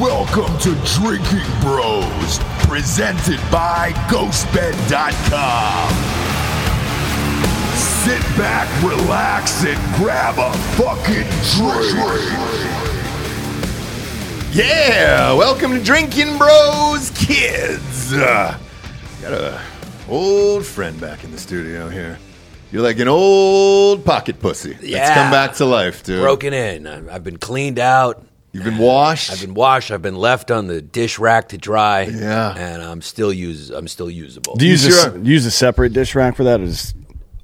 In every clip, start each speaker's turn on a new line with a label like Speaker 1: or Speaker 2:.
Speaker 1: Welcome to Drinking Bros, presented by GhostBed.com. Sit back, relax, and grab a fucking drink. Yeah, welcome to Drinking Bros, kids. Uh, got a old friend back in the studio here. You're like an old pocket pussy. That's
Speaker 2: Yeah.
Speaker 1: come back to life, dude.
Speaker 2: broken in. I- I've been cleaned out.
Speaker 1: You've been washed.
Speaker 2: I've been washed. I've been left on the dish rack to dry.
Speaker 1: Yeah.
Speaker 2: and I'm still use. I'm still usable.
Speaker 3: Do you use,
Speaker 1: sure?
Speaker 3: a, use a separate dish rack for that? Or just,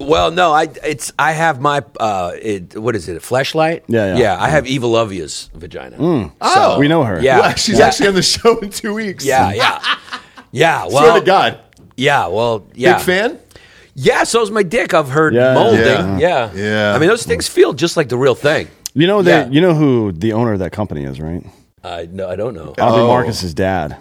Speaker 2: well, no, I it's I have my uh, it, what is it? A flashlight?
Speaker 3: Yeah, yeah.
Speaker 2: I have Evilovia's vagina.
Speaker 1: Oh,
Speaker 3: we know her.
Speaker 2: Yeah.
Speaker 1: Well, she's
Speaker 2: Yeah.
Speaker 1: actually on the show in two weeks.
Speaker 2: Yeah, yeah, yeah. Well,
Speaker 1: Swear to God.
Speaker 2: yeah. Well, yeah.
Speaker 1: Big fan?
Speaker 2: Yeah, so's my dick. I've heard
Speaker 3: Yeah,
Speaker 2: molding.
Speaker 1: yeah.
Speaker 2: Yeah.
Speaker 1: Yeah.
Speaker 2: I mean, those things feel just like the real thing.
Speaker 3: You know that
Speaker 2: Yeah.
Speaker 3: you know who the owner of that company is, right?
Speaker 2: I no, I don't know
Speaker 1: Oh.
Speaker 3: Aubrey Marcus's dad.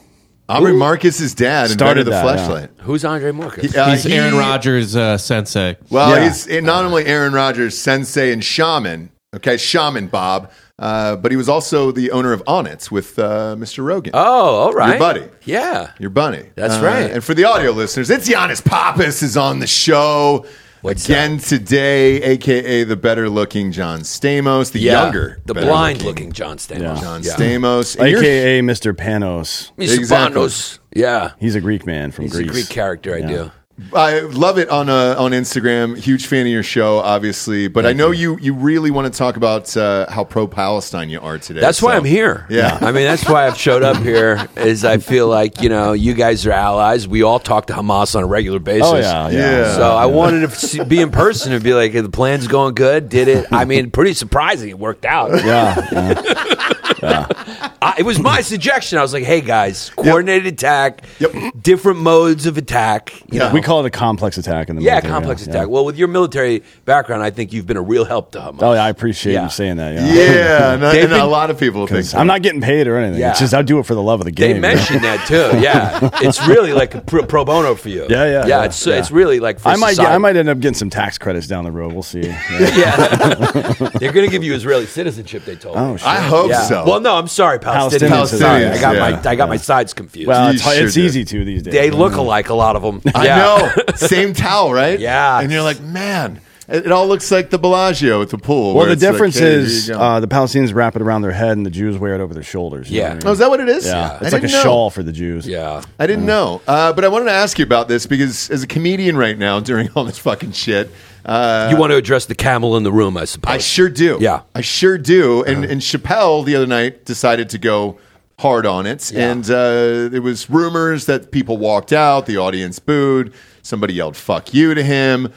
Speaker 1: Aubrey Marcus's dad
Speaker 3: Started
Speaker 1: invented the
Speaker 3: that,
Speaker 1: flashlight.
Speaker 2: who's Andre Morgan.
Speaker 1: Uh,
Speaker 4: He's
Speaker 1: he-
Speaker 4: Aaron Rodgers' uh, sensei.
Speaker 1: Well,
Speaker 3: Yeah.
Speaker 1: he's and not only Aaron Rodgers, sensei, and shaman. Okay, shaman Bob. Uh, but he was also the owner of Onnits with uh, Mr. Rogan.
Speaker 2: Oh, all right,
Speaker 1: buddy.
Speaker 2: Yeah,
Speaker 1: Your bunny.
Speaker 2: That's
Speaker 1: Uh,
Speaker 2: right.
Speaker 1: And for the audio listeners, it's Giannis Pappas is on the show
Speaker 2: What's
Speaker 1: again today, aka the better looking John Stamos, the
Speaker 2: Yeah.
Speaker 1: younger,
Speaker 2: the
Speaker 1: better
Speaker 2: blind
Speaker 1: looking
Speaker 2: looking, John Stamos.
Speaker 1: John
Speaker 2: Yeah.
Speaker 1: Stamos, And you're-
Speaker 3: AKA Mr. Panos.
Speaker 2: Mr.
Speaker 1: Exactly.
Speaker 2: Bonos. Yeah.
Speaker 3: He's a Greek man from
Speaker 2: He's
Speaker 3: Greece.
Speaker 2: a Greek character, I do.
Speaker 1: I love it on uh, on Instagram. Huge fan of your show, obviously, but I know you. you really want to talk about uh, how pro Palestine you are today.
Speaker 2: That's why
Speaker 1: so-
Speaker 2: I'm here.
Speaker 1: Yeah.
Speaker 2: I mean, that's why I've showed up here, is I feel like, you know, you guys are allies. We all talk to Hamas on a regular basis.
Speaker 3: Oh yeah, yeah.
Speaker 1: Yeah.
Speaker 2: So I wanted to see- be in person and be like, the plan's going good. Did it? I mean, pretty surprising. It worked out.
Speaker 3: Yeah, yeah.
Speaker 2: I, it was my suggestion. I was like, hey, guys, coordinated attack,
Speaker 1: Yep.
Speaker 2: different modes of attack. You know.
Speaker 3: We call it a complex attack in the
Speaker 2: yeah,
Speaker 3: military,
Speaker 2: complex
Speaker 3: yeah.
Speaker 2: attack. Well, with your military background, I think you've been a real help to Hamas.
Speaker 3: Oh, yeah, I appreciate
Speaker 2: Yeah.
Speaker 3: you saying that.
Speaker 1: Yeah, and,
Speaker 2: They've
Speaker 1: and a
Speaker 2: been-
Speaker 1: lot of people think so.
Speaker 3: I'm not getting paid or anything. It's
Speaker 2: Yeah.
Speaker 3: just I do it for the love of the game.
Speaker 2: They mentioned that too. Yeah, it's really like a pro, pro bono for you.
Speaker 3: Yeah, yeah,
Speaker 2: yeah.
Speaker 3: yeah,
Speaker 2: it's
Speaker 3: yeah.
Speaker 2: it's really like for
Speaker 3: I might, get,
Speaker 2: society.
Speaker 3: I might end up getting some tax credits down the road. We'll see. Yeah.
Speaker 2: Yeah, they're gonna give you Israeli citizenship. They told
Speaker 3: oh
Speaker 2: me.
Speaker 3: shit!
Speaker 1: I hope
Speaker 2: Yeah.
Speaker 1: so.
Speaker 2: Well, no, I'm sorry, Palestinians.
Speaker 3: Palestinians,
Speaker 2: Sorry, I got
Speaker 1: yeah,
Speaker 2: my I got my sides confused.
Speaker 3: well, mm.
Speaker 1: You
Speaker 3: it's, it's
Speaker 1: sure did.
Speaker 3: easy to these days.
Speaker 2: they look alike. A lot of them.
Speaker 1: I know. Same towel, right?
Speaker 2: Yeah.
Speaker 1: And you're like, man, it, it all looks like the Bellagio at the pool. where
Speaker 3: Well, the
Speaker 1: it's like,
Speaker 3: difference
Speaker 1: hey, here you
Speaker 3: is
Speaker 1: go.
Speaker 3: uh, the Palestinians wrap it around their head and the Jews wear it over their shoulders. you
Speaker 2: Yeah.
Speaker 3: know what I
Speaker 1: oh,
Speaker 3: mean?
Speaker 1: is that what it is?
Speaker 3: yeah.
Speaker 1: I
Speaker 3: It's like a
Speaker 1: didn't know.
Speaker 3: shawl for the Jews.
Speaker 2: Yeah.
Speaker 1: I didn't know, uh, but I wanted to ask you about this because as a comedian right now, during all this fucking shit, uh,
Speaker 2: You want to address the camel in the room, I suppose.
Speaker 1: I sure do.
Speaker 2: Yeah.
Speaker 1: I sure do. And and Chappelle the other night decided to go hard on it, and uh, there was rumors that people walked out, the audience booed, somebody yelled "fuck you" to him.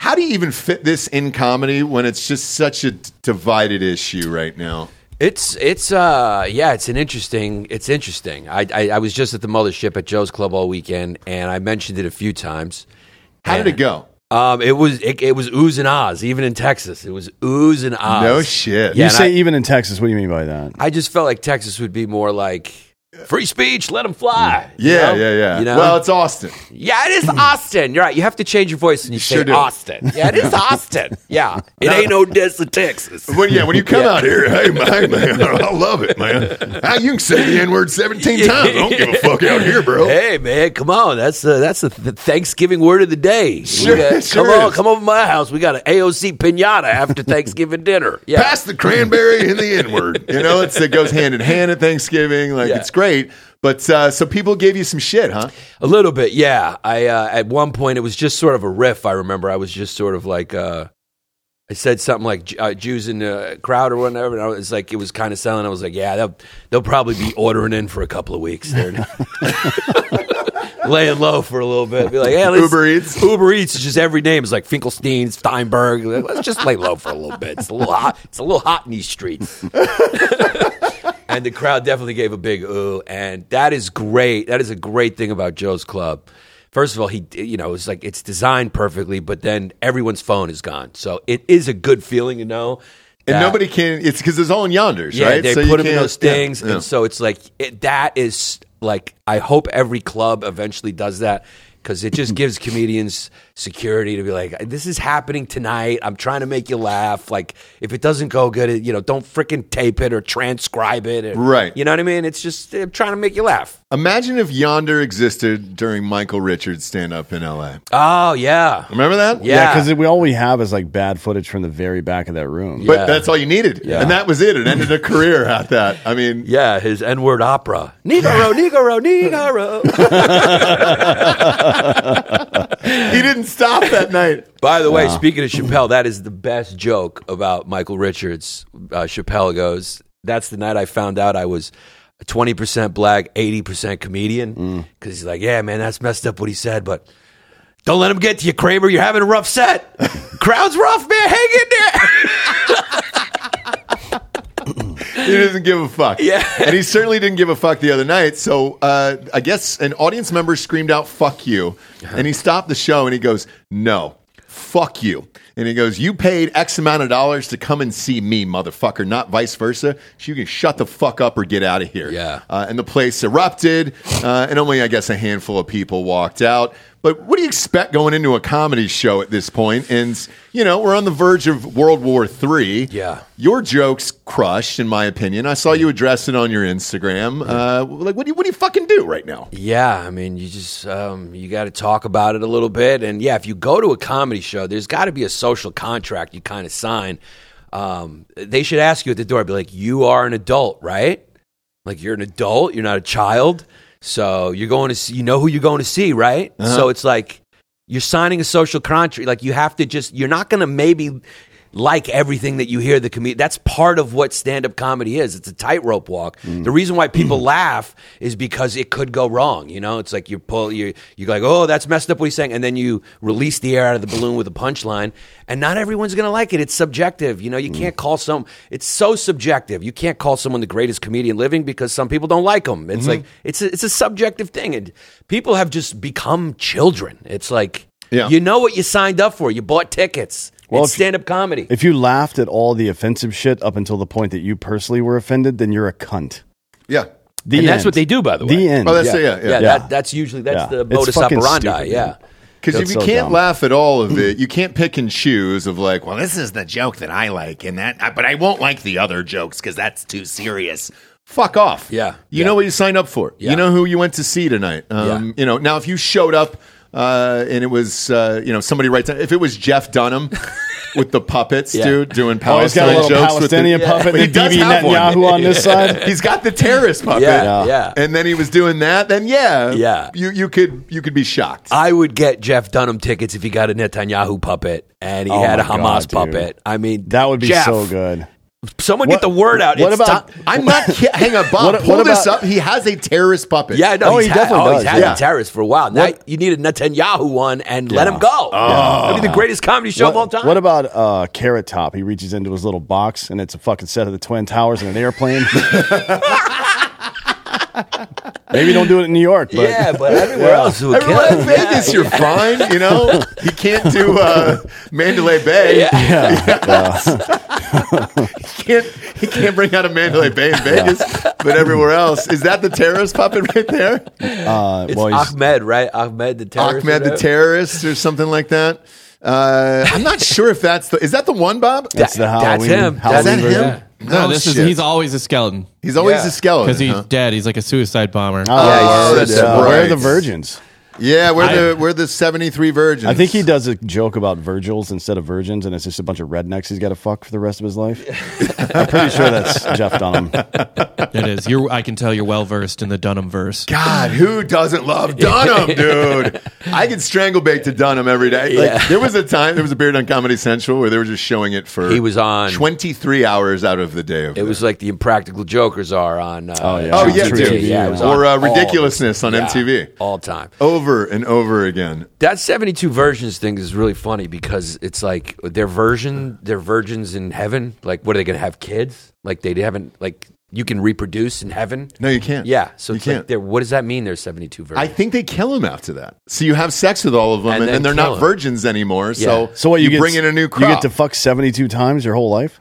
Speaker 1: How do you even fit this in comedy when it's just such a d- divided issue right now?
Speaker 2: It's it's uh yeah it's an interesting it's interesting I, I I was just at the mothership at Joe's Club all weekend and I mentioned it a few times.
Speaker 1: How did it go?
Speaker 2: Um, it was it, it was oohs and ahs, even in Texas. It was oohs and ahs.
Speaker 1: No shit.
Speaker 3: You
Speaker 2: Yeah, and
Speaker 3: say
Speaker 2: I-
Speaker 3: even in Texas, what do you mean by that?
Speaker 2: I just felt like Texas would be more like free speech, let them fly. you
Speaker 1: Yeah,
Speaker 2: know?
Speaker 1: yeah, yeah.
Speaker 2: You know?
Speaker 1: Well, it's Austin.
Speaker 2: yeah, it is Austin. You're right. You have to change your voice and you,
Speaker 1: sure
Speaker 2: say
Speaker 1: do.
Speaker 2: Austin. Yeah, it is Austin. Yeah, it ain't Odessa, Texas.
Speaker 1: When, yeah, when you come out here, hey, man, man, I love it, man. How you can say the N word 17 times. I don't give a fuck out here, bro.
Speaker 2: Hey man, come on! That's uh, that's the th- Thanksgiving word of the day. We
Speaker 1: Sure-
Speaker 2: got- come
Speaker 1: sure
Speaker 2: on,
Speaker 1: is.
Speaker 2: come over to my house. We got an AOC pinata after Thanksgiving dinner. Yeah,
Speaker 1: Pass the cranberry and the N word. You know, it's, it goes hand in hand at Thanksgiving. Like,
Speaker 2: Yeah.
Speaker 1: it's great. But uh, so people gave you some shit, huh?
Speaker 2: A little bit, yeah. I uh, at one point it was just sort of a riff. I remember I was just sort of like uh, I said something like J- uh, Jews in the crowd or whatever, and I was like, it was kind of selling. I was like, yeah, they'll, they'll probably be ordering in for a couple of weeks. They're laying low for a little bit. Be like, yeah, let's-
Speaker 1: Uber Eats.
Speaker 2: Uber Eats is just every name is like Finkelstein, Steinberg. Let's just lay low for a little bit. It's a little hot. It's a little hot in these streets. and the crowd definitely gave a big ooh, and that is great. That is a great thing about Joe's Club. First of all, he you know it's like it's designed perfectly, but then everyone's phone is gone, so it is a good feeling to know.
Speaker 1: And
Speaker 2: that-
Speaker 1: nobody can, it's because it's all in yonders,
Speaker 2: yeah,
Speaker 1: right?
Speaker 2: they
Speaker 1: you
Speaker 2: put him in
Speaker 1: can't-
Speaker 2: those things,
Speaker 1: yeah, yeah.
Speaker 2: and so it's like it, that is like I hope every club eventually does that because it just gives comedians security to be like, this is happening tonight. I'm trying to make you laugh. Like, if it doesn't go good, it, you know, don't freaking tape it or transcribe it. or-
Speaker 1: Right.
Speaker 2: You know what I mean? It's just uh, trying to make you laugh.
Speaker 1: Imagine if Yonder existed during Michael Richards' stand up in LA.
Speaker 2: Oh, yeah.
Speaker 1: Remember that?
Speaker 2: Yeah.
Speaker 3: Yeah, because we all we have is like bad footage from the very back of that room.
Speaker 1: But
Speaker 2: Yeah.
Speaker 1: that's all you needed. And that was it. It ended a career at that. I mean,
Speaker 2: Yeah, his N word opera. Negro, Negro, Negro.
Speaker 1: he didn't stop that night.
Speaker 2: By the way, speaking of Chappelle, that is the best joke about Michael Richards. Uh, Chappelle goes, That's the night I found out I was 20% black, 80% comedian. Because he's like, Yeah, man, that's messed up what he said, but don't let him get to you, Kramer. You're having a rough set. Crowd's rough, man. Hang in there.
Speaker 1: He doesn't give a fuck.
Speaker 2: Yeah.
Speaker 1: And he certainly didn't give a fuck the other night. So uh, I guess an audience member screamed out, fuck you. And he stopped the show and he goes, no, fuck you. And he goes, you paid X amount of dollars to come and see me, motherfucker, not vice versa. So you can shut the fuck up or get out of here.
Speaker 2: Yeah.
Speaker 1: Uh, and the place erupted. Uh, and only, I guess, a handful of people walked out. But what do you expect going into a comedy show at this point? And, you know, we're on the verge of World War III.
Speaker 2: Yeah.
Speaker 1: Your jokes crushed, in my opinion. I saw you address it on your Instagram. Uh, like, what do you what do you fucking do right now?
Speaker 2: Yeah, I mean, you just um, you got to talk about it a little bit, and yeah, if you go to a comedy show, there's got to be a social contract you kind of sign. Um, they should ask you at the door, be like, "You are an adult, right? Like you're an adult, you're not a child, so you're going to see, you know who you're going to see, right? So it's like you're signing a social contract. Like you have to just, you're not going to maybe like everything that you hear the comedian. That's part of what stand up comedy is. It's a tightrope walk. The reason why people laugh is because it could go wrong. You know, it's like you pull, you you're like, oh, that's messed up what he's saying, and then you release the air out of the balloon with a punchline, and not everyone's going to like it. It's subjective. You know, you can't call some. It's so subjective. You can't call someone the greatest comedian living because some people don't like them. It's like it's a, it's a subjective thing, and people have just become children. It's like.
Speaker 1: Yeah.
Speaker 2: You know what you signed up for. You bought tickets.
Speaker 3: Well,
Speaker 2: it's
Speaker 3: if you-
Speaker 2: stand up comedy.
Speaker 3: If you laughed at all the offensive shit up until the point that you personally were offended, then you're a cunt.
Speaker 1: Yeah.
Speaker 3: The
Speaker 2: and that's
Speaker 3: end.
Speaker 2: what they do, by the way.
Speaker 3: The end.
Speaker 1: Oh, that's yeah, yeah.
Speaker 2: Yeah,
Speaker 3: Yeah.
Speaker 2: That, that's usually that's
Speaker 3: Yeah.
Speaker 2: the
Speaker 3: It's
Speaker 2: modus
Speaker 3: fucking
Speaker 2: operandi.
Speaker 3: stupid,
Speaker 2: yeah,
Speaker 3: man.
Speaker 1: Because if
Speaker 3: That's
Speaker 1: you
Speaker 3: so
Speaker 1: can't
Speaker 3: dumb.
Speaker 1: laugh at all of it, you can't pick and choose of like, well,
Speaker 5: well, this is the joke that I like, and that, I- but I won't like the other jokes because that's too serious.
Speaker 1: fuck off.
Speaker 2: Yeah.
Speaker 1: You
Speaker 2: Yeah.
Speaker 1: know what you signed up for.
Speaker 2: Yeah.
Speaker 1: You know who you went to see tonight. Um,
Speaker 2: Yeah.
Speaker 1: You know, now if you showed up uh, and it was, uh, you know, somebody writes, if it was Jeff Dunham with the puppets,
Speaker 2: Yeah.
Speaker 1: dude, doing
Speaker 3: Oh, he's
Speaker 1: Palestine
Speaker 3: got a little
Speaker 1: jokes with the-
Speaker 3: Palestinian puppet
Speaker 1: He
Speaker 3: and a
Speaker 1: does
Speaker 3: DB
Speaker 1: have one.
Speaker 3: Netanyahu on this side.
Speaker 1: He's got the terrorist puppet.
Speaker 2: Yeah, yeah.
Speaker 1: And then he was doing that. Then yeah,
Speaker 2: Yeah.
Speaker 1: You you could you could be shocked.
Speaker 2: I would get Jeff Dunham tickets if he got a Netanyahu puppet and he
Speaker 3: Oh
Speaker 2: had a
Speaker 3: my
Speaker 2: Hamas
Speaker 3: God, dude.
Speaker 2: puppet. I mean,
Speaker 3: That would be
Speaker 2: Jeff,
Speaker 3: so good.
Speaker 2: Someone get
Speaker 3: What-
Speaker 2: the word out.
Speaker 3: what
Speaker 2: It's
Speaker 3: about-
Speaker 2: ti-
Speaker 1: I'm not. ki- Hang on, Bob.
Speaker 3: What-
Speaker 1: pull
Speaker 3: what
Speaker 1: this up.
Speaker 3: about-
Speaker 1: He has a terrorist puppet.
Speaker 2: yeah, no,
Speaker 3: Oh,
Speaker 2: he's
Speaker 3: he
Speaker 2: had,
Speaker 3: definitely
Speaker 2: oh,
Speaker 3: does,
Speaker 2: he's had
Speaker 1: yeah.
Speaker 2: a terrorist for a while. Now
Speaker 3: What- Oh.
Speaker 2: you need a Netanyahu one and let him go. That'd be the greatest comedy show of all time.
Speaker 3: What about uh, Carrot Top? He reaches into his little box and it's a fucking set of the Twin Towers and an airplane. Maybe don't do it in New York, but
Speaker 2: yeah, but everywhere else, who would kill
Speaker 1: Everyone in
Speaker 2: him?
Speaker 1: Vegas, you're fine. You know, he can't do uh, Mandalay Bay.
Speaker 2: Yeah. yeah.
Speaker 1: He can't he can't bring out a Mandalay Bay in Vegas, but everywhere else is that the terrorist puppet right there?
Speaker 3: uh,
Speaker 2: It's
Speaker 3: well, he's-
Speaker 2: Ahmed, right? Ahmed the terrorist.
Speaker 1: Ahmed the
Speaker 2: terrorist.
Speaker 1: terrorist or something like that. Uh, I'm not sure if that's the is that the one, Bob?
Speaker 3: that's the
Speaker 2: That's
Speaker 3: Halloween.
Speaker 2: him.
Speaker 1: is
Speaker 2: That's
Speaker 3: Halloween
Speaker 1: that him?
Speaker 2: Yeah.
Speaker 3: version.
Speaker 4: No,
Speaker 1: Oh,
Speaker 4: this
Speaker 1: shit.
Speaker 4: is he's always a skeleton
Speaker 1: He's always
Speaker 2: Yeah.
Speaker 1: a skeleton.
Speaker 4: because he's
Speaker 1: huh?
Speaker 4: dead. He's like a suicide bomber.
Speaker 3: Oh,
Speaker 1: Yeah, he's-
Speaker 3: that's
Speaker 1: that's
Speaker 3: uh, Where
Speaker 1: right.
Speaker 3: are the virgins?
Speaker 1: Yeah, we're
Speaker 4: I-
Speaker 1: the we're the seventy three virgins.
Speaker 3: I think he does a joke about Virgils instead of virgins, and it's just a bunch of rednecks he's got to fuck for the rest of his life. I'm pretty sure that's Jeff Dunham.
Speaker 4: It is. You're. I can tell you're well versed in the Dunham verse.
Speaker 1: God, who doesn't love Dunham, dude? I could strangle bait to Dunham every day. Like,
Speaker 2: Yeah.
Speaker 1: There was a time there was a period on Comedy Central where they were just showing it for
Speaker 2: He was on-
Speaker 1: twenty three hours out of the day. Of
Speaker 2: It was like the Impractical Jokers are on. Uh,
Speaker 3: Oh, yeah.
Speaker 1: oh yeah,
Speaker 3: MTV,
Speaker 1: dude,
Speaker 3: yeah, it was
Speaker 1: or uh,
Speaker 2: on all the
Speaker 1: ridiculousness on
Speaker 2: Yeah,
Speaker 1: MTV
Speaker 2: all time.
Speaker 1: over and over again.
Speaker 2: That seventy-two versions thing is really funny because it's like their version, their virgins in heaven. Like, what are they going to have kids? Like they haven't. Like you can reproduce in heaven.
Speaker 1: No, you can't.
Speaker 2: Yeah, so
Speaker 1: you
Speaker 2: it's like
Speaker 1: can't.
Speaker 2: they're, what does that mean? There's seventy-two
Speaker 1: I
Speaker 2: versions.
Speaker 1: think they kill him after that. So you have sex with all of them,
Speaker 2: And
Speaker 1: and,
Speaker 2: then
Speaker 1: then they're
Speaker 2: kill
Speaker 1: not
Speaker 2: him.
Speaker 1: virgins anymore. So
Speaker 2: Yeah.
Speaker 3: So what? You, get,
Speaker 1: bring in a new crop.
Speaker 3: You get to fuck 72 times your whole life.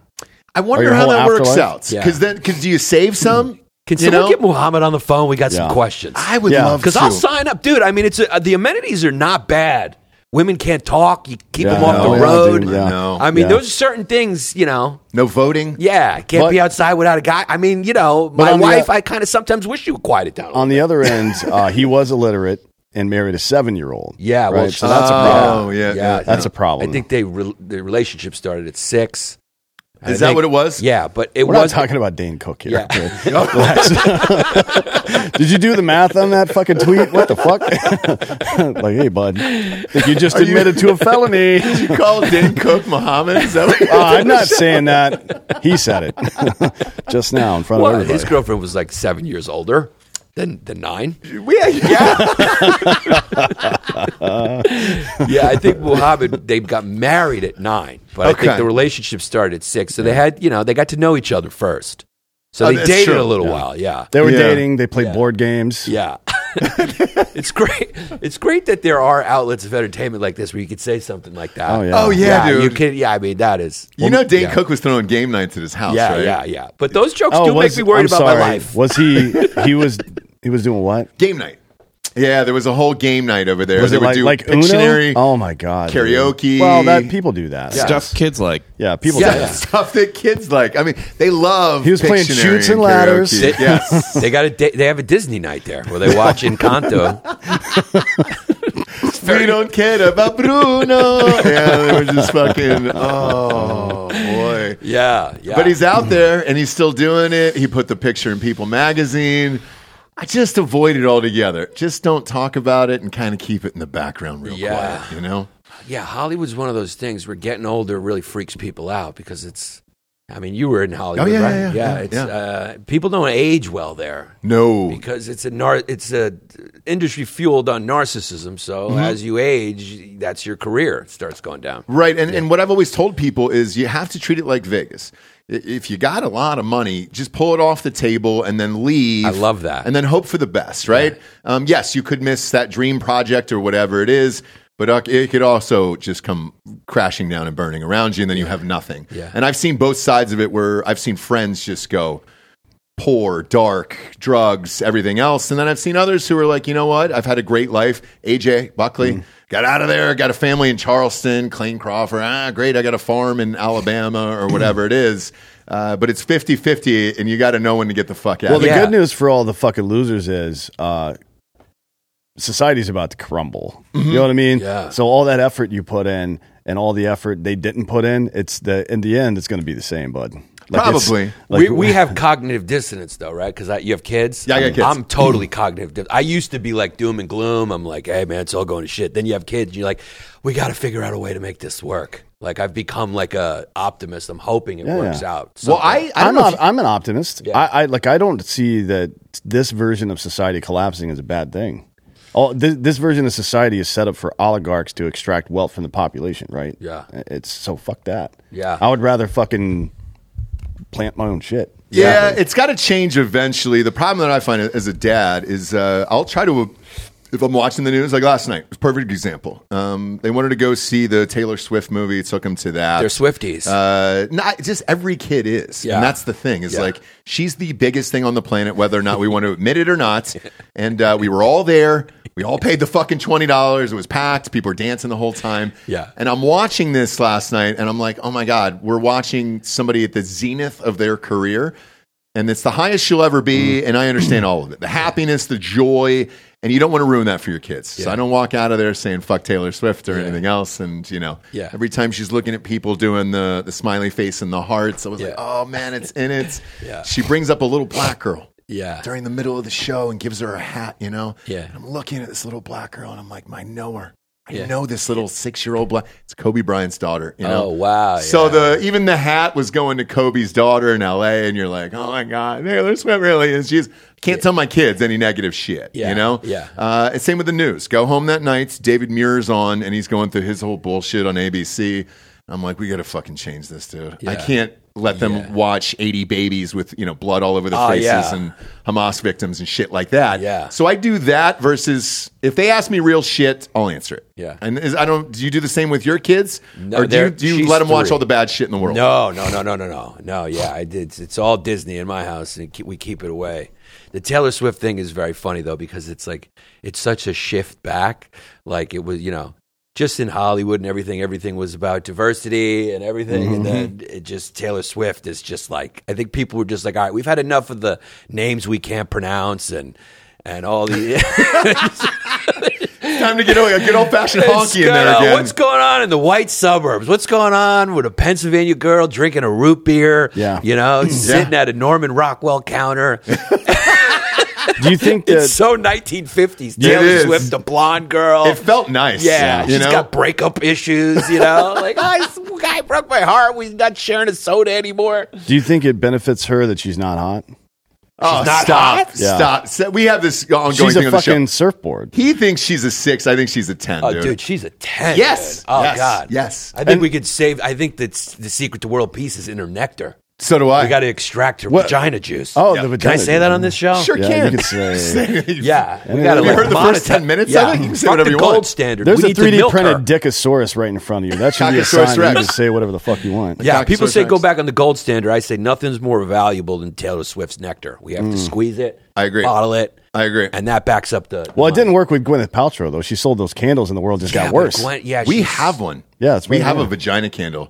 Speaker 1: I wonder
Speaker 3: your
Speaker 1: how
Speaker 3: whole
Speaker 1: that works
Speaker 3: afterlife?
Speaker 1: out.
Speaker 2: Yeah.
Speaker 1: Because then, because do you save
Speaker 3: Mm.
Speaker 1: some?
Speaker 2: can
Speaker 1: you
Speaker 2: someone
Speaker 1: know?
Speaker 2: get Muhammad on the phone? We got some
Speaker 3: Yeah.
Speaker 2: questions.
Speaker 1: I would
Speaker 3: Yeah.
Speaker 1: love
Speaker 2: Because I'll
Speaker 1: to.
Speaker 2: sign up, dude. I mean, it's a, the amenities are not bad. Women can't talk. You keep
Speaker 3: Yeah,
Speaker 2: them
Speaker 3: I
Speaker 2: off
Speaker 3: know,
Speaker 2: the
Speaker 3: yeah,
Speaker 2: road.
Speaker 3: dude, yeah.
Speaker 1: I know.
Speaker 2: I mean,
Speaker 3: Yeah.
Speaker 2: those are certain things, you know.
Speaker 1: No voting.
Speaker 2: Yeah, can't
Speaker 3: But-
Speaker 2: be outside without a guy. I mean, you know, my
Speaker 3: on the-
Speaker 2: wife. I kind of sometimes wish you would quiet it down.
Speaker 3: On the other end, uh, he was illiterate and married a seven-year-old.
Speaker 2: yeah, well,
Speaker 3: right? so that's a problem.
Speaker 1: Oh, yeah, yeah.
Speaker 3: That's a problem.
Speaker 2: I think they re- the relationship started at six. I
Speaker 1: Is that
Speaker 2: think-
Speaker 1: what it was?
Speaker 2: Yeah, but it
Speaker 3: We're not
Speaker 2: was
Speaker 3: talking about Dane Cook here.
Speaker 2: Yeah.
Speaker 3: okay? Relax. Did you do the math on that fucking tweet? What the fuck? like, hey, bud, I think you just admitted to a felony.
Speaker 1: Did you call Dan Cook Muhammad? Is that what
Speaker 3: Uh, I'm not saying that. He said it just now in front
Speaker 2: well,
Speaker 3: of
Speaker 2: his
Speaker 3: everybody.
Speaker 2: girlfriend was like seven years older than than nine.
Speaker 1: yeah, yeah.
Speaker 2: yeah, I think Muhammad they got married at nine, but I
Speaker 1: Okay.
Speaker 2: think the relationship started at six. So they had you know they got to know each other first. So
Speaker 1: Oh,
Speaker 2: they
Speaker 1: that's
Speaker 2: dated
Speaker 1: true.
Speaker 2: a little while. Yeah,
Speaker 3: They were
Speaker 1: Yeah.
Speaker 3: dating. They played board games.
Speaker 2: yeah. it's great. It's great that there are outlets of entertainment like this where you could say something like that.
Speaker 3: Oh, yeah.
Speaker 1: Oh yeah, dude.
Speaker 2: You can. Yeah, I mean that is.
Speaker 1: you know, Dan
Speaker 2: yeah.
Speaker 1: Cook was throwing game nights at his house,
Speaker 2: Yeah,
Speaker 1: right?
Speaker 2: yeah, yeah. But those jokes
Speaker 1: Oh,
Speaker 2: do
Speaker 3: Oh, was-
Speaker 2: make me worried about
Speaker 3: I'm sorry.
Speaker 2: my life.
Speaker 3: Was he? He was. He was doing what?
Speaker 1: Game night. Yeah, there was a whole game night over there.
Speaker 3: Was
Speaker 1: they
Speaker 3: it
Speaker 1: would
Speaker 3: like
Speaker 1: do
Speaker 3: like
Speaker 1: Pictionary
Speaker 3: Uno? Oh my god! dude.
Speaker 1: karaoke.
Speaker 3: Well, that people do that. Yeah,
Speaker 4: Stuff kids like.
Speaker 3: people.
Speaker 2: Yeah.
Speaker 3: do that.
Speaker 1: stuff that kids like. I mean, they love.
Speaker 3: He was playing
Speaker 1: Pictionary
Speaker 3: chutes and
Speaker 1: karaoke.
Speaker 3: ladders.
Speaker 2: They,
Speaker 1: Yeah.
Speaker 2: they got a. di- They have a Disney night there where they watch Encanto.
Speaker 1: we don't care about Bruno. yeah, they were just fucking. Oh boy.
Speaker 2: Yeah, yeah.
Speaker 1: But he's out there and he's still doing it. He put the picture in People magazine. I just avoid it altogether. Just don't talk about it and kind of keep it in the background real
Speaker 2: Yeah.
Speaker 1: quiet, you know?
Speaker 2: Yeah, Hollywood's one of those things where getting older really freaks people out because it's. I mean, you were in Hollywood,
Speaker 1: Oh, yeah,
Speaker 2: right?
Speaker 1: yeah, yeah, yeah,
Speaker 2: it's
Speaker 1: yeah.
Speaker 2: Uh, people don't age well there
Speaker 1: No.
Speaker 2: because it's a nar- it's a industry fueled on narcissism. So
Speaker 1: Mm-hmm.
Speaker 2: as you age, that's your career starts going down.
Speaker 1: Right. And, and what I've always told people is you have to treat it like Vegas. I- If you got a lot of money, just pull it off the table and then leave.
Speaker 2: I love that.
Speaker 1: And then hope for the best, right? Um, yes, you could miss that dream project or whatever it is, but uh, it could also just come crashing down and burning around you, and then you have nothing.
Speaker 2: Yeah.
Speaker 1: And I've seen both sides of it where I've seen friends just go poor, dark, drugs, everything else. And then I've seen others who are like, you know what? I've had a great life. AJ Buckley got out of there, got a family in Charleston, Clayne Crawford. Ah, great. I got a farm in Alabama or whatever it is. Uh, but it's 50 50, and you got to know when to get the fuck out.
Speaker 3: Well, the
Speaker 2: Yeah.
Speaker 3: good news for all the fucking losers is uh, society's about to crumble. You know what I mean?
Speaker 2: Yeah.
Speaker 3: So all that effort you put in and all the effort they didn't put in, it's the in the end, it's going to be the same, bud. Like, it's-
Speaker 1: Probably.
Speaker 2: we,
Speaker 3: like-
Speaker 2: we have cognitive dissonance though, right? Because you have kids.
Speaker 1: Yeah, I got kids.
Speaker 2: I'm totally cognitive. Di- I used to be like doom and gloom. I'm like, hey man, it's all going to shit. Then you have kids, and you're like, we got to figure out a way to make this work. Like I've become like a optimist. I'm hoping it
Speaker 3: Yeah,
Speaker 2: works
Speaker 3: yeah.
Speaker 2: out.
Speaker 1: well,
Speaker 2: So-
Speaker 1: I, I
Speaker 3: I'm
Speaker 1: don't know.
Speaker 3: not,
Speaker 1: if-
Speaker 3: I'm an optimist.
Speaker 2: Yeah.
Speaker 3: I, I like. I don't see that this version of society collapsing is a bad thing. All this, this version of society is set up for oligarchs to extract wealth from the population, right?
Speaker 2: Yeah.
Speaker 3: It's so fuck that.
Speaker 2: Yeah.
Speaker 3: I would rather fucking plant my own shit.
Speaker 1: Yeah, it's got to change eventually. The problem that I find as a dad is uh, I'll try to. If I'm watching the news, like last night, was a perfect example. Um, they wanted to go see the Taylor Swift movie. It took them to that.
Speaker 2: they're Swifties.
Speaker 1: Uh, not just every kid is,
Speaker 2: Yeah.
Speaker 1: and that's the thing. Is
Speaker 2: Yeah.
Speaker 1: like she's the biggest thing on the planet, whether or not we want to admit it or not. And uh, we were all there. We all paid the fucking twenty dollars. It was packed. People were dancing the whole time.
Speaker 2: Yeah.
Speaker 1: And I'm watching this last night, and I'm like, oh my god, we're watching somebody at the zenith of their career, and it's the highest she'll ever
Speaker 2: Mm.
Speaker 1: be. And I understand all of it: the happiness, the joy. And you don't want to ruin that for your kids. So I don't walk out of there saying fuck Taylor Swift or anything else. And you know,
Speaker 2: Yeah.
Speaker 1: every time she's looking at people doing the, the smiley face and the hearts, I was like,
Speaker 2: Yeah.
Speaker 1: oh man, it's in it.
Speaker 2: Yeah.
Speaker 1: She brings up a little black girl
Speaker 2: yeah,
Speaker 1: during the middle of the show and gives her a hat, you know?
Speaker 2: Yeah.
Speaker 1: I'm looking at this little black girl and I'm like, I know her. I know this little six year old black. It's Kobe Bryant's daughter, you know?
Speaker 2: Oh, wow,
Speaker 1: So
Speaker 2: yeah.
Speaker 1: the even the hat was going to Kobe's daughter in LA, and you're like, oh my God, Taylor Swift really is. She's can't tell my kids any negative shit,
Speaker 2: Yeah,
Speaker 1: you know?
Speaker 2: yeah.
Speaker 1: Uh, and same with the news. Go home that night. David Muir's on, and he's going through his whole bullshit on ABC. I'm like, we got to fucking change this, dude. I
Speaker 2: Yeah.
Speaker 1: can't let them
Speaker 2: Yeah.
Speaker 1: watch 80 babies with you know blood all over their
Speaker 2: Oh,
Speaker 1: faces
Speaker 2: yeah.
Speaker 1: and Hamas victims and shit like that.
Speaker 2: Yeah.
Speaker 1: So I do that versus if they ask me real shit, I'll answer it.
Speaker 2: Yeah.
Speaker 1: And is, I don't. Do you do the same with your kids?
Speaker 2: No,
Speaker 1: or do you,
Speaker 2: they're-
Speaker 1: do you
Speaker 2: she's
Speaker 1: let them watch
Speaker 2: three.
Speaker 1: all the bad shit in the world?
Speaker 2: No, no, no, no, no, no, no. Yeah, I did. It's all Disney in my house, and ke- we keep it away. The Taylor Swift thing is very funny though because it's like it's such a shift back. Like it was, you know, just in Hollywood and everything, everything was about diversity and everything. And then it just Taylor Swift is just like I think people were just like, all right, we've had enough of the names we can't pronounce and and all the
Speaker 1: Time to get a good old fashioned honky in
Speaker 2: Scott,
Speaker 1: there
Speaker 2: uh,
Speaker 1: again.
Speaker 2: What's going on in the white suburbs? What's going on with a Pennsylvania girl drinking a root beer?
Speaker 3: Yeah.
Speaker 2: You know, sitting at a Norman Rockwell counter.
Speaker 3: Do you think that
Speaker 2: It's so 1950s.
Speaker 1: It
Speaker 2: Taylor
Speaker 1: is.
Speaker 2: Swift, a blonde girl.
Speaker 1: it felt nice.
Speaker 2: yeah,
Speaker 1: you
Speaker 2: she's
Speaker 1: know.
Speaker 2: got breakup issues, you know? like, oh, this guy broke my heart. We're not sharing a soda anymore.
Speaker 3: do you think it benefits her that she's not hot?
Speaker 1: oh,
Speaker 2: not
Speaker 1: stop,
Speaker 2: hot?
Speaker 3: Yeah.
Speaker 1: stop. So We have this ongoing
Speaker 3: She's
Speaker 1: thing
Speaker 3: a
Speaker 1: on the show.
Speaker 3: fucking surfboard.
Speaker 1: He thinks she's a six. I think she's a ten.
Speaker 2: Oh,
Speaker 1: dude.
Speaker 2: dude, she's a 10.
Speaker 1: Yes.
Speaker 2: dude. Oh,
Speaker 1: Yes.
Speaker 2: God.
Speaker 1: Yes.
Speaker 2: I think we could save, I think that's the secret to world peace is in her nectar.
Speaker 1: So do I.
Speaker 2: We got to extract her vagina juice.
Speaker 3: Oh, the
Speaker 2: Can I
Speaker 3: vagina.
Speaker 2: say that on this show?
Speaker 1: sure
Speaker 3: Yeah,
Speaker 1: can.
Speaker 3: you could say-
Speaker 2: Yeah, we
Speaker 3: Yeah.
Speaker 2: gotta
Speaker 3: Have you
Speaker 2: like
Speaker 3: heard
Speaker 1: the first
Speaker 2: monetize-
Speaker 1: 10 minutes
Speaker 2: Yeah,
Speaker 1: of it? You can say
Speaker 2: Fuck
Speaker 1: whatever
Speaker 2: the
Speaker 1: you
Speaker 2: gold
Speaker 1: want.
Speaker 2: standard.
Speaker 3: There's
Speaker 2: we
Speaker 3: a
Speaker 2: need to
Speaker 3: 3D
Speaker 2: milk
Speaker 3: printed
Speaker 2: her.
Speaker 3: Dickosaurus right in front of you. That should be a
Speaker 1: Cactosaurus
Speaker 3: sign. that You
Speaker 1: Rex.
Speaker 3: can say whatever the fuck you want.
Speaker 2: Yeah,
Speaker 1: Cock
Speaker 2: people
Speaker 1: source
Speaker 2: say go
Speaker 1: next.
Speaker 2: back on the gold standard. I say nothing's more valuable than Taylor Swift's nectar. We have to squeeze it.
Speaker 1: Mm. I agree.
Speaker 2: Bottle it.
Speaker 1: I agree.
Speaker 2: And that backs up the.
Speaker 3: Well, it didn't work with Gwyneth Paltrow though. She sold those candles, and the world just
Speaker 2: Yeah,
Speaker 3: got
Speaker 2: but
Speaker 3: worse.
Speaker 2: Gwen- yeah,
Speaker 1: we
Speaker 2: she's-
Speaker 1: have one.
Speaker 3: Yeah, it's
Speaker 1: we
Speaker 3: right
Speaker 1: have
Speaker 3: there.
Speaker 1: a vagina candle.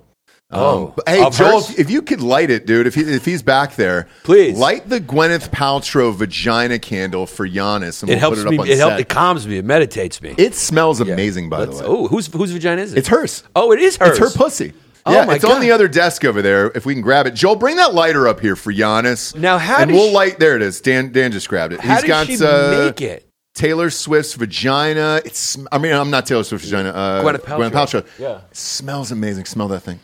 Speaker 1: Um,
Speaker 2: Oh.
Speaker 1: but- hey
Speaker 2: Of
Speaker 1: Joel,
Speaker 2: hers?
Speaker 1: if- if you could light it, dude. If he, if he's back there,
Speaker 2: Please.
Speaker 1: light the Gwyneth Paltrow vagina candle for Giannis, and
Speaker 2: It
Speaker 1: we'll
Speaker 2: helps
Speaker 1: put it up
Speaker 2: me.
Speaker 1: on
Speaker 2: It, help,
Speaker 1: set.
Speaker 2: it calms me. It meditates me.
Speaker 1: It smells amazing, by the way.
Speaker 2: Oh, whose whose vagina is it?
Speaker 1: It's hers.
Speaker 2: Oh, it is hers.
Speaker 1: It's her pussy.
Speaker 2: Oh
Speaker 1: yeah,
Speaker 2: my
Speaker 1: it's on
Speaker 2: God.
Speaker 1: the other desk over there. If we can grab it, Joel, bring that lighter up here for Giannis.
Speaker 2: Now, how
Speaker 1: and
Speaker 2: does
Speaker 1: we'll
Speaker 2: she-
Speaker 1: light. There it is. Dan, Dan just grabbed it.
Speaker 2: How
Speaker 1: He's
Speaker 2: did
Speaker 1: got
Speaker 2: she
Speaker 1: uh,
Speaker 2: make it?
Speaker 1: Taylor Swift's vagina. It's. I mean, I'm not Taylor Swift's vagina. Uh,
Speaker 2: Gwyneth Paltrow.
Speaker 1: Yeah, smells amazing. Smell that thing.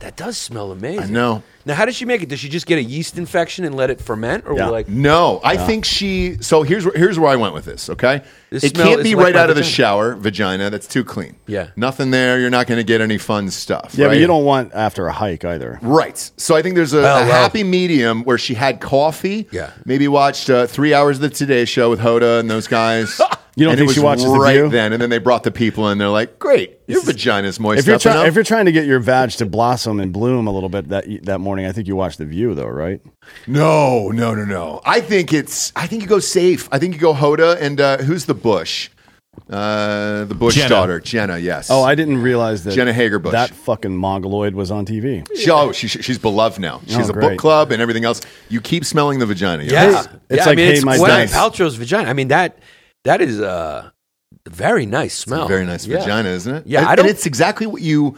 Speaker 2: That does smell amazing.
Speaker 1: I know.
Speaker 2: Now, how does she make it? Does she just get a yeast infection and let it ferment, or
Speaker 3: Yeah.
Speaker 2: we like?
Speaker 1: No, I think she. So here's where- here's where I went with this. Okay,
Speaker 2: This
Speaker 1: it
Speaker 2: smell
Speaker 1: can't
Speaker 2: is
Speaker 1: be
Speaker 2: like
Speaker 1: right
Speaker 2: my
Speaker 1: out of the
Speaker 2: vagina.
Speaker 1: shower vagina. That's too clean.
Speaker 2: Yeah.
Speaker 1: nothing there. You're not going to get any fun stuff.
Speaker 3: Yeah,
Speaker 1: right?
Speaker 3: but you don't want after a hike either.
Speaker 1: Right. So I think there's a, a
Speaker 2: Oh, well.
Speaker 1: happy medium where she had coffee.
Speaker 2: Yeah.
Speaker 1: Maybe watched uh, three hours of the Today Show with Hoda and those guys.
Speaker 3: You don't
Speaker 1: and
Speaker 3: think she watches The
Speaker 1: right
Speaker 3: View?
Speaker 1: then? And then they brought the people in. They're like, "Great, your vagina's moist."
Speaker 3: If you're
Speaker 1: up and
Speaker 3: trying,
Speaker 1: up."
Speaker 3: if you're trying to get your vag to blossom and bloom a little bit that that morning, I think you watch The View though, right?
Speaker 1: No, no, no, no. I think it's. I think you go safe. I think you go Hoda and uh, who's the Bush? Uh, the Bush
Speaker 4: Jenna.
Speaker 1: daughter, Jenna. Yes.
Speaker 3: Oh, I didn't realize that
Speaker 1: Jenna Hagerbusch.
Speaker 3: that fucking mongoloid was on TV.
Speaker 1: She, oh, she, she- she's beloved now. She's a book
Speaker 3: Oh, great.
Speaker 1: club and everything else. You keep smelling the vagina. you
Speaker 2: Yeah,
Speaker 1: know?
Speaker 3: It's- it's like, hey, my
Speaker 2: Gwyneth
Speaker 1: nice.
Speaker 2: Paltrow's vagina. I mean that that is uh, a very nice smell.
Speaker 1: Very nice
Speaker 2: Yeah.
Speaker 1: vagina, isn't it?
Speaker 2: Yeah,
Speaker 1: and,
Speaker 2: I don't-
Speaker 1: and it's exactly what you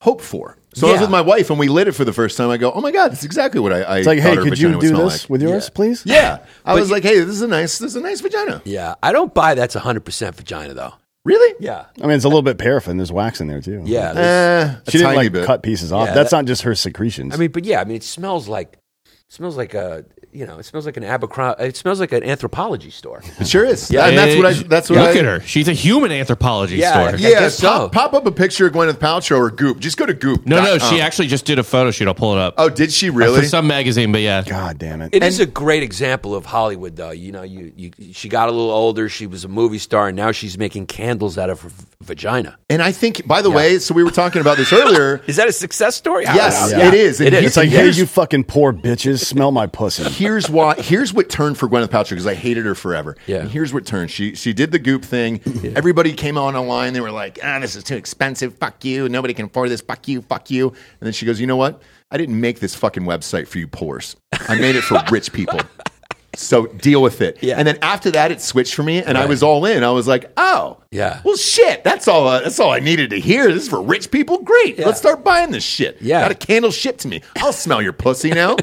Speaker 1: hope for. So I was
Speaker 2: Yeah.
Speaker 1: with my wife and we lit it for the first time. I go, oh my god, that's exactly what I. I
Speaker 3: It's like, hey,
Speaker 1: thought her
Speaker 3: could
Speaker 1: vagina
Speaker 3: you
Speaker 1: would
Speaker 3: do
Speaker 1: smell
Speaker 3: this
Speaker 1: Like.
Speaker 3: with yours, please?
Speaker 1: Yeah, I
Speaker 2: But
Speaker 1: was
Speaker 2: you-
Speaker 1: like, hey, this is a nice, this is a nice vagina.
Speaker 2: Yeah, I don't buy that's 100% vagina though.
Speaker 1: Really?
Speaker 2: Yeah.
Speaker 3: I mean, it's a little bit paraffin. There's wax in there too.
Speaker 2: Yeah.
Speaker 1: Eh,
Speaker 2: there's-
Speaker 1: a
Speaker 3: she didn't
Speaker 1: tiny
Speaker 3: like
Speaker 1: bit.
Speaker 3: cut pieces off.
Speaker 2: Yeah,
Speaker 3: That's
Speaker 2: that-
Speaker 3: not just her secretions.
Speaker 2: I mean, but yeah, I mean it smells like it smells like a, you know, it smells like an Abercrombie it smells like an anthropology store.
Speaker 1: It sure is. Yeah, and that's what I. That's what
Speaker 4: Look
Speaker 1: I,
Speaker 4: at her. She's a human anthropology
Speaker 2: Yeah,
Speaker 4: store.
Speaker 2: I
Speaker 1: Yeah,
Speaker 2: guess so.
Speaker 1: pop, pop up a picture of Gwyneth Paltrow or Goop. Just go to Goop.
Speaker 4: No, no, she
Speaker 1: Um,
Speaker 4: actually just did a photo shoot. I'll pull it up.
Speaker 1: Oh, did she
Speaker 4: For
Speaker 1: really?
Speaker 4: some magazine, but yeah.
Speaker 3: God damn it.
Speaker 2: It is a great example of Hollywood, though. You know, you, you she got a little older. She was a movie star, and now she's making candles out of her v- vagina.
Speaker 1: And I think, by the way, so we were talking about this earlier.
Speaker 2: Is that a success story? I
Speaker 1: yes,
Speaker 2: don't know.
Speaker 1: it is.
Speaker 2: It
Speaker 1: And
Speaker 2: is.
Speaker 1: he-
Speaker 3: it's like, hey,
Speaker 1: here's-
Speaker 3: you fucking poor bitches, smell my pussy.
Speaker 1: here's why. Here's what turned for Gwyneth Paltrow because I hated her forever.
Speaker 2: Yeah.
Speaker 1: And here's what turned. She she did the goop thing. Everybody came on online. They were like, "Ah, this is too expensive. Fuck you. Nobody can afford this. Fuck you. Fuck you." And then she goes, "You know what? I didn't make this fucking website for you poors. I made it for rich people." So deal with it.
Speaker 2: Yeah.
Speaker 1: And then after that, it switched for me, and I was all in. I was like, "Oh,
Speaker 2: Yeah.
Speaker 1: Well, shit. That's all. Uh, that's all I needed to hear. This is for rich people. Great.
Speaker 2: Yeah.
Speaker 1: Let's start buying this shit.
Speaker 2: Yeah.
Speaker 1: Got a candle shipped to me. I'll smell your pussy now.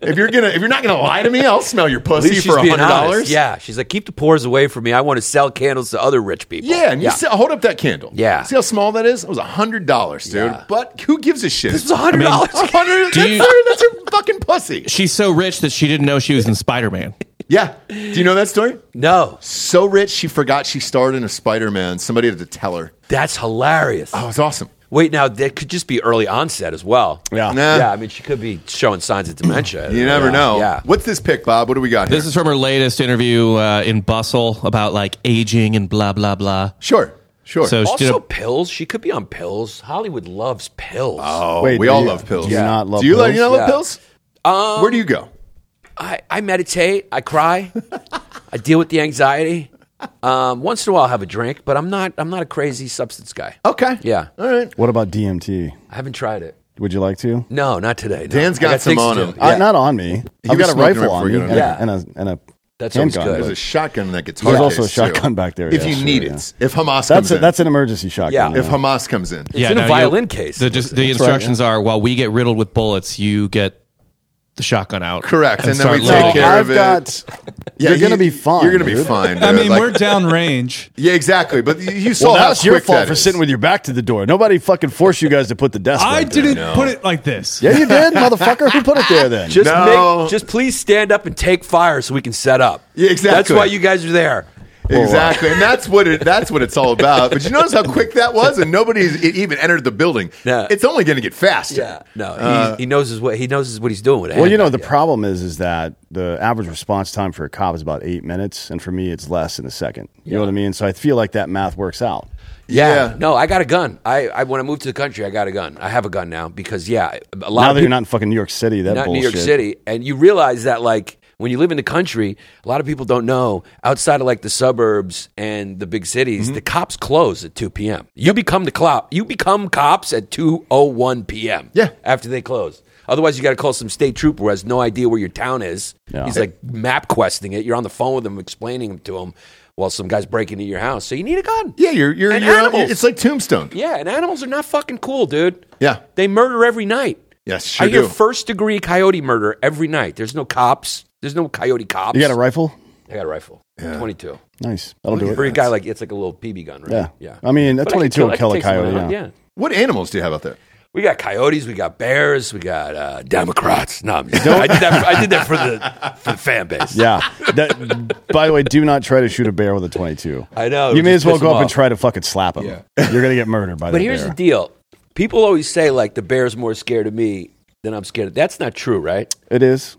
Speaker 1: if you're gonna, if you're not gonna lie to me, I'll smell your
Speaker 2: At
Speaker 1: pussy
Speaker 2: least
Speaker 1: for
Speaker 2: she's being
Speaker 1: hundred dollars.
Speaker 2: honest. Yeah, she's like, keep the pores away from me. I want to sell candles to other rich people.
Speaker 1: Yeah, and you see- hold up that candle.
Speaker 2: Yeah.
Speaker 1: see how small that is. It was hundred dollars, dude.
Speaker 2: Yeah.
Speaker 1: But who gives a shit?
Speaker 2: this is hundred dollars.
Speaker 1: hundred.
Speaker 4: Do
Speaker 1: That's,
Speaker 4: you-
Speaker 1: her, that's her fucking pussy.
Speaker 4: She's so rich that she didn't know she was in Spider Man.
Speaker 1: Yeah. Do you know that story?
Speaker 2: No,
Speaker 1: So rich, she forgot she starred in a Spider-Man. Somebody had to tell her.
Speaker 2: that's hilarious.
Speaker 1: Oh, it's awesome.
Speaker 2: Wait, now that could just be early onset as well.
Speaker 3: Yeah.
Speaker 1: Nah.
Speaker 2: yeah. I mean, she could be showing signs of dementia.
Speaker 1: You never
Speaker 2: Yeah,
Speaker 1: know.
Speaker 2: Yeah,
Speaker 1: What's this pick, Bob? What do we got here?
Speaker 4: This is from her latest interview uh, in Bustle about like aging and blah, blah, blah.
Speaker 1: sure. Sure.
Speaker 4: So she did
Speaker 2: also
Speaker 4: a
Speaker 2: pills. She could be on pills. Hollywood loves pills.
Speaker 1: Oh,
Speaker 3: Wait,
Speaker 1: we
Speaker 3: do
Speaker 1: all
Speaker 3: you-
Speaker 1: love pills.
Speaker 3: do you not love
Speaker 1: Do you, Love, you not
Speaker 3: pills?
Speaker 1: love
Speaker 2: Yeah. Um,
Speaker 1: pills? Where do you go?
Speaker 2: I, I meditate. I cry. I deal with the anxiety. Um, once in a while, I have a drink, but I'm not. I'm not a crazy substance guy.
Speaker 1: Okay.
Speaker 2: Yeah.
Speaker 1: All right.
Speaker 3: What about DMT?
Speaker 2: I haven't tried it.
Speaker 3: Would you like to?
Speaker 2: No, not today. No.
Speaker 1: Dan's
Speaker 2: I
Speaker 1: got some
Speaker 2: things
Speaker 1: on
Speaker 2: to
Speaker 1: him.
Speaker 2: do.
Speaker 3: Uh, not on me. I've
Speaker 1: were
Speaker 3: got a
Speaker 1: smoking right
Speaker 3: rifle
Speaker 1: before
Speaker 3: on
Speaker 1: you
Speaker 3: me
Speaker 1: got on
Speaker 3: and,
Speaker 2: there.
Speaker 3: a, and a and a
Speaker 2: That's always
Speaker 3: handgun.
Speaker 2: good.
Speaker 3: but
Speaker 1: There's a shotgun in that guitar.
Speaker 3: There's also
Speaker 1: case,
Speaker 3: a shotgun
Speaker 1: too.
Speaker 3: back there,
Speaker 1: If
Speaker 3: yeah,
Speaker 1: you
Speaker 3: sure,
Speaker 1: need
Speaker 3: yeah.
Speaker 1: it, if Hamas
Speaker 3: That's
Speaker 1: comes
Speaker 3: a,
Speaker 1: in,
Speaker 3: that's an emergency shotgun.
Speaker 2: Yeah.
Speaker 1: if Hamas comes in,
Speaker 2: in a
Speaker 4: you-
Speaker 2: violin case.
Speaker 4: The, just, the
Speaker 3: right,
Speaker 4: instructions are while we get riddled with bullets, you get the shotgun out.
Speaker 1: Correct, and then
Speaker 4: start
Speaker 1: we
Speaker 3: So
Speaker 1: take
Speaker 4: loading.
Speaker 1: care
Speaker 3: I've
Speaker 1: of it.
Speaker 3: got.
Speaker 1: Yeah,
Speaker 3: you're
Speaker 1: you-
Speaker 3: gonna be fine.
Speaker 1: You're gonna be
Speaker 3: dude.
Speaker 1: fine. Dude.
Speaker 6: I mean,
Speaker 1: Like-
Speaker 6: we're downrange.
Speaker 1: yeah, exactly. But you- you saw
Speaker 3: Well,
Speaker 1: how
Speaker 3: that's your
Speaker 1: quick
Speaker 3: fault
Speaker 1: that
Speaker 3: for
Speaker 1: is.
Speaker 3: sitting with your back to the door. Nobody fucking forced you guys to put the desk.
Speaker 6: I
Speaker 3: right there.
Speaker 6: didn't put it like this.
Speaker 3: Yeah, you did, motherfucker. Who put it there then?
Speaker 2: Just
Speaker 1: No.
Speaker 2: make, just please stand up and take fire so we can set up.
Speaker 1: Yeah, exactly.
Speaker 2: That's why you guys are there.
Speaker 1: Exactly, and that's what it, that's what it's all about. But you notice how quick that was, and nobody e-, even entered the building.
Speaker 2: Yeah.
Speaker 1: It's only going to get faster. Uh,
Speaker 2: Yeah. No, he, he knows his what he knows his what he's doing with it.
Speaker 3: Uh, Well, you know, the
Speaker 2: Yeah.
Speaker 3: problem is is that the average response time for a cop is about eight minutes, and for me, it's less than a second. You know what I mean? So I feel like that math works out.
Speaker 2: Yeah.
Speaker 1: Yeah.
Speaker 2: No, I got a gun. I, I when I moved to the country, I got a gun. I have a gun now because yeah, a lot
Speaker 3: Now
Speaker 2: of people
Speaker 3: that you're not in fucking New York City, that
Speaker 2: not in
Speaker 3: bullshit.
Speaker 2: New York City, and you realize that like when you live in the country, a lot of people don't know outside of like the suburbs and the big cities,
Speaker 3: Mm-hmm.
Speaker 2: the cops close at two p.m. You become the cop. You become cops at two o one p.m.
Speaker 1: Yeah.
Speaker 2: after they close. Otherwise, you got to call some state trooper who has no idea where your town is.
Speaker 3: Yeah.
Speaker 2: He's like map questing it. You're on the phone with him, explaining to him while some guy's breaking into your house. So you need a gun.
Speaker 1: Yeah, you're you're,
Speaker 2: And
Speaker 1: you're
Speaker 2: animals.
Speaker 1: it's like Tombstone.
Speaker 2: Yeah, and animals are not fucking cool, dude.
Speaker 1: Yeah.
Speaker 2: They murder every night.
Speaker 1: Yes, sure
Speaker 2: I hear
Speaker 1: do.
Speaker 2: first degree coyote murder every night. There's no cops. There's no coyote cops.
Speaker 3: You got a rifle?
Speaker 2: I got a rifle. 22.
Speaker 3: Nice. That'll do it.
Speaker 2: For a guy like it's like a little PB gun, right?
Speaker 3: Yeah.
Speaker 2: Yeah.
Speaker 3: I mean, a
Speaker 2: But I
Speaker 3: 22 will
Speaker 2: I
Speaker 3: kill a
Speaker 2: take someone
Speaker 3: coyote,
Speaker 2: out,
Speaker 3: yeah.
Speaker 1: What animals do you have out there?
Speaker 2: We got coyotes, we got bears, we got uh, Democrats. No, I'm just, I did that for, I did that for the for the fan base.
Speaker 3: Yeah. That, by the way, do not try to shoot a bear with a 22.
Speaker 2: I know,
Speaker 3: You
Speaker 2: it
Speaker 3: may
Speaker 2: would
Speaker 3: as
Speaker 2: just
Speaker 3: well
Speaker 2: piss
Speaker 3: go
Speaker 2: him
Speaker 3: up and
Speaker 2: off.
Speaker 3: try to fucking slap him. You're gonna get murdered by
Speaker 2: But
Speaker 3: the
Speaker 2: here's
Speaker 3: bear.
Speaker 2: the deal. People always say like the bear's more scared of me than I'm scared of. That's not true, right?
Speaker 3: it is.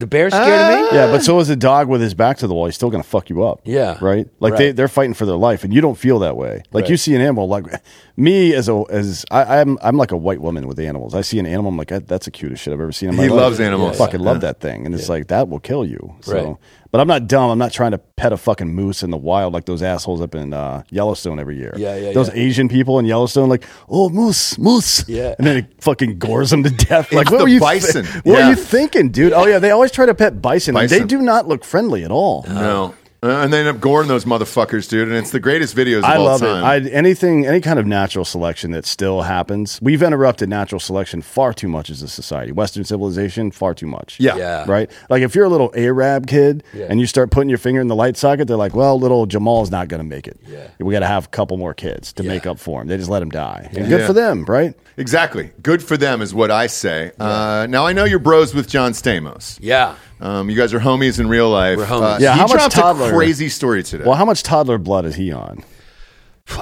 Speaker 2: The bear's scared of me?
Speaker 3: Yeah, but so is a dog with his back to the wall. He's still going to fuck you up.
Speaker 2: Yeah.
Speaker 3: Right? Like They,
Speaker 2: Right.
Speaker 3: they're fighting for their life and you don't feel that way. Like you see an animal, like me as a, as I, I'm, I'm like a white woman with animals. I see an animal. I'm like, "That- that's the cutest shit I've ever seen in my
Speaker 1: He
Speaker 3: life."
Speaker 1: loves animals.
Speaker 3: I fucking
Speaker 1: Yeah.
Speaker 3: love that thing. And it's like, that will kill you. So,
Speaker 2: Right.
Speaker 3: but I'm not dumb. I'm not trying to pet a fucking moose in the wild like those assholes up in uh, Yellowstone every year.
Speaker 2: Yeah, yeah,
Speaker 3: Those
Speaker 2: yeah.
Speaker 3: Asian people in Yellowstone, like, oh, moose, moose.
Speaker 2: Yeah.
Speaker 3: And then it fucking gores them to death. Like,
Speaker 1: It's
Speaker 3: what
Speaker 1: the
Speaker 3: were you? thi-
Speaker 1: bison.
Speaker 3: what were
Speaker 1: Yeah.
Speaker 3: you thinking, dude? Oh yeah, they always try to pet bison. and They
Speaker 1: Bison.
Speaker 3: do not look friendly at all.
Speaker 1: No. Uh, and they end up goring those motherfuckers, dude. And it's the greatest videos of
Speaker 3: I
Speaker 1: all
Speaker 3: love
Speaker 1: time.
Speaker 3: it. I, anything, any kind of natural selection that still happens. We've interrupted natural selection far too much as a society. Western civilization, far too much.
Speaker 1: yeah.
Speaker 2: Yeah.
Speaker 3: Right? Like if you're a little Arab kid and you start putting your finger in the light socket, they're like, well, little Jamal's not going to make it.
Speaker 2: Yeah.
Speaker 3: We got to have a couple more kids to make up for him. They just let him die. And good for them, right?
Speaker 1: Exactly. Good for them is what I say. Uh, now I know you're bros with John Stamos.
Speaker 2: Yeah.
Speaker 1: Um, you guys are homies in real life.
Speaker 2: We're
Speaker 1: Uh,
Speaker 2: homies.
Speaker 3: Yeah,
Speaker 1: he
Speaker 3: how much
Speaker 1: dropped
Speaker 3: toddler-
Speaker 1: a crazy story today.
Speaker 3: Well, how much toddler blood is he on?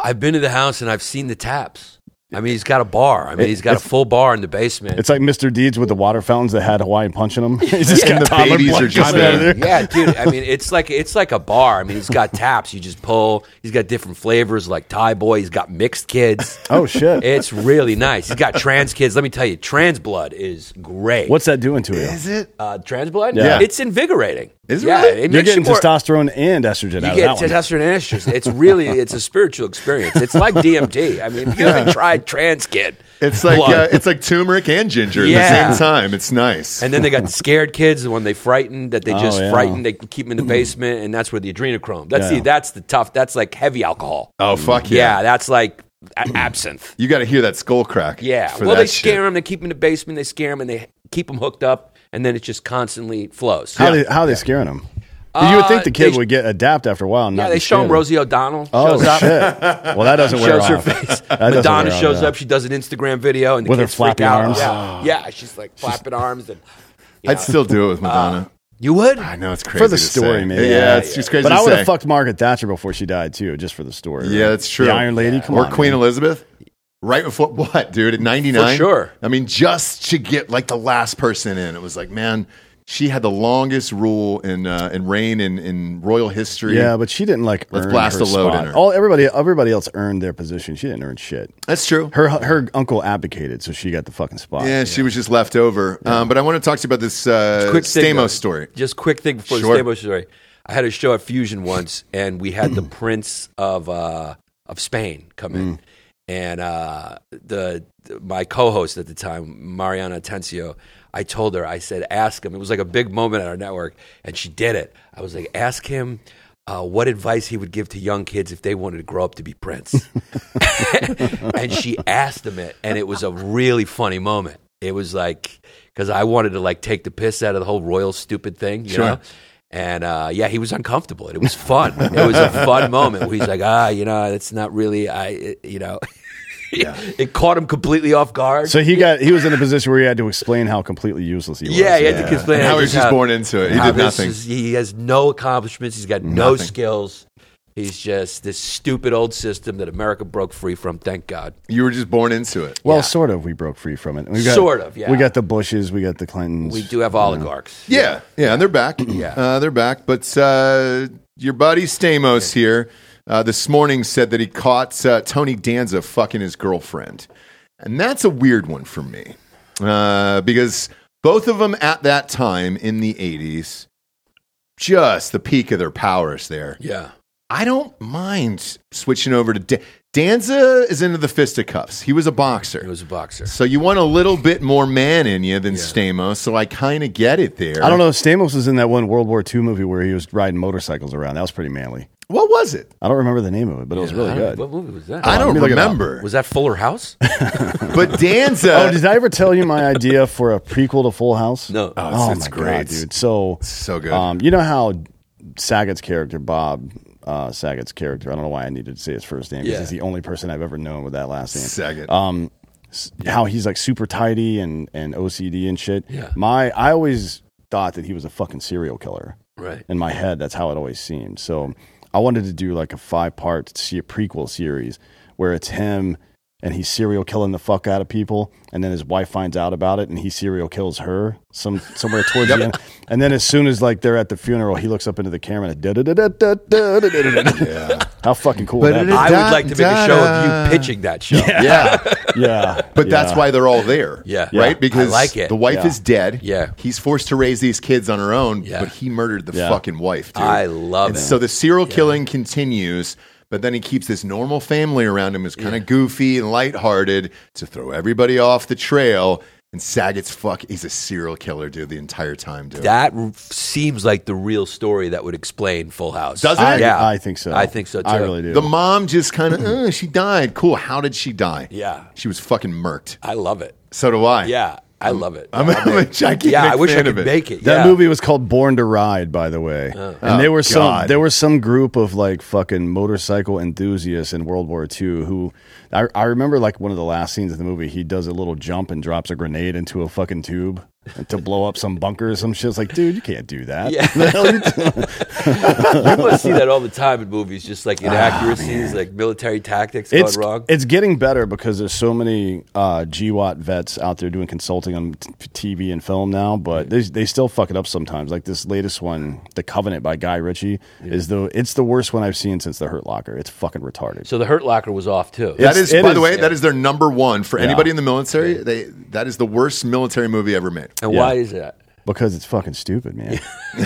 Speaker 2: I've been to the house and I've seen the taps. I mean, he's got a bar. I mean, he's got a full bar in the basement.
Speaker 3: It's like Mr. Deeds with the water fountains that had Hawaiian punch in them. He's just
Speaker 1: And
Speaker 3: got
Speaker 1: the
Speaker 3: toddler
Speaker 1: babies
Speaker 3: blood
Speaker 1: are just
Speaker 3: coming out of
Speaker 1: there.
Speaker 3: there.
Speaker 2: yeah, dude. I mean, it's like it's like a bar. I mean, he's got taps. You just pull. He's got different flavors, like Thai boy. He's got mixed kids.
Speaker 3: Oh shit!
Speaker 2: It's really nice. He's got trans kids. Let me tell you, trans blood is great.
Speaker 3: What's that doing to you? Is it?
Speaker 2: uh, trans blood?
Speaker 3: Yeah.
Speaker 2: it's invigorating.
Speaker 1: Is it
Speaker 2: yeah,
Speaker 1: really?
Speaker 2: it
Speaker 3: You're
Speaker 2: makes you
Speaker 3: getting
Speaker 2: more-
Speaker 3: testosterone and estrogen
Speaker 2: You
Speaker 3: out
Speaker 2: get
Speaker 3: of that one.
Speaker 2: testosterone and estrogen. It's really it's a spiritual experience. It's like DMT. I mean, if you haven't tried trans kid,
Speaker 1: it's like
Speaker 2: blood.
Speaker 1: uh, it's like turmeric and ginger at
Speaker 2: Yeah.
Speaker 1: the same time. It's nice.
Speaker 2: And then they got the scared kids, the one they frightened, that they just
Speaker 3: Oh, yeah.
Speaker 2: frightened. They keep them in the basement, and that's where the adrenochrome. That's
Speaker 3: Yeah.
Speaker 2: the that's the tough. That's like heavy alcohol.
Speaker 1: oh fuck yeah!
Speaker 2: yeah, that's like a- absinthe.
Speaker 1: You got to hear that skull crack.
Speaker 2: Yeah.
Speaker 1: for
Speaker 2: Well,
Speaker 1: that
Speaker 2: they
Speaker 1: shit.
Speaker 2: scare them. They keep them in the basement. They scare them, and they keep them hooked up, and then it just constantly flows.
Speaker 3: How they how they scaring him? you would think the kid
Speaker 2: Uh, they-
Speaker 3: would get adapt after a while. And
Speaker 2: yeah,
Speaker 3: not
Speaker 2: they
Speaker 3: be
Speaker 2: show
Speaker 3: scared.
Speaker 2: them Rosie O'Donnell.
Speaker 3: Oh
Speaker 2: shows up.
Speaker 3: shit! Well, that doesn't wear
Speaker 2: Shows her
Speaker 3: off.
Speaker 2: face.
Speaker 3: That doesn't
Speaker 2: Madonna
Speaker 3: wear off,
Speaker 2: shows
Speaker 3: yeah.
Speaker 2: up. She does an Instagram video, and the
Speaker 3: With her
Speaker 2: kids freak
Speaker 3: flappy
Speaker 2: out.
Speaker 3: arms.
Speaker 2: Yeah. yeah, she's like flapping arms, and you,
Speaker 1: I'd
Speaker 2: know.
Speaker 1: still do it with Madonna.
Speaker 2: you would.
Speaker 1: I know it's crazy
Speaker 3: Uh, For the
Speaker 1: to
Speaker 3: story,
Speaker 1: say.
Speaker 3: maybe.
Speaker 1: Yeah, it's just crazy.
Speaker 3: But
Speaker 1: to
Speaker 3: I would
Speaker 1: say.
Speaker 3: have fucked Margaret Thatcher before she died too, just for the story.
Speaker 1: Yeah,
Speaker 3: right?
Speaker 1: that's true.
Speaker 3: The Iron Lady, come
Speaker 1: or
Speaker 3: on,
Speaker 1: Queen
Speaker 3: man.
Speaker 1: Elizabeth. Right before what, dude? At ninety nine,
Speaker 2: For sure.
Speaker 1: I mean, just to get like the last person in, it was like, man, she had the longest rule in uh, in reign in, in royal history.
Speaker 3: Yeah, but she didn't like.
Speaker 1: Let's
Speaker 3: earn
Speaker 1: blast
Speaker 3: her
Speaker 1: a load in
Speaker 3: spot.
Speaker 1: her.
Speaker 3: All everybody, everybody else earned their position. She didn't earn shit.
Speaker 1: that's true.
Speaker 3: Her her uncle abdicated, so she got the fucking spot.
Speaker 1: yeah, she was just left over. Um, but I want to talk to you about this uh,
Speaker 2: quick thing,
Speaker 1: Stamos
Speaker 2: though.
Speaker 1: story.
Speaker 2: Just quick thing before
Speaker 1: Sure.
Speaker 2: the Stamos story. I had a show at Fusion once, and we had the Prince of uh, of Spain come
Speaker 1: Mm.
Speaker 2: in, and uh, the, the- my co-host at the time, Mariana Tencio. I told her, I said, ask him. It was like a big moment at our network, and she did it. I was like, ask him. Uh, what advice he would give to young kids if they wanted to grow up to be Prince? and she asked him it, and it was a really funny moment. It was like because I wanted to like take the piss out of the whole royal stupid thing, you know. And uh, yeah, he was uncomfortable, and it was fun. it was a fun moment. Where he's like, ah, you know, that's not really, I, it- you know, it caught him completely off guard.
Speaker 3: So he got he was in a position where he had to explain how completely useless he was.
Speaker 2: yeah, he had to complain.
Speaker 1: And how he was
Speaker 2: Just
Speaker 1: just born into it. He
Speaker 2: how
Speaker 1: did
Speaker 2: this
Speaker 1: nothing.
Speaker 2: is- he has no accomplishments. He's got no skills. He's just this stupid old system that America broke free from. Thank God.
Speaker 1: You were just born into it.
Speaker 3: Well, sort of. We broke free from it. We got,
Speaker 2: Sort of, yeah.
Speaker 3: We got the Bushes. We got the Clintons.
Speaker 2: We do have oligarchs.
Speaker 1: Yeah, yeah, and they're back. yeah, uh, they're back. But uh, your buddy Stamos here uh, this morning said that he caught uh, Tony Danza fucking his girlfriend, and that's a weird one for me uh, because both of them at that time in the '80s, just the peak of their powers there.
Speaker 2: Yeah.
Speaker 1: I don't mind switching over to Dan- Danza is into the fisticuffs. He was a boxer.
Speaker 2: He was a boxer.
Speaker 1: so you want a little bit more man in you than Stamos, so I kind of get it there.
Speaker 3: I don't know. Stamos was in that one World War II movie where he was riding motorcycles around. That was pretty manly.
Speaker 1: What was it?
Speaker 3: I don't remember the name of it, but it was really
Speaker 2: I don't-
Speaker 3: good.
Speaker 2: What movie was that?
Speaker 1: I
Speaker 3: let
Speaker 1: don't
Speaker 3: me look it up.
Speaker 1: remember.
Speaker 2: was that Fuller House?
Speaker 1: But Danza.
Speaker 3: Oh, did I ever tell you my idea for a prequel to Full House?
Speaker 2: No.
Speaker 1: Oh,
Speaker 3: Oh,
Speaker 1: it's- it's
Speaker 3: my
Speaker 1: great.
Speaker 3: god, dude! So
Speaker 1: So good.
Speaker 3: Um, you know how Saget's character, Bob uh, Saget's character. I don't know why I needed to say his first name because
Speaker 2: Yeah.
Speaker 3: he's the only person I've ever known with that last name.
Speaker 1: Saget.
Speaker 3: Um, s- how he's like super tidy and and OCD and shit.
Speaker 2: Yeah.
Speaker 3: My I always thought that he was a fucking serial killer.
Speaker 2: Right.
Speaker 3: In my head, that's how it always seemed. So I wanted to do like a five part prequel series where it's him and he's serial killing the fuck out of people, and then his wife finds out about it, and he serial kills her some somewhere towards the end. And then as soon as like they're at the funeral, he looks up into the camera and da da da da da da da da da. How fucking cool! would that
Speaker 2: I would like to make a show
Speaker 1: Da-da.
Speaker 2: of you pitching that show. Yeah.
Speaker 1: yeah,
Speaker 3: be? yeah,
Speaker 1: but that's
Speaker 3: yeah.
Speaker 1: why they're all there.
Speaker 2: Yeah. Yeah.
Speaker 1: right. Because
Speaker 2: I like it.
Speaker 1: the wife
Speaker 3: Yeah.
Speaker 1: is dead.
Speaker 2: Yeah.
Speaker 1: he's forced to raise these kids on her own.
Speaker 2: Yeah.
Speaker 1: but he murdered the
Speaker 3: Yeah.
Speaker 1: fucking wife. Dude.
Speaker 2: I love
Speaker 1: And
Speaker 2: it.
Speaker 1: So the serial killing continues. But then he keeps this normal family around him who's kind of goofy and lighthearted to throw everybody off the trail. And Saget's fuck, he's a serial killer, dude, the entire time, dude.
Speaker 2: That r- seems like the real story that would explain Full House.
Speaker 1: Doesn't it?
Speaker 3: I,
Speaker 2: Yeah.
Speaker 3: I think so.
Speaker 2: I think so too.
Speaker 3: I really do.
Speaker 1: the mom just kind of, uh, she died. Cool. How did she die?
Speaker 2: Yeah.
Speaker 1: She was fucking murked.
Speaker 2: I love it.
Speaker 1: So do I.
Speaker 2: Yeah. I love it.
Speaker 1: I'm, I'm a gigantic
Speaker 2: yeah, I wish I
Speaker 1: fan
Speaker 2: could
Speaker 1: of it.
Speaker 2: make it.
Speaker 3: That
Speaker 2: yeah.
Speaker 3: movie was called Born to Ride, by the way. and there were some
Speaker 1: God.
Speaker 3: there were some group of like fucking motorcycle enthusiasts in World War II who I, I remember like one of the last scenes of the movie, he does a little jump and drops a grenade into a fucking tube to blow up some bunker or some shit. It's like, dude, you can't do that.
Speaker 2: You must see that all the time in movies, just like inaccuracies, like military tactics going
Speaker 3: Ah, it's
Speaker 2: wrong.
Speaker 3: it's getting better because there's so many uh, GWAT vets out there doing consulting on t- TV and film now, but they they still fuck it up sometimes. Like this latest one, The Covenant by Guy Ritchie, is the it's the worst one I've seen since The Hurt Locker. It's fucking retarded.
Speaker 2: so the Hurt Locker was off too.
Speaker 1: That
Speaker 3: It's-
Speaker 1: is,
Speaker 3: it
Speaker 1: by the
Speaker 3: is-
Speaker 1: way, that is their number one for anybody in the military. They that is the worst military movie ever made.
Speaker 2: and
Speaker 3: yeah.
Speaker 2: why is that?
Speaker 3: Because it's fucking stupid, man.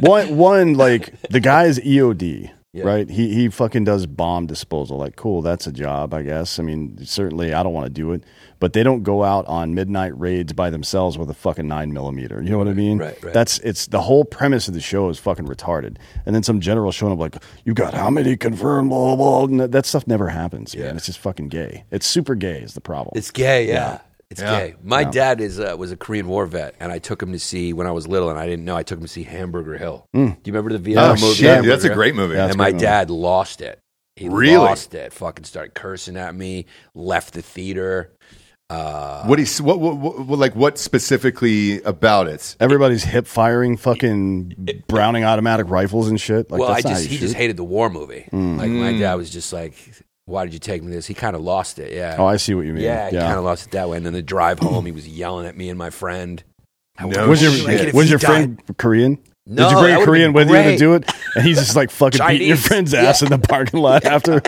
Speaker 3: one, one, like the guy is EOD, right? He he fucking does bomb disposal. Like, cool, that's a job, I guess. I mean, certainly, I don't want to do it, but they don't go out on midnight raids by themselves with a fucking nine millimeter. You know what I mean?
Speaker 2: right, right.
Speaker 3: That's it's the whole premise of the show is fucking retarded. And then some general showing up like, you got how many confirmed? Blah blah. blah. And that stuff never happens, man. It's just fucking gay. It's super gay is the problem.
Speaker 2: It's gay, yeah. It's gay. My dad is uh, was a Korean War vet, and I took him to see when I was little, and I didn't know. I took him to see Hamburger Hill.
Speaker 3: Hmm.
Speaker 2: Do you remember the Vietnam
Speaker 1: oh
Speaker 2: movie?
Speaker 1: shit,
Speaker 2: Hamburger
Speaker 1: that's a
Speaker 2: Hill?
Speaker 1: great movie.
Speaker 3: Yeah. that's
Speaker 2: and
Speaker 3: a
Speaker 2: my
Speaker 3: great movie.
Speaker 2: dad lost it. He
Speaker 1: Really?
Speaker 2: lost it. Fucking started cursing at me. Left the theater.
Speaker 1: What is what, what, what like what specifically about it?
Speaker 3: Everybody's hip firing fucking Browning automatic rifles and shit. Like,
Speaker 2: well, I
Speaker 3: that's not
Speaker 2: just
Speaker 3: how
Speaker 2: he
Speaker 3: you
Speaker 2: just
Speaker 3: shoot. Hmm.
Speaker 2: hated the war movie. Like my
Speaker 1: Hmm.
Speaker 2: dad was just like, "Why did you take me to this?" He kind of lost it. Yeah.
Speaker 3: Oh, I see what you mean.
Speaker 2: yeah,
Speaker 3: Yeah.
Speaker 2: he kind of lost it that way. And then the drive home, he was yelling at me and my friend.
Speaker 1: No
Speaker 3: was your
Speaker 1: shit.
Speaker 2: like it if
Speaker 3: was
Speaker 2: he
Speaker 3: your friend Korean?
Speaker 2: No,
Speaker 3: Did you
Speaker 2: that
Speaker 3: bring a
Speaker 2: would've
Speaker 3: Korean
Speaker 2: been
Speaker 3: with you to
Speaker 2: great.
Speaker 3: do it? And he's just like fucking beating your
Speaker 2: Chinese.
Speaker 3: friend's ass in the parking lot after.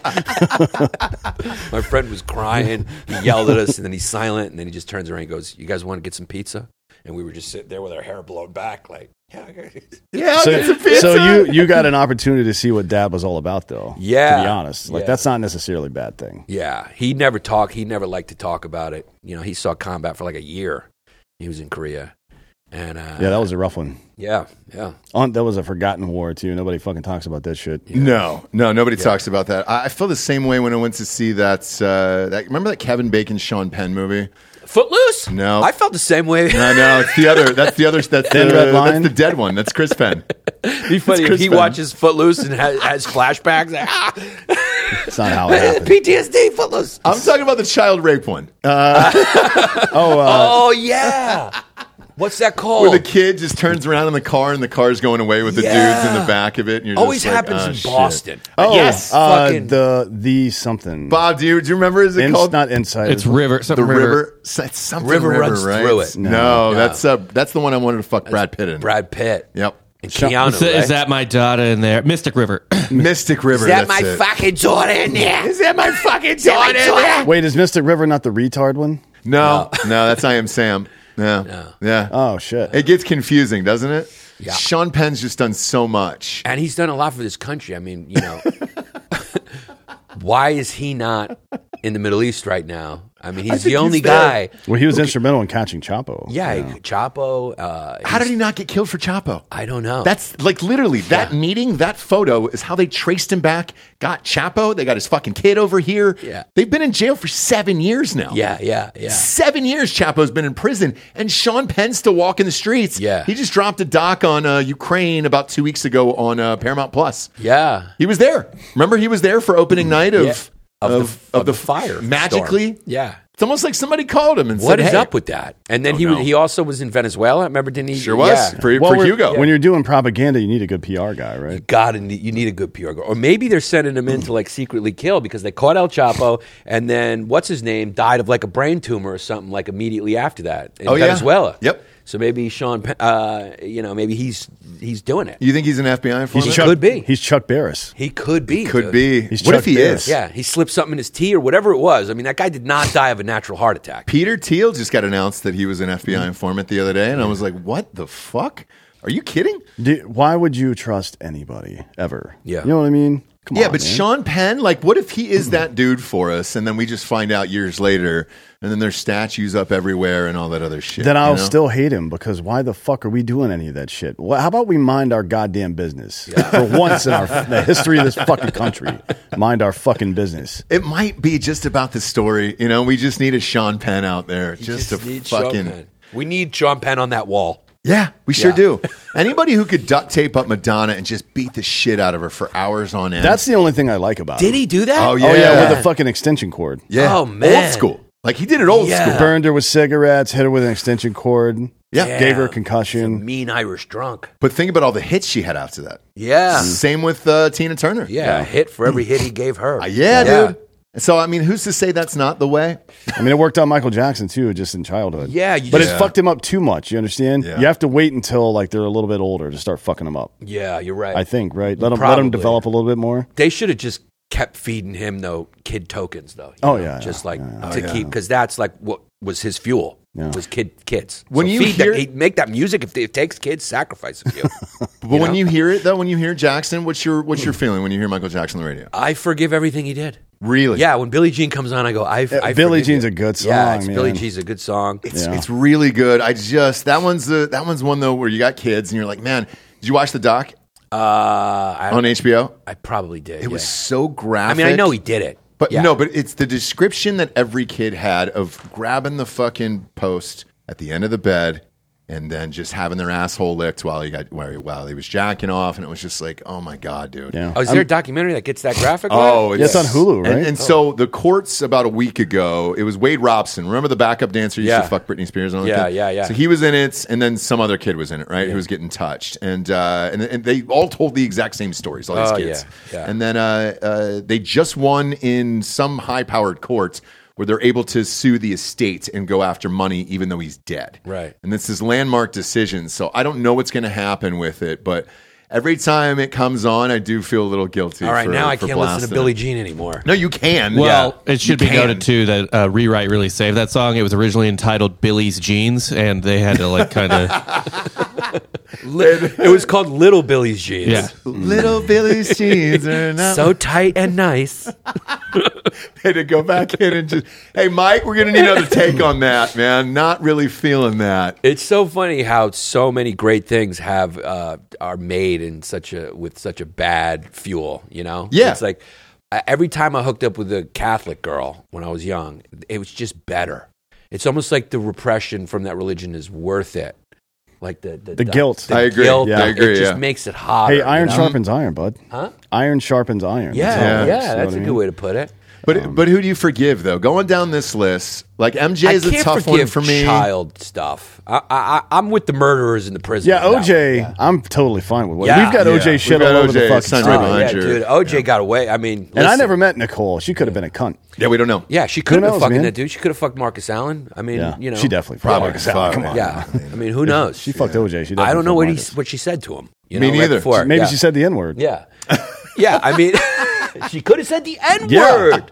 Speaker 2: My friend was crying. He yelled at us, and then he's silent, and then he just turns around and goes, "You guys want to get some pizza?" and we were just sitting there with our hair blown back, like, yeah, okay."
Speaker 1: Yeah, that's a
Speaker 3: So,
Speaker 1: pizza.
Speaker 3: so you you got an opportunity to see what Dad was all about, though.
Speaker 2: Yeah.
Speaker 3: to be honest, like
Speaker 2: Yeah.
Speaker 3: that's not necessarily a bad thing.
Speaker 2: yeah. He never talked. He never liked to talk about it. You know, he saw combat for like a year. He was in Korea, and uh,
Speaker 3: Yeah, that was a rough one.
Speaker 2: yeah, yeah.
Speaker 3: On, that was a forgotten war too. Nobody fucking talks about that shit.
Speaker 1: No, no, nobody talks about that. I, I feel the same way when I went to see that. Uh, that remember that Kevin Bacon Sean Penn movie?
Speaker 2: Footloose.
Speaker 1: No.
Speaker 2: I felt the same way.
Speaker 1: No, no, it's the other. That's the other. That's the,
Speaker 3: Thin Red Line?
Speaker 1: that's the dead one. That's Chris Penn.
Speaker 2: Be funny if
Speaker 1: Chris
Speaker 2: he
Speaker 1: Penn.
Speaker 2: watches Footloose and has, has flashbacks. Like, ah,
Speaker 3: It's not how it happened.
Speaker 2: PTSD, Footloose.
Speaker 1: I'm talking about the child rape one, uh,
Speaker 3: Oh, uh,
Speaker 2: Oh yeah. What's that
Speaker 1: where
Speaker 2: called?
Speaker 1: the kid just turns around in the car and the car's going away with the dudes in
Speaker 2: Yeah.
Speaker 1: the back of it. And you're
Speaker 2: Always
Speaker 1: just like,
Speaker 2: happens
Speaker 1: "Oh,
Speaker 2: in
Speaker 1: shit."
Speaker 2: Boston.
Speaker 3: oh,
Speaker 1: yes,
Speaker 3: uh,
Speaker 2: fucking-
Speaker 3: the the something.
Speaker 1: Bob, do you do you remember? Is it
Speaker 3: Ins-
Speaker 1: called
Speaker 3: not inside.
Speaker 4: It's river. Something
Speaker 1: the river? S- It's something
Speaker 2: River
Speaker 1: river,
Speaker 2: runs
Speaker 1: right?
Speaker 2: through it.
Speaker 1: No,
Speaker 2: No.
Speaker 1: that's uh, that's the one I wanted to fuck Brad Pitt in.
Speaker 2: Brad Pitt.
Speaker 1: Yep.
Speaker 2: And Keanu.
Speaker 4: Is, that-
Speaker 2: right?
Speaker 4: is that my daughter in there? Mystic River.
Speaker 1: Mystic River.
Speaker 2: Is that
Speaker 1: that's
Speaker 2: my
Speaker 1: it.
Speaker 2: fucking daughter in there? Is that my fucking daughter in there?
Speaker 3: Wait, is Mystic River not the retard one?
Speaker 1: No, no, that's I am Sam. No, yeah.
Speaker 3: Oh shit.
Speaker 1: It gets confusing, doesn't it?
Speaker 2: Uh, Yeah.
Speaker 1: Sean Penn's just done so much.
Speaker 2: And he's done a lot for this country. I mean, you know, why is he not in the Middle East right now? I mean, he's the
Speaker 1: think
Speaker 2: only
Speaker 1: he's there.
Speaker 2: guy.
Speaker 3: Well, he was instrumental in catching Chapo.
Speaker 2: Yeah, Chapo. Uh,
Speaker 1: How did he not get killed for Chapo?
Speaker 2: I don't know.
Speaker 1: That's like literally that meeting, that photo is how they traced him back. Got Chapo. They got his fucking kid over here.
Speaker 2: Yeah.
Speaker 1: They've been in jail for seven years now.
Speaker 2: yeah, yeah, yeah.
Speaker 1: Seven years Chapo's been in prison, and Sean Penn's still walking the streets.
Speaker 2: Yeah.
Speaker 1: He just dropped a doc on uh, Ukraine about two weeks ago on uh, Paramount Plus.
Speaker 2: Yeah.
Speaker 1: He was there. Remember, he was there for opening night of
Speaker 2: Mm, Yeah.
Speaker 1: of,
Speaker 2: the-
Speaker 1: of, the,
Speaker 2: fire. storm.
Speaker 1: Magically,
Speaker 2: Yeah.
Speaker 1: it's almost like somebody called him and
Speaker 2: What
Speaker 1: said,
Speaker 2: is
Speaker 1: "Hey, Oh,
Speaker 2: up with that? And then he was,
Speaker 1: no.
Speaker 2: he also was in Venezuela. Remember, didn't he?
Speaker 1: Sure was
Speaker 2: Yeah.
Speaker 1: for,
Speaker 3: Well,
Speaker 1: for
Speaker 3: we're-
Speaker 1: Hugo.
Speaker 3: When you're doing propaganda, you need a good PR guy, right?
Speaker 2: God, and you need a good PR guy. Or maybe they're sending him in to like secretly kill because they caught El Chapo and then what's his name died of like a brain tumor or something like immediately after that in
Speaker 1: Oh, yeah.
Speaker 2: Venezuela.
Speaker 1: Yep.
Speaker 2: So maybe Sean, Pe- uh, you know, maybe he's he's doing it.
Speaker 1: you think he's an FBI informant?
Speaker 2: Chuck- could be.
Speaker 3: He's Chuck Barris.
Speaker 2: He could be.
Speaker 1: Could
Speaker 2: dude.
Speaker 1: be.
Speaker 3: He's
Speaker 1: what
Speaker 3: Chuck
Speaker 1: if he
Speaker 3: Barris.
Speaker 1: is?
Speaker 2: Yeah, he slipped something in his tea or whatever it was. I mean, that guy did not die of a natural heart attack.
Speaker 1: Peter Thiel just got announced that he was an FBI informant the other day, and I was like, "What the fuck? Are you kidding?"
Speaker 3: Do- why would you trust anybody ever?
Speaker 2: Yeah.
Speaker 3: You know what I mean? Come
Speaker 1: yeah,
Speaker 3: on,
Speaker 1: but
Speaker 3: man.
Speaker 1: Sean Penn, like, what if he is that dude for us, and then we just find out years later, and then there's statues up everywhere and all that other shit?
Speaker 3: Then
Speaker 1: you
Speaker 3: I'll
Speaker 1: know?
Speaker 3: still hate him because why the fuck are we doing any of that shit? Well, how about we mind our goddamn business for once in our the history of this fucking country? Mind our fucking business.
Speaker 1: It might be just about the story, you know. We just need a Sean Penn out there,
Speaker 2: You
Speaker 1: just, to
Speaker 2: need Sean
Speaker 1: fucking
Speaker 2: Penn. We need Sean Penn on that wall.
Speaker 1: yeah. We sure
Speaker 2: Yeah.
Speaker 1: do. Anybody who could duct tape up Madonna and just beat the shit out of her for hours on end.
Speaker 3: That's the only thing I like about
Speaker 2: Did
Speaker 3: it.
Speaker 2: he do that?
Speaker 1: Oh,
Speaker 3: Oh yeah,
Speaker 1: Yeah.
Speaker 3: with a fucking extension cord.
Speaker 1: yeah,
Speaker 2: Oh, man.
Speaker 1: old school. Like he did it old
Speaker 2: Yeah.
Speaker 1: school.
Speaker 3: Burned her with cigarettes, hit her with an extension cord.
Speaker 1: Yeah.
Speaker 3: Gave her a
Speaker 2: Damn.
Speaker 3: concussion.
Speaker 2: Mean Irish drunk.
Speaker 1: But think about all the hits she had after that.
Speaker 2: Yeah.
Speaker 1: Same with uh, Tina Turner.
Speaker 2: Yeah, a hit for every hit he gave her.
Speaker 1: Uh, yeah, dude. So I mean, who's to say that's not the way?
Speaker 3: I mean, it worked on Michael Jackson too, just in childhood.
Speaker 2: Yeah, you
Speaker 3: but
Speaker 2: just-
Speaker 3: it fucked him up too much. You understand?
Speaker 1: Yeah.
Speaker 3: You have to wait until like they're a little bit older to start fucking him up.
Speaker 2: Yeah, you're right.
Speaker 3: I think, right? Let him let
Speaker 2: Probably.
Speaker 3: him develop a little bit more.
Speaker 2: they should have just kept feeding him though kid tokens though. you
Speaker 3: Oh, yeah,
Speaker 2: just
Speaker 3: yeah,
Speaker 2: like
Speaker 3: yeah,
Speaker 2: to
Speaker 1: Oh,
Speaker 2: keep because that's like what was his fuel
Speaker 3: Yeah.
Speaker 2: was kid kids.
Speaker 1: When you
Speaker 2: feed
Speaker 1: hear-
Speaker 2: that, make that music if it takes kids, sacrifice a few.
Speaker 1: But when you hear it though, when you hear Jackson, what's your what's your feeling when you hear Michael Jackson on the radio?
Speaker 2: I forgive everything he did.
Speaker 1: Really?
Speaker 2: Yeah, when Billie Jean comes on, I go. I, I
Speaker 3: Uh, Billie
Speaker 2: forgive
Speaker 3: Jean's
Speaker 2: you.
Speaker 3: a good
Speaker 2: Yeah,
Speaker 3: song,
Speaker 2: it's Billie
Speaker 3: man.
Speaker 2: Jean's a good song.
Speaker 1: It's,
Speaker 3: Yeah.
Speaker 1: it's really good. I just that one's the that one's one though where you got kids and you're like, man, did you watch the doc
Speaker 2: Uh, I,
Speaker 1: on HBO?
Speaker 2: I probably did.
Speaker 1: It was so
Speaker 2: I
Speaker 1: graphic.
Speaker 2: mean, I know he did it,
Speaker 1: But
Speaker 2: Yeah.
Speaker 1: no, but it's the description that every kid had of grabbing the fucking post at the end of the bed and then just having their asshole licked while he got while he, while he was jacking off, and it was just like, oh my god, dude.
Speaker 3: Yeah.
Speaker 2: Oh, is there a documentary that gets that graphic?
Speaker 1: Oh,
Speaker 3: Yeah, it's on Hulu, right?
Speaker 1: And, and so the courts about a week ago, it was Wade Robson. Remember the backup dancer who used
Speaker 2: Yeah.
Speaker 1: to fuck Britney Spears and all
Speaker 2: Yeah,
Speaker 1: that?
Speaker 2: yeah, yeah.
Speaker 1: So he was in it, and then some other kid was in it, right? Who was getting touched, and uh, and and they all told the exact same stories, all these
Speaker 2: Oh,
Speaker 1: kids.
Speaker 2: yeah, yeah.
Speaker 1: And then uh, uh, they just won in some high-powered court. Where they're able to sue the estate and go after money, even though he's dead.
Speaker 2: Right.
Speaker 1: And this is landmark decision. So I don't know what's going to happen with it, but every time it comes on, I do feel a little guilty.
Speaker 2: All right,
Speaker 1: for-
Speaker 2: now I
Speaker 1: for
Speaker 2: can't listen to
Speaker 1: blasting
Speaker 2: Billie
Speaker 1: it.
Speaker 2: Jean anymore.
Speaker 1: No, you can.
Speaker 4: Well,
Speaker 1: yeah.
Speaker 4: it should
Speaker 1: You
Speaker 4: be noted
Speaker 1: can.
Speaker 4: too that uh, rewrite really saved that song. It was originally entitled Billy's Jeans, and they had to like kind of
Speaker 2: Li- it was called Little Billy's Jeans.
Speaker 4: yeah.
Speaker 1: Little Billy's jeans are not
Speaker 2: So tight and nice.
Speaker 1: had to go back in and just, hey, Mike, we're going to need another take on that, man. Not really feeling that.
Speaker 2: It's so funny how so many great things have uh, are made in such a with such a bad fuel. You know,
Speaker 1: Yeah.
Speaker 2: It's like I- every time I hooked up with a Catholic girl when I was young, it was just better. It's almost like the repression from that religion is worth it. Like the the,
Speaker 3: The guilt.
Speaker 1: I agree.
Speaker 2: guilt,
Speaker 1: Yeah, I agree,
Speaker 2: It just
Speaker 1: yeah.
Speaker 2: makes it hotter.
Speaker 3: Hey, iron
Speaker 2: you know?
Speaker 3: sharpens iron, bud. Huh? Iron sharpens iron.
Speaker 2: Yeah,
Speaker 3: all
Speaker 2: yeah,
Speaker 3: it is, you know
Speaker 2: that's
Speaker 3: what
Speaker 2: a
Speaker 3: I
Speaker 2: good
Speaker 3: mean?
Speaker 2: way to put it.
Speaker 1: But but who do you forgive though? Going down this list, like MJ
Speaker 2: I
Speaker 1: is
Speaker 2: can't
Speaker 1: a tough
Speaker 2: forgive
Speaker 1: one for me.
Speaker 2: Child stuff. I, I, I- I'm with the murderers in the prison.
Speaker 3: Yeah, OJ, I'm totally fine with what
Speaker 2: Yeah.
Speaker 3: we've got.
Speaker 1: Yeah.
Speaker 3: OJ
Speaker 1: We've
Speaker 3: shit
Speaker 1: got
Speaker 3: all over
Speaker 1: OJ,
Speaker 3: the fucking
Speaker 1: son
Speaker 3: street.
Speaker 1: of a
Speaker 2: Oh, yeah,
Speaker 1: Roger.
Speaker 2: dude. OJ got away. I mean,
Speaker 3: And I
Speaker 2: listen.
Speaker 3: never met Nicole. She could have been a cunt.
Speaker 1: Yeah, we don't know.
Speaker 2: Yeah, she could have been
Speaker 3: knows,
Speaker 2: fucking
Speaker 3: man?
Speaker 2: that dude. She could have fucked Marcus Allen. I mean,
Speaker 3: Yeah,
Speaker 2: you know,
Speaker 3: she definitely
Speaker 1: Probably.
Speaker 3: fucked Marcus Allen. Come on.
Speaker 2: Yeah, I mean, who knows?
Speaker 3: she fucked OJ. She.
Speaker 2: I don't know
Speaker 3: definitely
Speaker 2: what he
Speaker 3: fucked Marcus.
Speaker 2: what she said to him. You
Speaker 1: Me
Speaker 2: know, right
Speaker 1: neither.
Speaker 2: before.
Speaker 3: Maybe
Speaker 2: yeah.
Speaker 3: she said the N word.
Speaker 2: Yeah, yeah. I mean, she could have said the N
Speaker 3: Yeah. Uh,
Speaker 2: word.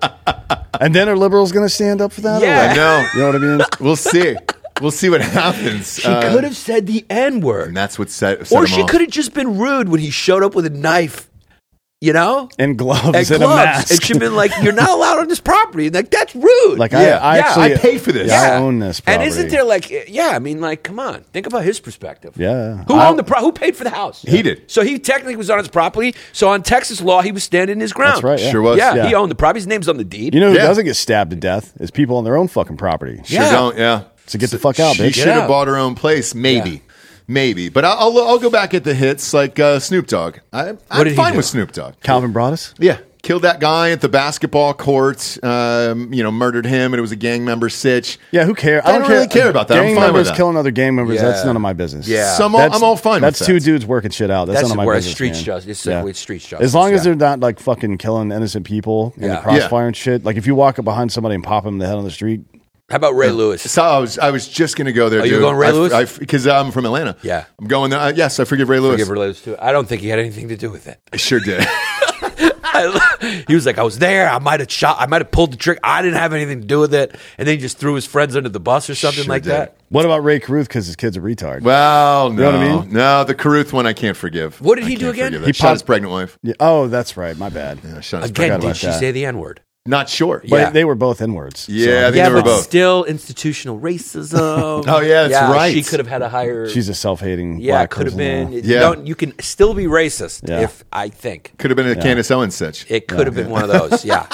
Speaker 3: And then are liberals going to stand up for that? or
Speaker 2: Yeah.
Speaker 3: what?
Speaker 1: I know.
Speaker 3: You know what I mean?
Speaker 1: We'll see. We'll see what happens. Uh,
Speaker 2: She could have said the N word,
Speaker 1: and that's what set, set
Speaker 2: or
Speaker 1: him
Speaker 2: she
Speaker 1: off.
Speaker 2: could have just been rude when he showed up with a knife. You know,
Speaker 3: And gloves and,
Speaker 2: and
Speaker 3: a
Speaker 2: gloves,
Speaker 3: mask.
Speaker 2: and she'd been like, "You're not allowed on this property." And like, that's rude.
Speaker 3: like
Speaker 1: Yeah.
Speaker 3: I, I
Speaker 2: Yeah,
Speaker 3: actually
Speaker 1: I paid for this.
Speaker 3: Yeah,
Speaker 2: Yeah.
Speaker 3: I own this.
Speaker 2: and
Speaker 3: Property.
Speaker 2: isn't there like, yeah? I mean, like, come on, think about his perspective.
Speaker 3: Yeah.
Speaker 2: Who
Speaker 3: I-
Speaker 2: owned the pro- who paid for the house?
Speaker 1: He did.
Speaker 2: So he technically was on his property. So on Texas law, he was standing his ground.
Speaker 3: That's right. Yeah.
Speaker 1: Sure was.
Speaker 2: Yeah,
Speaker 1: Yeah.
Speaker 2: he owned the property. His name's on the deed.
Speaker 3: You know who
Speaker 1: Yeah.
Speaker 3: doesn't get stabbed to death is people on their own fucking property.
Speaker 1: Sure
Speaker 2: Yeah.
Speaker 1: don't. Yeah.
Speaker 3: So get the fuck out,
Speaker 1: She
Speaker 3: bitch.
Speaker 1: should
Speaker 2: Get
Speaker 1: have
Speaker 2: out.
Speaker 1: bought her own place, maybe.
Speaker 2: Yeah.
Speaker 1: Maybe, but I'll, I'll I'll go back at the hits like uh, Snoop Dogg. I,
Speaker 2: did
Speaker 1: I'm
Speaker 2: he
Speaker 1: fine
Speaker 2: do?
Speaker 1: with Snoop Dogg.
Speaker 3: Calvin brought us.
Speaker 1: Yeah, killed that guy at the basketball court. Um, you know, murdered him, and it was a gang member sitch.
Speaker 3: Yeah, who cares?
Speaker 1: I don't really care about that. I'm
Speaker 3: Gang
Speaker 1: fine with
Speaker 3: members
Speaker 1: that.
Speaker 3: killing other gang members, that's
Speaker 2: Yeah.
Speaker 3: none of my business.
Speaker 2: Yeah.
Speaker 1: Some- I'm all fine with
Speaker 3: That's two
Speaker 1: that.
Speaker 3: dudes working shit out. That's,
Speaker 2: That's
Speaker 3: none of my
Speaker 2: where it's
Speaker 3: business.
Speaker 2: street
Speaker 3: man.
Speaker 2: justice- it's, uh, with street justice,
Speaker 3: As long as
Speaker 2: yeah.
Speaker 3: they're not like fucking killing innocent people in
Speaker 2: Yeah.
Speaker 3: the
Speaker 2: Yeah.
Speaker 3: crossfire and shit. Like if you walk up behind somebody and pop them in the head on the street,
Speaker 2: How about Ray Lewis?
Speaker 1: So I was I was just gonna go there.
Speaker 2: Oh, you were
Speaker 1: dude.
Speaker 2: going Ray
Speaker 1: I-
Speaker 2: Lewis?
Speaker 1: I because I'm from Atlanta.
Speaker 2: Yeah.
Speaker 1: I'm going there. I, yes, I forgive Ray Lewis.
Speaker 2: Give her those two. I don't think he had anything to do with it.
Speaker 1: I sure did.
Speaker 2: he was like, I was there. I might have shot. I might have pulled the trigger. I didn't have anything to do with it. And then he just threw his friends under the bus or something
Speaker 1: Sure
Speaker 2: like
Speaker 1: did.
Speaker 2: that.
Speaker 3: what about Ray Caruth because his kid's a retard?
Speaker 1: well, no,
Speaker 3: know what I mean?
Speaker 1: no, the Caruth one I can't forgive.
Speaker 2: What did
Speaker 1: I
Speaker 2: he do
Speaker 1: can't
Speaker 2: again?
Speaker 1: forgive that.
Speaker 3: He
Speaker 1: shot
Speaker 3: popped-
Speaker 1: his pregnant wife.
Speaker 3: Yeah. Oh, that's right. My bad.
Speaker 1: Yeah, shot his
Speaker 2: Again,
Speaker 1: pregnant
Speaker 2: did
Speaker 1: wife.
Speaker 2: she
Speaker 3: that.
Speaker 2: say the N word?
Speaker 1: Not sure.
Speaker 3: But
Speaker 2: Yeah.
Speaker 3: they were both N words.
Speaker 1: Yeah, I think
Speaker 2: Yeah,
Speaker 1: they were
Speaker 2: but
Speaker 1: both.
Speaker 2: still institutional racism.
Speaker 1: Oh, yeah, that's right.
Speaker 2: She could have had a higher.
Speaker 3: she's a self-hating.
Speaker 2: yeah,
Speaker 3: black
Speaker 2: could have
Speaker 3: person.
Speaker 2: been. You,
Speaker 1: Yeah.
Speaker 2: don't- you can still be racist
Speaker 3: Yeah.
Speaker 2: if I think.
Speaker 1: Could have been a Candace Owens sitch.
Speaker 2: It could have been one of those. Yeah.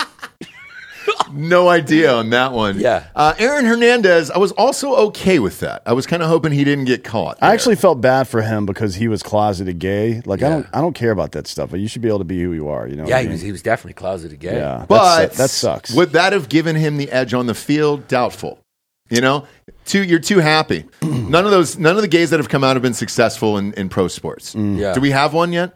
Speaker 1: No idea on that one.
Speaker 2: Yeah.
Speaker 1: Uh, Aaron Hernandez, I was also okay with that. I was kind of hoping he didn't get caught.
Speaker 3: I
Speaker 1: there.
Speaker 3: actually felt bad for him because he was closeted gay. Like I don't, I don't care about that stuff. But you should be able to be who you are. You know? what
Speaker 2: yeah,
Speaker 3: I
Speaker 2: he
Speaker 3: mean?
Speaker 2: was, he was definitely closeted gay.
Speaker 3: Yeah, that
Speaker 1: But
Speaker 3: su- that sucks.
Speaker 1: Would that have given him the edge on the field? Doubtful. You know, too, you're too happy. none of those, none of the gays that have come out have been successful in, in pro sports.
Speaker 2: Mm. Yeah. Uh,
Speaker 1: Do we have one yet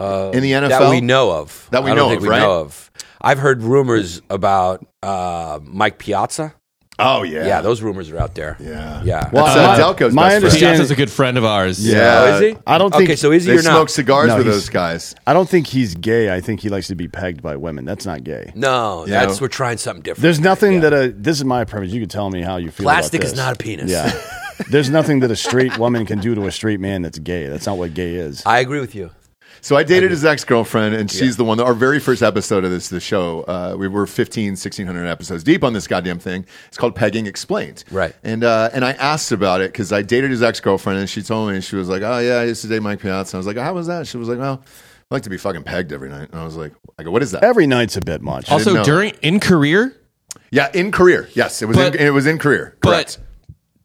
Speaker 1: in the NFL?
Speaker 2: That we know of.
Speaker 1: That we
Speaker 2: I don't
Speaker 1: know
Speaker 2: think
Speaker 1: of,
Speaker 2: we
Speaker 1: right?
Speaker 2: know of. I've heard rumors about uh, Mike Piazza.
Speaker 1: Oh yeah,
Speaker 2: Yeah. those rumors are out there.
Speaker 1: yeah.
Speaker 2: Yeah.
Speaker 3: Well,
Speaker 1: That's, uh,
Speaker 3: my-
Speaker 1: Delco's
Speaker 3: my
Speaker 1: best friend.
Speaker 3: understand-
Speaker 4: Piazza's a good friend of ours.
Speaker 1: Yeah.
Speaker 2: Oh, is he?
Speaker 3: I don't
Speaker 2: Okay,
Speaker 3: think-
Speaker 2: so is he
Speaker 1: They
Speaker 2: or not?
Speaker 1: smoke cigars
Speaker 3: No,
Speaker 1: with
Speaker 3: he's-
Speaker 1: those guys.
Speaker 3: I don't think he's gay. I think he likes to be pegged by women. That's not gay.
Speaker 2: no,
Speaker 1: Yeah.
Speaker 2: that's we're trying something different.
Speaker 3: There's nothing
Speaker 2: Yeah.
Speaker 3: that a. This is my premise. You can tell me how you feel. about
Speaker 2: Plastic is
Speaker 3: this.
Speaker 2: not a penis.
Speaker 3: Yeah. There's nothing that a straight woman can do to a straight man that's gay. That's not what gay is.
Speaker 2: I agree with you.
Speaker 1: So I dated his ex girlfriend, and she's the one. Our very first episode of this, the show, uh, we were 15, 1600 episodes deep on this goddamn thing. It's called Pegging Explained.
Speaker 2: Right.
Speaker 1: And uh, and I asked about it because I dated his ex girlfriend, and she told me, she was like, Oh, yeah, I used to date Mike Piazza. I was like, How was that? She was like, Well, I like to be fucking pegged every night. And I was like, I go, What is that?
Speaker 3: Every night's a bit much.
Speaker 1: didn't know.
Speaker 4: Also, during in career,
Speaker 1: yeah, in career. Yes, it was,
Speaker 4: But-
Speaker 1: in, it was in career. Correct.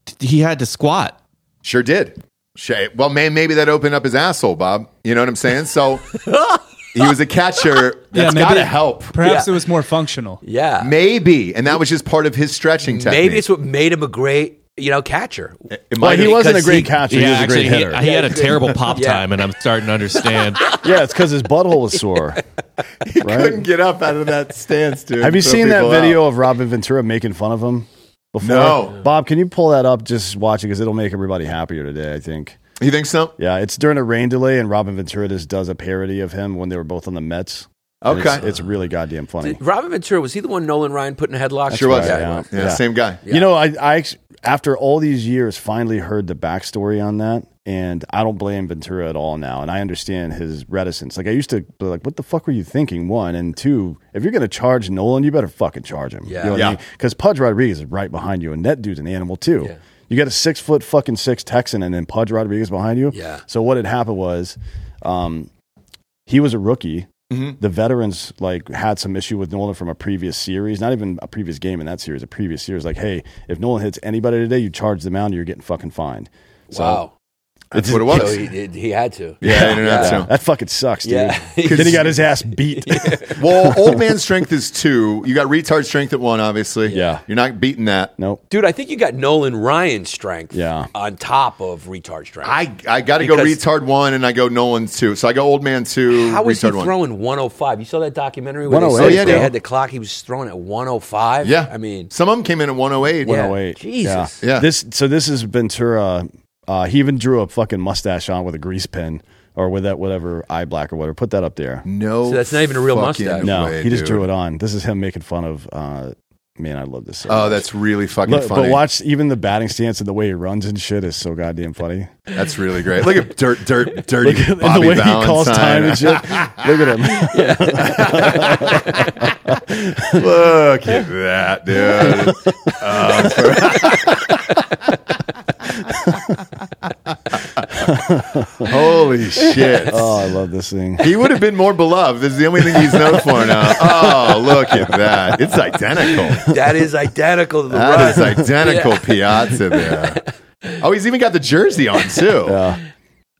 Speaker 4: but he had to squat.
Speaker 1: sure did. Sha- Well, man, maybe that opened up his asshole, Bob. You know what I'm saying? So he was a catcher. That's got to help.
Speaker 6: Perhaps
Speaker 2: Yeah.
Speaker 6: it was more functional.
Speaker 2: Yeah.
Speaker 1: Maybe, and that was just part of his stretching technique.
Speaker 2: Maybe it's what made him a great, you know, catcher.
Speaker 1: It might
Speaker 3: Well, he
Speaker 1: be.
Speaker 3: wasn't a
Speaker 2: because
Speaker 3: great
Speaker 2: he-
Speaker 3: catcher.
Speaker 4: yeah,
Speaker 3: he was a
Speaker 4: actually,
Speaker 3: great hitter.
Speaker 4: he, he had a terrible pop
Speaker 2: Yeah.
Speaker 4: time, and I'm starting to understand.
Speaker 3: yeah, it's because his butthole was sore.
Speaker 1: couldn't get up out of that stance, dude.
Speaker 3: Have you
Speaker 1: Throw
Speaker 3: seen that
Speaker 1: people
Speaker 3: video
Speaker 1: out.
Speaker 3: of Robin Ventura making fun of him? Before?
Speaker 1: No.
Speaker 3: Bob, can you pull that up? Just watch it because it'll make everybody happier today. I think.
Speaker 1: You think so?
Speaker 3: Yeah, it's during a rain delay, and Robin Ventura just does a parody of him when they were both on the Mets. And
Speaker 1: Okay.
Speaker 3: it's, it's really goddamn funny.
Speaker 2: Robin Ventura was he the one Nolan Ryan put in a headlock?
Speaker 1: Sure was. Yeah,
Speaker 3: right, yeah.
Speaker 1: yeah,
Speaker 3: Yeah.
Speaker 1: same guy.
Speaker 3: You know, I, I ex- after all these years finally heard the backstory on that, and I don't blame Ventura at all now, and I understand his reticence. Like I used to be like, "What the fuck were you thinking?" One and two, if you're gonna charge Nolan, you better fucking charge him.
Speaker 2: Yeah.
Speaker 3: you know
Speaker 1: Yeah.
Speaker 3: Because Pudge Rodriguez is right behind you, and that dude's an animal too. You got a six foot fucking six Texan, and then Pudge Rodriguez behind you.
Speaker 2: Yeah.
Speaker 3: So what had happened was, um, he was a rookie. The veterans like had some issue with Nolan from a previous series, not even a previous game in that series, a previous series. Like, hey, if Nolan hits anybody today, you charge the mound, you're getting fucking fined. So,
Speaker 2: Wow.
Speaker 1: That's what it
Speaker 2: So
Speaker 1: was.
Speaker 2: he, did- he had to.
Speaker 1: Yeah, I don't know, so.
Speaker 3: that fucking sucks, dude.
Speaker 2: Yeah.
Speaker 3: then he got his ass beat.
Speaker 1: Well, old man strength is two. You got retard strength at one, obviously.
Speaker 3: Yeah.
Speaker 1: You're not beating that.
Speaker 3: nope.
Speaker 2: Dude, I think you got Nolan Ryan strength
Speaker 3: Yeah.
Speaker 2: on top of retard strength.
Speaker 1: I, I got to go
Speaker 2: Because-
Speaker 1: retard one and I go Nolan two. So I go old man two,
Speaker 2: How was he
Speaker 1: retard one. oh
Speaker 2: throwing 105? You saw that documentary where they,
Speaker 3: 108,
Speaker 2: said
Speaker 1: yeah,
Speaker 2: they
Speaker 1: dude.
Speaker 2: had the clock. He was throwing at 105.
Speaker 1: Yeah.
Speaker 2: I mean,
Speaker 1: some of them came in at 108.
Speaker 2: Yeah.
Speaker 3: 108.
Speaker 2: Jesus.
Speaker 3: Yeah.
Speaker 1: Yeah.
Speaker 3: This so this is Ventura. Uh, he even drew a fucking mustache on with a grease pen or with that whatever eye black or whatever. Put that up there.
Speaker 1: No.
Speaker 2: So that's not even a real
Speaker 1: fucking
Speaker 2: mustache.
Speaker 3: No,
Speaker 1: way,
Speaker 3: he just
Speaker 1: dude.
Speaker 3: drew it on. This is him making fun of. Uh, man, I love this. so
Speaker 1: Oh,
Speaker 3: much.
Speaker 1: that's really fucking
Speaker 3: Look,
Speaker 1: funny.
Speaker 3: But watch even the batting stance and the way he runs and shit is so goddamn funny.
Speaker 1: That's really great. Look at dirt, dirt, dirty
Speaker 3: Look at and the
Speaker 1: Bobby
Speaker 3: way
Speaker 1: Valentine.
Speaker 3: he calls time and shit. Look at him.
Speaker 1: Look at that, dude. Um, Holy shit.
Speaker 3: Oh, I love this thing.
Speaker 1: He would have been more beloved. This is the only thing he's known for now. Oh, look at that. It's identical.
Speaker 2: that is identical to the
Speaker 1: That is
Speaker 2: run.
Speaker 1: identical Piazza there. Oh, he's even got the jersey on, too.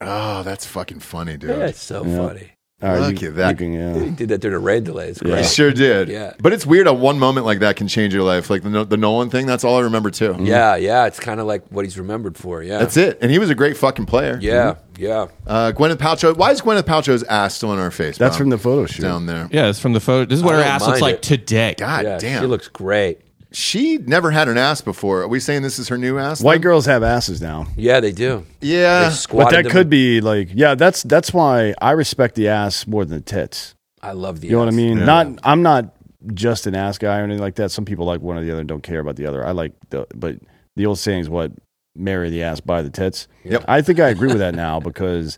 Speaker 1: Oh, that's fucking funny, dude.
Speaker 2: That's so funny.
Speaker 3: All right,
Speaker 1: Look
Speaker 3: you-
Speaker 1: at that.
Speaker 3: you can, yeah.
Speaker 2: He did that during a rain delay. It's
Speaker 1: He
Speaker 2: great.
Speaker 1: sure did.
Speaker 2: Yeah.
Speaker 1: But it's weird how one moment like that can change your life. Like the, No- the Nolan thing, that's all I remember, too.
Speaker 2: Yeah, yeah. It's kind of like what he's remembered for. Yeah.
Speaker 1: That's it. And he was a great fucking player.
Speaker 2: Yeah, yeah.
Speaker 1: Uh, Gwyneth Paltrow. Why is Gwyneth Paltrow's ass still in our face?
Speaker 3: That's
Speaker 1: Bob?
Speaker 3: from the photo shoot.
Speaker 1: down there.
Speaker 4: Yeah, it's from the photo. This is what
Speaker 2: I
Speaker 4: her
Speaker 2: don't
Speaker 4: ass looks
Speaker 2: mind
Speaker 4: like
Speaker 2: it.
Speaker 4: today.
Speaker 1: God
Speaker 2: yeah.
Speaker 1: Ah, damn.
Speaker 2: She looks great.
Speaker 1: she never had an ass before. Are we saying this is her new ass?
Speaker 3: White girls have asses now.
Speaker 2: Yeah, they do.
Speaker 1: Yeah.
Speaker 2: They squatted
Speaker 3: But that
Speaker 2: them.
Speaker 3: could be like, yeah, that's that's why I respect the ass more than the tits.
Speaker 2: I love the.
Speaker 3: You know what I
Speaker 2: ass.
Speaker 3: mean? Not I'm not just an ass guy or anything like that. Some people like one or the other and don't care about the other. I like the but the old saying is what marry the ass buy the tits.
Speaker 1: Yep.
Speaker 3: I think I agree with that now because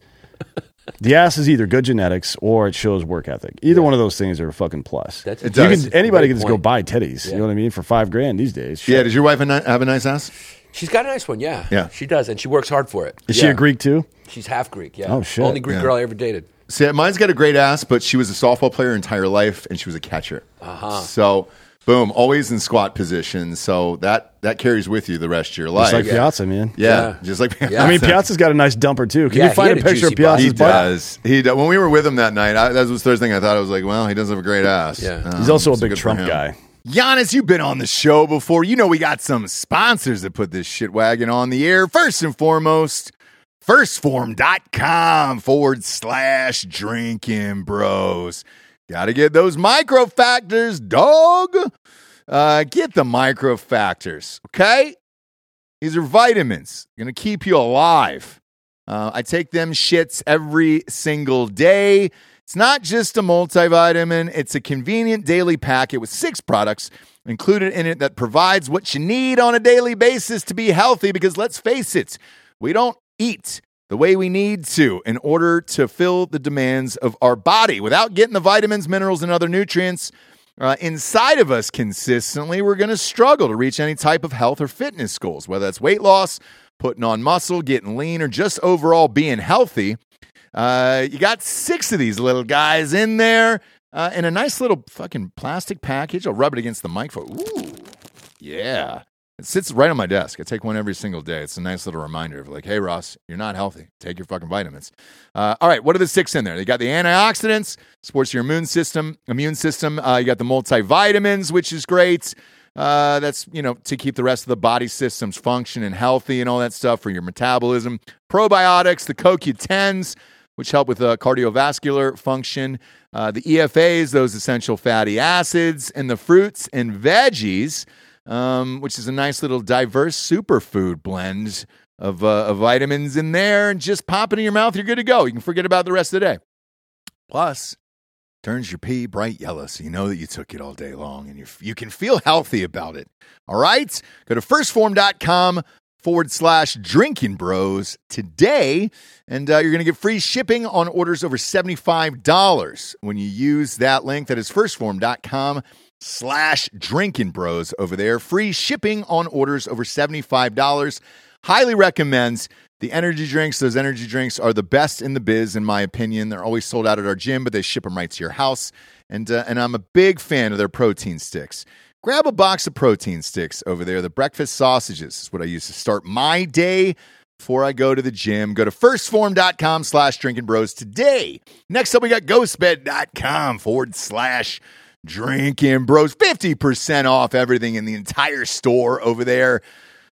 Speaker 3: the ass is either good genetics or it shows work ethic. Either one of those things are a fucking plus.
Speaker 2: That's-
Speaker 1: It
Speaker 3: you
Speaker 1: does.
Speaker 3: can anybody
Speaker 2: Great
Speaker 3: can just go
Speaker 2: point.
Speaker 3: buy titties. You know what I mean? For five grand these days. Shit.
Speaker 1: yeah. Does your wife a ni- have a nice ass?
Speaker 2: She's got a nice one. Yeah,
Speaker 1: Yeah.
Speaker 2: She does, and she works hard for it.
Speaker 3: Is
Speaker 2: yeah.
Speaker 3: she a Greek too?
Speaker 2: She's half Greek. Yeah.
Speaker 3: Oh, shit.
Speaker 2: Only Greek girl I ever dated.
Speaker 1: See, mine's got a great ass, but she was a softball player her entire life, and she was a catcher. Uh-huh. So, boom, always in squat position. So that that carries with you the rest of your life.
Speaker 3: It's like
Speaker 1: yeah.
Speaker 3: Piazza, man.
Speaker 1: Yeah,
Speaker 2: Yeah.
Speaker 1: just like
Speaker 2: Yeah.
Speaker 3: I mean, Piazza's got a nice dumper too. Can
Speaker 2: Yeah,
Speaker 3: you
Speaker 2: he
Speaker 3: find
Speaker 2: had
Speaker 3: a
Speaker 2: a
Speaker 3: picture of
Speaker 2: juicy body.
Speaker 1: He
Speaker 3: Piazza's butt?
Speaker 1: does. He do- when we were with him that night, I, that was Thursday. Night, I thought I was like, well, he does have a great ass.
Speaker 2: Yeah.
Speaker 5: Uh,
Speaker 3: He's
Speaker 1: Um,
Speaker 3: also a
Speaker 1: so
Speaker 3: big
Speaker 1: good for
Speaker 3: Trump
Speaker 1: him.
Speaker 3: guy.
Speaker 5: Giannis, you've been on the show before. You know we got some sponsors that put this shit wagon on the air. First and foremost, firstform.com forward slash drinking bros. Got to get those micro factors, dog. Uh, get the micro factors, okay? These are vitamins, gonna keep you alive. Uh, I take them shits every single day. It's not just a multivitamin, it's a convenient daily packet with six products included in it that provides what you need on a daily basis to be healthy. Because let's face it, we don't eat the way we need to in order to fill the demands of our body without getting the vitamins, minerals, and other nutrients uh, inside of us consistently, we're going to struggle to reach any type of health or fitness goals, whether that's weight loss, putting on muscle, getting lean, or just overall being healthy. Uh, you got six of these little guys in there uh, in a nice little fucking plastic package. I'll rub it against the mic for. Ooh, yeah. It sits right on my desk. I take one every single day. It's a nice little reminder of like, hey, Ross, you're not healthy. Take your fucking vitamins. Uh, all right, what are the six in there? They got the antioxidants, supports your immune system. Immune system. Uh, you got the multivitamins, which is great. Uh, that's you know to keep the rest of the body systems function and healthy and all that stuff for your metabolism. Probiotics, the CoQ10s, which help with uh, cardiovascular function. Uh, the
Speaker 1: E
Speaker 5: EFAs, those essential fatty acids, and the fruits and veggies um, which is a nice little diverse superfood blend
Speaker 1: of, uh, of vitamins in there and just pop it in your mouth. You're good to go. You can forget about the rest of the day. Plus, turns your pee bright yellow so you know that you took it all day long and you you can feel healthy about it. All right? Go to firstform.com forward slash drinking bros today and uh, you're going to get free shipping on orders over $75 when you use that link that is firstform.com slash drinking bros over there free shipping on orders over $75 highly recommends the energy drinks those energy drinks are the best in the biz in my opinion they're always sold out at our gym but they ship them right to your house and uh, and i'm a big fan of their protein sticks grab a box of protein sticks over there the breakfast sausages is what i use to start my day before I go to the gym. Go to firstform.com slash drinking bros today. Next up, we got ghostbed.com forward slash drinking bros. 50% off everything in the entire store over there.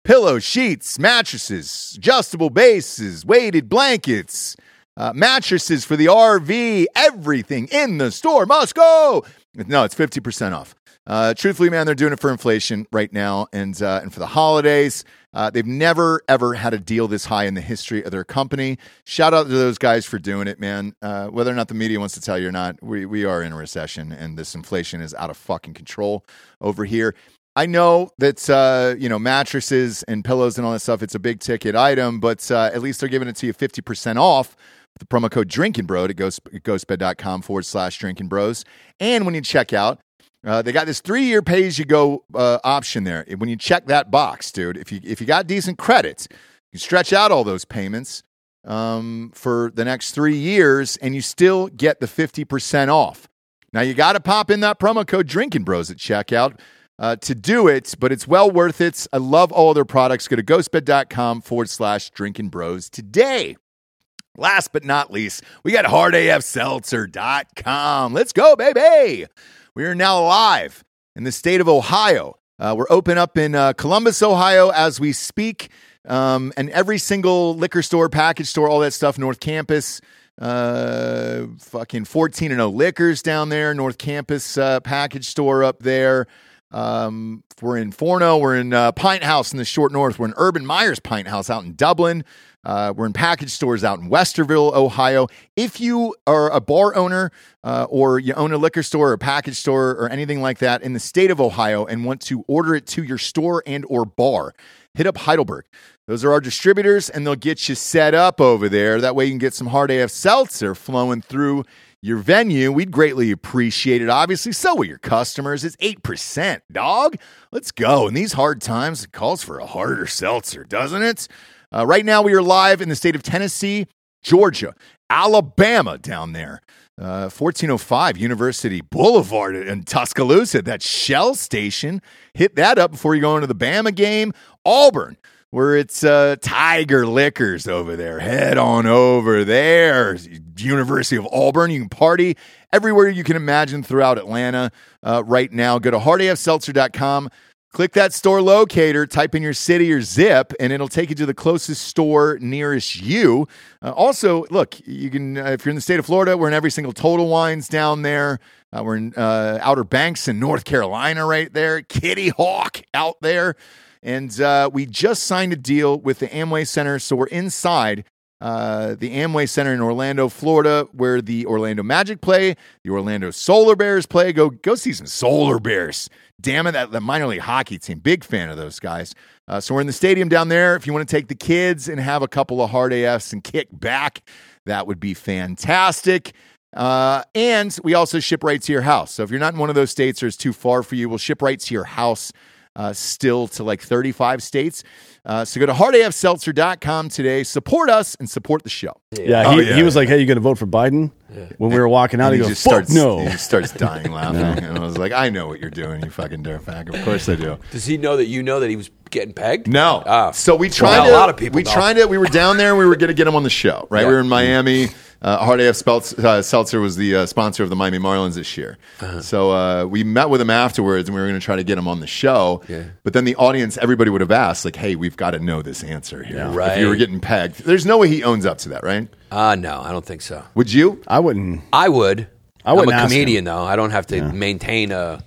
Speaker 1: Pillows, sheets, mattresses, adjustable bases, weighted blankets, uh, mattresses for the RV, everything in the store must go. No, it's 50% off. Uh, truthfully, man, they're doing it for inflation right now and uh, and for the holidays. Uh, they've never ever had a deal this high in the history of their company. Shout out to those guys for doing it, man. Uh, whether or not the media wants to tell you or not, we we are in a recession and this inflation is out of fucking control over here. I know that uh, you know mattresses and pillows and all that stuff. It's a big ticket item, but uh, at least they're giving it to you fifty percent off with the promo code Drinking Bro at ghost, ghostbed.com forward slash Drinking Bros. And when you check out, uh, they got this three-year pay-as-you-go uh, option there. When you check that box, dude, if you if you got decent credits, you stretch out all those payments um, for the next three years, and you still get the fifty percent off. Now you got to pop in that promo code Drinking Bros at checkout uh, to do it, but it's well worth it. I love all their products. Go to ghostbed.com forward slash Drinking Bros today. Last but not least, we got hardafseltzer.com. Let's go, baby. We are now live in the state of Ohio. Uh, we're open up in uh, Columbus, Ohio, as we speak. Um, and every single liquor store, package store, all that stuff, North Campus, uh, fucking 14 and 0 liquors down there, North Campus uh, package store up there. Um, we're in Forno, we're in uh, Pint House in the short north, we're in Urban Myers Pint House out in Dublin. Uh, we're in package stores out in Westerville, Ohio. If you are a bar owner uh, or you own a liquor store or a package store or anything like that in the state of Ohio and want to order it to your store and or bar, hit up Heidelberg. Those are our distributors, and they'll get you set up over there. That way, you can get some hard AF seltzer flowing through your venue. We'd greatly appreciate it, obviously. So will your customers. It's 8%, dog. Let's go. In these hard times, it calls for a harder seltzer, doesn't it? Uh, right now, we are live in the state of Tennessee, Georgia, Alabama down there. Uh, 1405 University Boulevard in Tuscaloosa, that Shell station. Hit that up before you go into the Bama game. Auburn, where it's uh, Tiger Liquors over there. Head on over there. University of Auburn. You can party everywhere you can imagine throughout Atlanta uh, right now. Go to hardafseltzer.com. Click that store locator, type in your city or zip, and it'll take you to the closest store nearest you. Uh, also, look, you can uh, if you're in the state of Florida, we're in every single Total Wines down there. Uh, we're in uh, Outer Banks in North Carolina, right there. Kitty Hawk out there, and uh, we just signed a deal with the Amway Center, so we're inside uh, the Amway Center in Orlando, Florida, where the Orlando Magic play, the Orlando Solar Bears play. Go go see some Solar Bears. Damn it, that the minor league hockey team. Big fan of those guys. Uh, so we're in the stadium down there. If you want to take the kids and have a couple of hard AFs and kick back, that would be fantastic. Uh, and we also ship right to your house. So if you're not in one of those states or it's too far for you, we'll ship right to your house uh, still to like 35 states. Uh, so go to hardafseltzer.com today. Support us and support the show.
Speaker 3: Yeah,
Speaker 1: Oh,
Speaker 3: he, he was like, "Hey, you going to vote for Biden?" When we were walking out, he, goes, "Fuck
Speaker 1: starts,
Speaker 3: no."
Speaker 1: He just starts dying laughing. And I was like, I know what you're doing, you fucking dirtbag. Of course I do.
Speaker 2: Does he know that you know that he was getting pegged?
Speaker 1: No.
Speaker 2: Ah.
Speaker 1: so we tried
Speaker 2: Well,
Speaker 1: to,
Speaker 2: a lot of people
Speaker 1: We
Speaker 2: don't.
Speaker 1: tried to. We were down there. and We were going to get him on the show, right?
Speaker 2: Yeah. Mm-hmm.
Speaker 1: We were in Miami. Uh, Hard AF Spelts, uh, Seltzer was the uh, sponsor of the Miami Marlins this year.
Speaker 2: Uh-huh.
Speaker 1: So uh, we met with him afterwards, and we were going to try to get him on the show.
Speaker 2: Yeah.
Speaker 1: But then the audience, everybody would have asked, like, "Hey, we've got to know this answer here. If you were
Speaker 2: Right.
Speaker 1: getting pegged, there's no way he owns up to that, right?
Speaker 2: Ah, no, I don't think so.
Speaker 1: Would you?
Speaker 3: I wouldn't.
Speaker 2: I would.
Speaker 3: I wouldn't
Speaker 2: I'm a
Speaker 3: ask him.
Speaker 2: comedian though. I don't have to maintain a,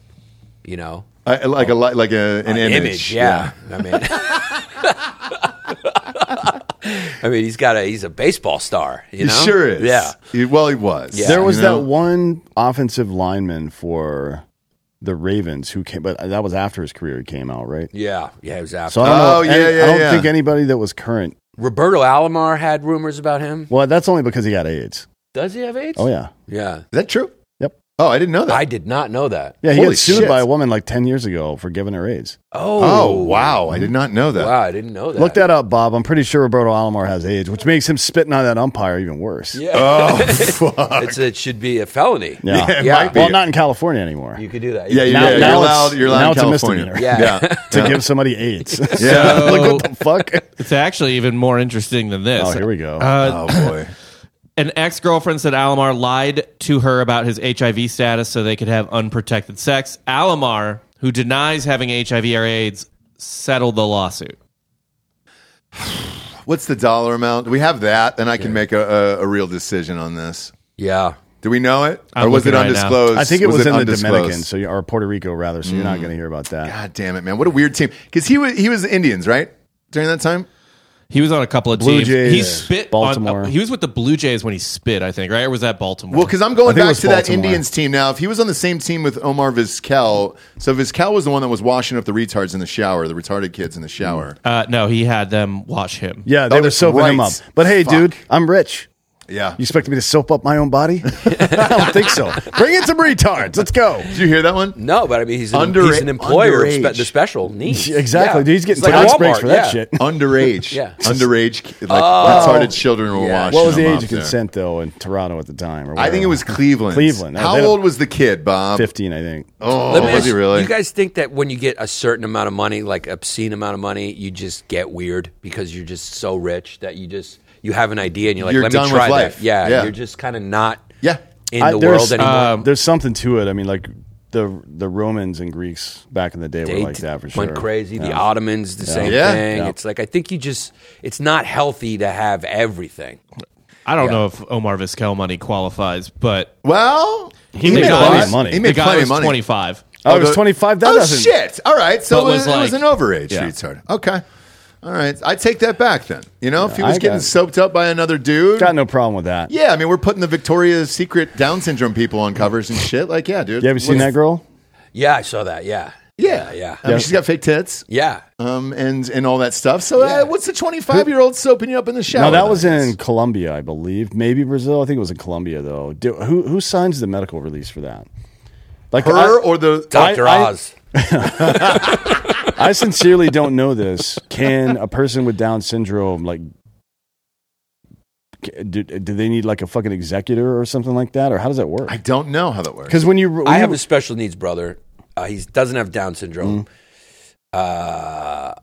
Speaker 2: you know,
Speaker 1: I, like a li- like a, an
Speaker 2: an
Speaker 1: image,
Speaker 2: image. yeah. I mean, I mean, he's got a he's a baseball star. You know?
Speaker 1: He sure is.
Speaker 2: Yeah.
Speaker 1: He- well, he was.
Speaker 2: Yeah.
Speaker 3: There was
Speaker 1: You know?
Speaker 3: that one offensive lineman for the Ravens who came, but that was after his career came out, right?
Speaker 2: Yeah, yeah, it was after.
Speaker 3: So I
Speaker 1: Oh,
Speaker 3: don't know.
Speaker 1: yeah,
Speaker 3: any-
Speaker 1: yeah,
Speaker 3: I don't
Speaker 1: yeah.
Speaker 3: think anybody that was current.
Speaker 2: Roberto Alomar had rumors about him.
Speaker 3: Well, that's only because he got AIDS.
Speaker 2: Does he have AIDS?
Speaker 3: Oh yeah,
Speaker 2: yeah.
Speaker 1: Is that true?
Speaker 3: Yep.
Speaker 1: Oh, I didn't know that.
Speaker 2: I did not know that.
Speaker 3: yeah. He
Speaker 1: Holy
Speaker 3: got sued
Speaker 1: shit.
Speaker 3: by a woman like ten years ago for giving her AIDS.
Speaker 2: Oh,
Speaker 1: oh, wow. I did not know that.
Speaker 2: Wow, I didn't know that.
Speaker 3: Look that up, Bob. I'm pretty sure Roberto Alomar has AIDS, which makes him spitting on that umpire even worse.
Speaker 2: Yeah.
Speaker 1: Oh, fuck.
Speaker 2: It's, it should be a felony.
Speaker 3: Yeah.
Speaker 1: Yeah, it
Speaker 2: Yeah.
Speaker 1: might be.
Speaker 3: Well, not in California anymore.
Speaker 2: You could do that.
Speaker 1: yeah, you-
Speaker 3: Now-
Speaker 1: yeah, you're
Speaker 3: now it's-
Speaker 1: allowed. You're allowed
Speaker 3: now
Speaker 1: in
Speaker 3: it's a
Speaker 1: California.
Speaker 3: misdemeanor.
Speaker 2: Yeah.
Speaker 1: yeah.
Speaker 3: to give somebody AIDS.
Speaker 1: Yeah.
Speaker 4: So-
Speaker 3: Look what the fuck.
Speaker 4: Oh, It's actually even more interesting than this.
Speaker 3: Oh, here we go.
Speaker 4: Uh,
Speaker 1: Oh boy.
Speaker 4: an ex girlfriend said Alomar lied to her about his HIV status so they could have unprotected sex. Alomar, who denies having HIV or AIDS, settled the lawsuit.
Speaker 1: What's the dollar amount? Do we have that? Then I can make a, a, a real decision on this.
Speaker 2: Yeah.
Speaker 1: Do we know it,
Speaker 4: I'm
Speaker 1: or was it
Speaker 4: looking right now.
Speaker 1: undisclosed?
Speaker 3: I think it was, in the
Speaker 1: undisclosed? Mm.
Speaker 3: Dominican, so you, or Puerto Rico rather. So you're not going to hear about that.
Speaker 1: God damn it, man! What a weird team. Because he was he was the Indians, right? During that time,
Speaker 4: He was on a couple of
Speaker 3: Blue
Speaker 4: teams.
Speaker 3: Jays,
Speaker 4: he spit
Speaker 3: Baltimore.
Speaker 4: On, uh, he was with the Blue Jays when he spit, I think, right? Or was that Baltimore?
Speaker 1: well, because I'm going
Speaker 3: I think it
Speaker 1: back
Speaker 3: was
Speaker 1: to that
Speaker 3: Baltimore.
Speaker 1: Indians team now. If he was on the same team with Omar Vizquel, so Vizquel was the one that was washing up the retards in the shower, the retarded kids in the shower.
Speaker 4: uh, no, he had them watch him.
Speaker 3: Yeah, they
Speaker 1: Oh,
Speaker 3: were
Speaker 1: that's
Speaker 3: soaping him
Speaker 1: right.
Speaker 3: up. But hey,
Speaker 1: Fuck.
Speaker 3: dude, I'm rich.
Speaker 1: Yeah,
Speaker 3: You expect me to soap up my own body? I don't think so. Bring in some retards. Let's go.
Speaker 1: did you hear that one?
Speaker 2: No, but I mean, he's an,
Speaker 1: Under-
Speaker 2: he's an employer of
Speaker 1: underage.
Speaker 2: spe- the special needs.
Speaker 3: Exactly.
Speaker 2: Yeah.
Speaker 3: Dude, he's getting
Speaker 2: It's like
Speaker 3: tax
Speaker 2: Walmart,
Speaker 3: breaks for that
Speaker 2: yeah.
Speaker 3: shit.
Speaker 1: Underage,
Speaker 2: Yeah.
Speaker 1: underage, ki- like retarded children were
Speaker 2: Yeah.
Speaker 1: washing.
Speaker 3: Oh. What was the
Speaker 1: them
Speaker 3: age
Speaker 1: up
Speaker 3: of
Speaker 1: there.
Speaker 3: consent though in Toronto at the time? Or
Speaker 1: I think it was
Speaker 3: whatever?
Speaker 1: Cleveland.
Speaker 3: Cleveland. Oh, They
Speaker 1: How
Speaker 3: don't-
Speaker 1: old was the kid, Bob?
Speaker 3: fifteen, I think.
Speaker 1: Oh,
Speaker 2: Let me
Speaker 1: was
Speaker 2: ask-
Speaker 1: he really?
Speaker 2: You guys think that when you get a certain amount of money, like obscene amount of money, you just get weird because you're just so rich that you just you have an idea and you're like,
Speaker 1: You're
Speaker 2: let
Speaker 1: done
Speaker 2: me
Speaker 1: with
Speaker 2: try
Speaker 1: life.
Speaker 2: that. Yeah,
Speaker 1: Yeah.
Speaker 2: you're just kind of not
Speaker 1: yeah.
Speaker 2: in
Speaker 3: I-
Speaker 2: the
Speaker 3: there's- uh,
Speaker 2: world anymore.
Speaker 4: Um,
Speaker 3: There's something to it. I mean, like the the Romans and Greeks back in the day
Speaker 2: they
Speaker 3: were like that for sure.
Speaker 2: went crazy. The
Speaker 3: Yeah.
Speaker 2: Ottomans, the same
Speaker 1: Yeah.
Speaker 2: thing.
Speaker 3: Yeah.
Speaker 2: It's like I think you just it's not healthy to have everything.
Speaker 4: I don't know if Omar Vizquel money qualifies, but
Speaker 1: Well,
Speaker 4: he,
Speaker 3: made
Speaker 4: the
Speaker 3: a
Speaker 4: guy
Speaker 3: lot
Speaker 4: was-
Speaker 3: of money.
Speaker 1: He
Speaker 4: The
Speaker 1: made
Speaker 4: guy
Speaker 1: plenty
Speaker 4: was
Speaker 1: of money.
Speaker 4: 25.
Speaker 3: Oh, it Oh, was
Speaker 1: the-
Speaker 3: twenty five. That
Speaker 1: oh
Speaker 3: doesn't.
Speaker 1: shit! All right, so
Speaker 4: But
Speaker 1: it was,
Speaker 4: was
Speaker 1: it was
Speaker 4: like-
Speaker 1: an overage
Speaker 3: Yeah.
Speaker 1: retard. Okay, all right. I take that back then. You know, if he
Speaker 3: Yeah,
Speaker 1: was
Speaker 3: I
Speaker 1: getting
Speaker 3: got-
Speaker 1: soaped up by another dude,
Speaker 3: Got no problem with that.
Speaker 1: yeah. I mean, we're putting the Victoria's Secret Down syndrome people on covers and shit. Like, yeah, dude.
Speaker 3: You ever seen that girl?
Speaker 2: Yeah, I saw that. Yeah,
Speaker 1: Yeah,
Speaker 2: yeah,
Speaker 1: I
Speaker 2: yeah.
Speaker 1: mean, she's got fake tits,
Speaker 2: yeah.
Speaker 1: um, and and all that stuff. So,
Speaker 2: Yeah.
Speaker 1: uh, what's the twenty-five-year-old soaping you up in the shower?
Speaker 3: No, that was
Speaker 1: nowadays?
Speaker 3: in Colombia, I believe. Maybe Brazil. I think it was in Colombia, though. Do, who who signs the medical release for that? Like
Speaker 1: her
Speaker 3: I,
Speaker 1: or the
Speaker 2: Doctor
Speaker 3: I-
Speaker 2: Oz.
Speaker 3: I sincerely don't know this. Can a person with Down syndrome like? c- Do, do they need like a fucking executor or something like that, or how does that work?
Speaker 1: I don't know how that works.
Speaker 3: Because when you, when
Speaker 2: I have
Speaker 3: you-
Speaker 2: a special needs brother. Uh, he doesn't have Down
Speaker 3: Mm.
Speaker 2: syndrome. Uh,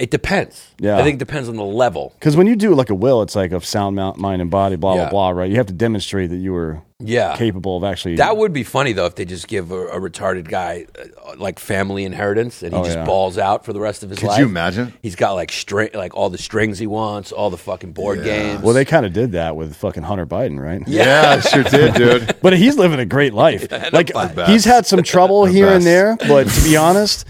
Speaker 2: it depends.
Speaker 3: Yeah.
Speaker 2: I think it depends on the level.
Speaker 3: Because when you do like a will, it's like of sound mou- mind and body, blah
Speaker 2: Yeah.
Speaker 3: blah blah, right? You have to demonstrate that you were
Speaker 2: Yeah.
Speaker 3: capable of actually.
Speaker 2: That would be funny though if they just give a, a retarded guy uh, like family inheritance and he
Speaker 3: Oh,
Speaker 2: just
Speaker 3: yeah.
Speaker 2: balls out for the rest of his
Speaker 1: Could
Speaker 2: life.
Speaker 1: you imagine?
Speaker 2: He's got like string, like all the strings he wants, all the fucking board games.
Speaker 3: well, they kind of did that with fucking Hunter Biden, right?
Speaker 1: yeah, sure did, dude.
Speaker 3: But he's living a great life. like
Speaker 1: best.
Speaker 3: he's had some trouble
Speaker 1: The
Speaker 3: here
Speaker 1: best.
Speaker 3: and there, but to be honest,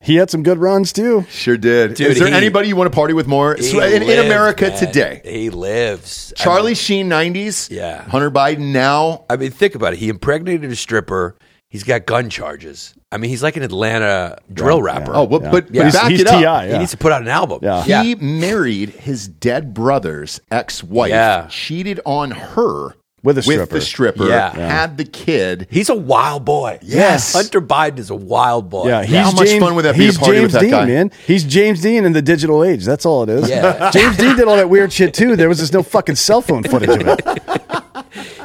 Speaker 3: he had some good runs too.
Speaker 1: Sure did.
Speaker 2: Dude,
Speaker 1: Is there
Speaker 2: he-
Speaker 1: anybody you want to party with more
Speaker 2: He
Speaker 1: So, in, in
Speaker 2: lives,
Speaker 1: America
Speaker 2: man.
Speaker 1: today?
Speaker 2: He lives. I
Speaker 1: Charlie
Speaker 2: mean-
Speaker 1: Sheen, nineties.
Speaker 2: Yeah.
Speaker 1: Hunter Biden now.
Speaker 2: I mean, think about it. He impregnated a stripper. He's got gun charges. I mean, he's like an Atlanta drill rapper.
Speaker 1: Oh, what,
Speaker 3: Yeah.
Speaker 1: but, but
Speaker 3: But he's-
Speaker 1: back
Speaker 3: he's
Speaker 1: it up.
Speaker 3: TI, yeah.
Speaker 2: He needs to put out an album.
Speaker 3: Yeah.
Speaker 2: Yeah.
Speaker 1: He married his dead brother's ex-wife.
Speaker 2: Yeah.
Speaker 1: Cheated on her
Speaker 3: With a
Speaker 1: with
Speaker 3: stripper.
Speaker 1: the stripper.
Speaker 2: Yeah. Yeah.
Speaker 1: Had the kid.
Speaker 2: He's a wild boy.
Speaker 1: Yes.
Speaker 2: Hunter Biden is a wild boy.
Speaker 3: Yeah, he's
Speaker 1: how much
Speaker 3: James-
Speaker 1: fun would that be to
Speaker 3: he's
Speaker 1: party
Speaker 3: James
Speaker 1: with that
Speaker 3: Dean,
Speaker 1: guy?
Speaker 3: man. He's James Dean in the digital age. That's all it is.
Speaker 2: Yeah.
Speaker 3: James Dean did all that weird shit too. There was just no fucking cell phone footage of it.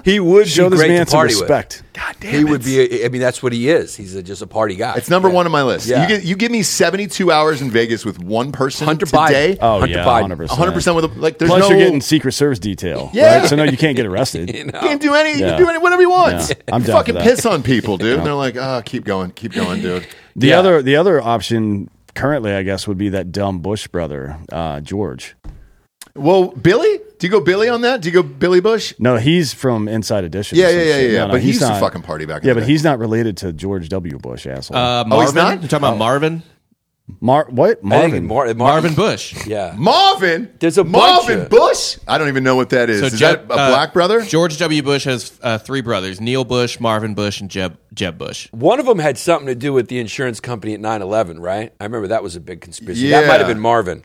Speaker 2: He would
Speaker 3: Show
Speaker 2: be
Speaker 3: this
Speaker 2: great
Speaker 3: man
Speaker 2: to
Speaker 3: some
Speaker 2: party
Speaker 3: respect.
Speaker 2: with. God damn he would be. I mean, that's what he is. He's a, just a party guy.
Speaker 1: It's number
Speaker 2: Yeah.
Speaker 1: one on my list.
Speaker 2: Yeah.
Speaker 1: You, get, you give me seventy-two hours in Vegas with one person
Speaker 2: Hunter
Speaker 1: today.
Speaker 2: Biden.
Speaker 3: Oh
Speaker 2: Hunter
Speaker 3: yeah,
Speaker 2: Biden.
Speaker 3: hundred percent.
Speaker 1: hundred percent with a, like. There's
Speaker 3: Plus,
Speaker 1: no.
Speaker 3: you're getting Secret Service detail.
Speaker 1: Yeah.
Speaker 3: right? So no, you can't get arrested.
Speaker 2: You know?
Speaker 1: You can do any. You
Speaker 3: Yeah.
Speaker 1: can do any whatever you want.
Speaker 3: Yeah. I'm
Speaker 1: You
Speaker 3: down for
Speaker 1: fucking
Speaker 3: that.
Speaker 1: piss on people, dude. And they're like, oh, keep going, keep going, dude.
Speaker 3: The
Speaker 2: Yeah.
Speaker 3: other the other option currently, I guess, would be that dumb Bush brother, uh, George.
Speaker 1: Well, Billy? Do you go Billy on that? Do you go Billy Bush?
Speaker 3: No, he's from Inside Edition. or
Speaker 1: Yeah,
Speaker 3: some
Speaker 1: yeah, yeah,
Speaker 3: shit.
Speaker 1: yeah,
Speaker 3: No, no,
Speaker 1: but he used to
Speaker 3: not-
Speaker 1: fucking party back in
Speaker 3: Yeah,
Speaker 1: the
Speaker 3: but
Speaker 1: day.
Speaker 3: he's not related to George W. Bush, asshole.
Speaker 4: Uh, Marvin,
Speaker 1: Oh, he's not?
Speaker 4: You talking about Marvin?
Speaker 3: Mar- what?
Speaker 2: I think
Speaker 3: Marvin.
Speaker 2: Mar- Marvin.
Speaker 4: Marvin Bush.
Speaker 2: Yeah.
Speaker 1: Marvin.
Speaker 2: There's a bunch
Speaker 1: Marvin
Speaker 2: of-
Speaker 1: Bush. I don't even know what that is. is
Speaker 4: Jeb-
Speaker 1: that a
Speaker 4: uh,
Speaker 1: black brother?
Speaker 4: George W. Bush has uh, three brothers: Neil Bush, Marvin Bush, and Jeb Jeb Bush.
Speaker 2: One of them had something to do with the insurance company at 9-11, right? I remember that was a big conspiracy. That
Speaker 1: Yeah.
Speaker 2: might have been Marvin.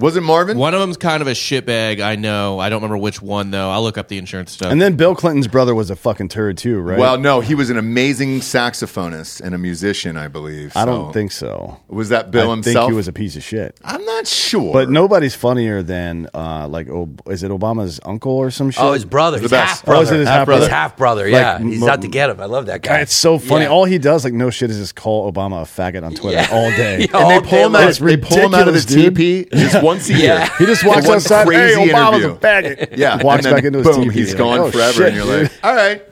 Speaker 1: Was it Marvin?
Speaker 4: One of them's kind of a shitbag. I know. I don't remember which one though. I'll look up the insurance stuff.
Speaker 3: and then Bill Clinton's brother was a fucking turd too, right?
Speaker 1: Well, no, he was an amazing saxophonist and a musician, I believe.
Speaker 3: I don't
Speaker 1: so-
Speaker 3: think so.
Speaker 1: was that Bill
Speaker 3: I
Speaker 1: himself.
Speaker 3: think he was a piece of shit.
Speaker 1: I'm not sure.
Speaker 3: But nobody's funnier than uh, like Ob- is it Obama's uncle or some shit?
Speaker 2: Oh, his brother.
Speaker 1: He's
Speaker 2: His
Speaker 1: the best.
Speaker 2: half
Speaker 1: half-brother.
Speaker 3: Oh,
Speaker 2: brother.
Speaker 3: is it his half-brother?
Speaker 2: His
Speaker 1: His
Speaker 2: half brother, yeah.
Speaker 3: Like,
Speaker 2: He's
Speaker 3: m-
Speaker 2: out to get him. I love that guy.
Speaker 3: Uh, It's so funny.
Speaker 2: Yeah.
Speaker 3: All he does, like no shit, is just call Obama a faggot on Twitter
Speaker 2: Yeah.
Speaker 3: all day.
Speaker 2: Yeah, all
Speaker 1: and they pull
Speaker 2: day
Speaker 1: him out.
Speaker 2: long.
Speaker 1: Of, they pull him out of the
Speaker 3: Ridiculous, dude.
Speaker 1: teepee just once a year.
Speaker 3: He just
Speaker 1: For
Speaker 3: walks
Speaker 1: one
Speaker 3: outside.
Speaker 1: Crazy
Speaker 3: hey, Obama's
Speaker 1: interview.
Speaker 3: a faggot.
Speaker 1: Yeah,
Speaker 3: walks
Speaker 1: and then
Speaker 3: back into his
Speaker 1: boom,
Speaker 3: TV.
Speaker 1: he's
Speaker 3: Like,
Speaker 1: gone
Speaker 3: oh,
Speaker 1: forever,
Speaker 3: shit,
Speaker 1: and you're like, all right.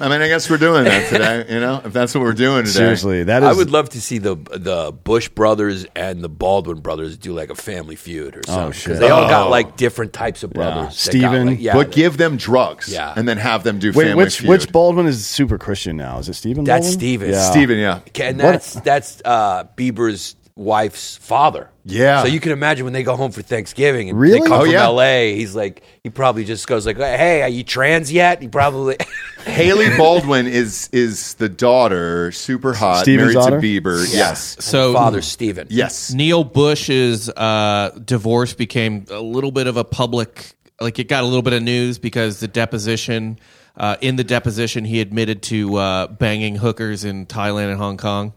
Speaker 1: I mean, I guess we're doing that today. You know, if that's what we're doing today.
Speaker 3: seriously, that is.
Speaker 2: I would love to see the the Bush brothers and the Baldwin brothers do like a family feud or something. 'cause
Speaker 3: shit.
Speaker 2: They all
Speaker 1: Oh.
Speaker 2: got like different types of brothers. that got,
Speaker 3: Steven.
Speaker 2: like- yeah,
Speaker 1: but
Speaker 2: they-
Speaker 1: give them drugs,
Speaker 2: Yeah.
Speaker 1: and then have them do
Speaker 3: Wait,
Speaker 1: family
Speaker 3: which
Speaker 1: feud.
Speaker 3: which Baldwin is super Christian now? Is it Stephen?
Speaker 2: That's
Speaker 3: Baldwin?
Speaker 2: Stephen.
Speaker 3: Yeah.
Speaker 1: Steven, yeah,
Speaker 2: Okay, and that's that's uh, Bieber's wife's father.
Speaker 1: Yeah.
Speaker 2: So you can imagine when they go home for Thanksgiving and
Speaker 3: Really?
Speaker 2: they come
Speaker 1: Oh,
Speaker 2: from
Speaker 1: yeah.
Speaker 2: LA, he's like he probably just goes like, "Hey, are you trans yet?" He probably
Speaker 1: Haley Baldwin is is the daughter, super hot,
Speaker 3: Steven's
Speaker 1: married
Speaker 3: daughter?
Speaker 1: to Bieber. Yes,
Speaker 4: so
Speaker 2: father Steven.
Speaker 1: yes.
Speaker 4: Neil Bush's uh, divorce became a little bit of a public, like it got a little bit of news because the deposition, uh, in the deposition, he admitted to uh, banging hookers in Thailand and Hong Kong.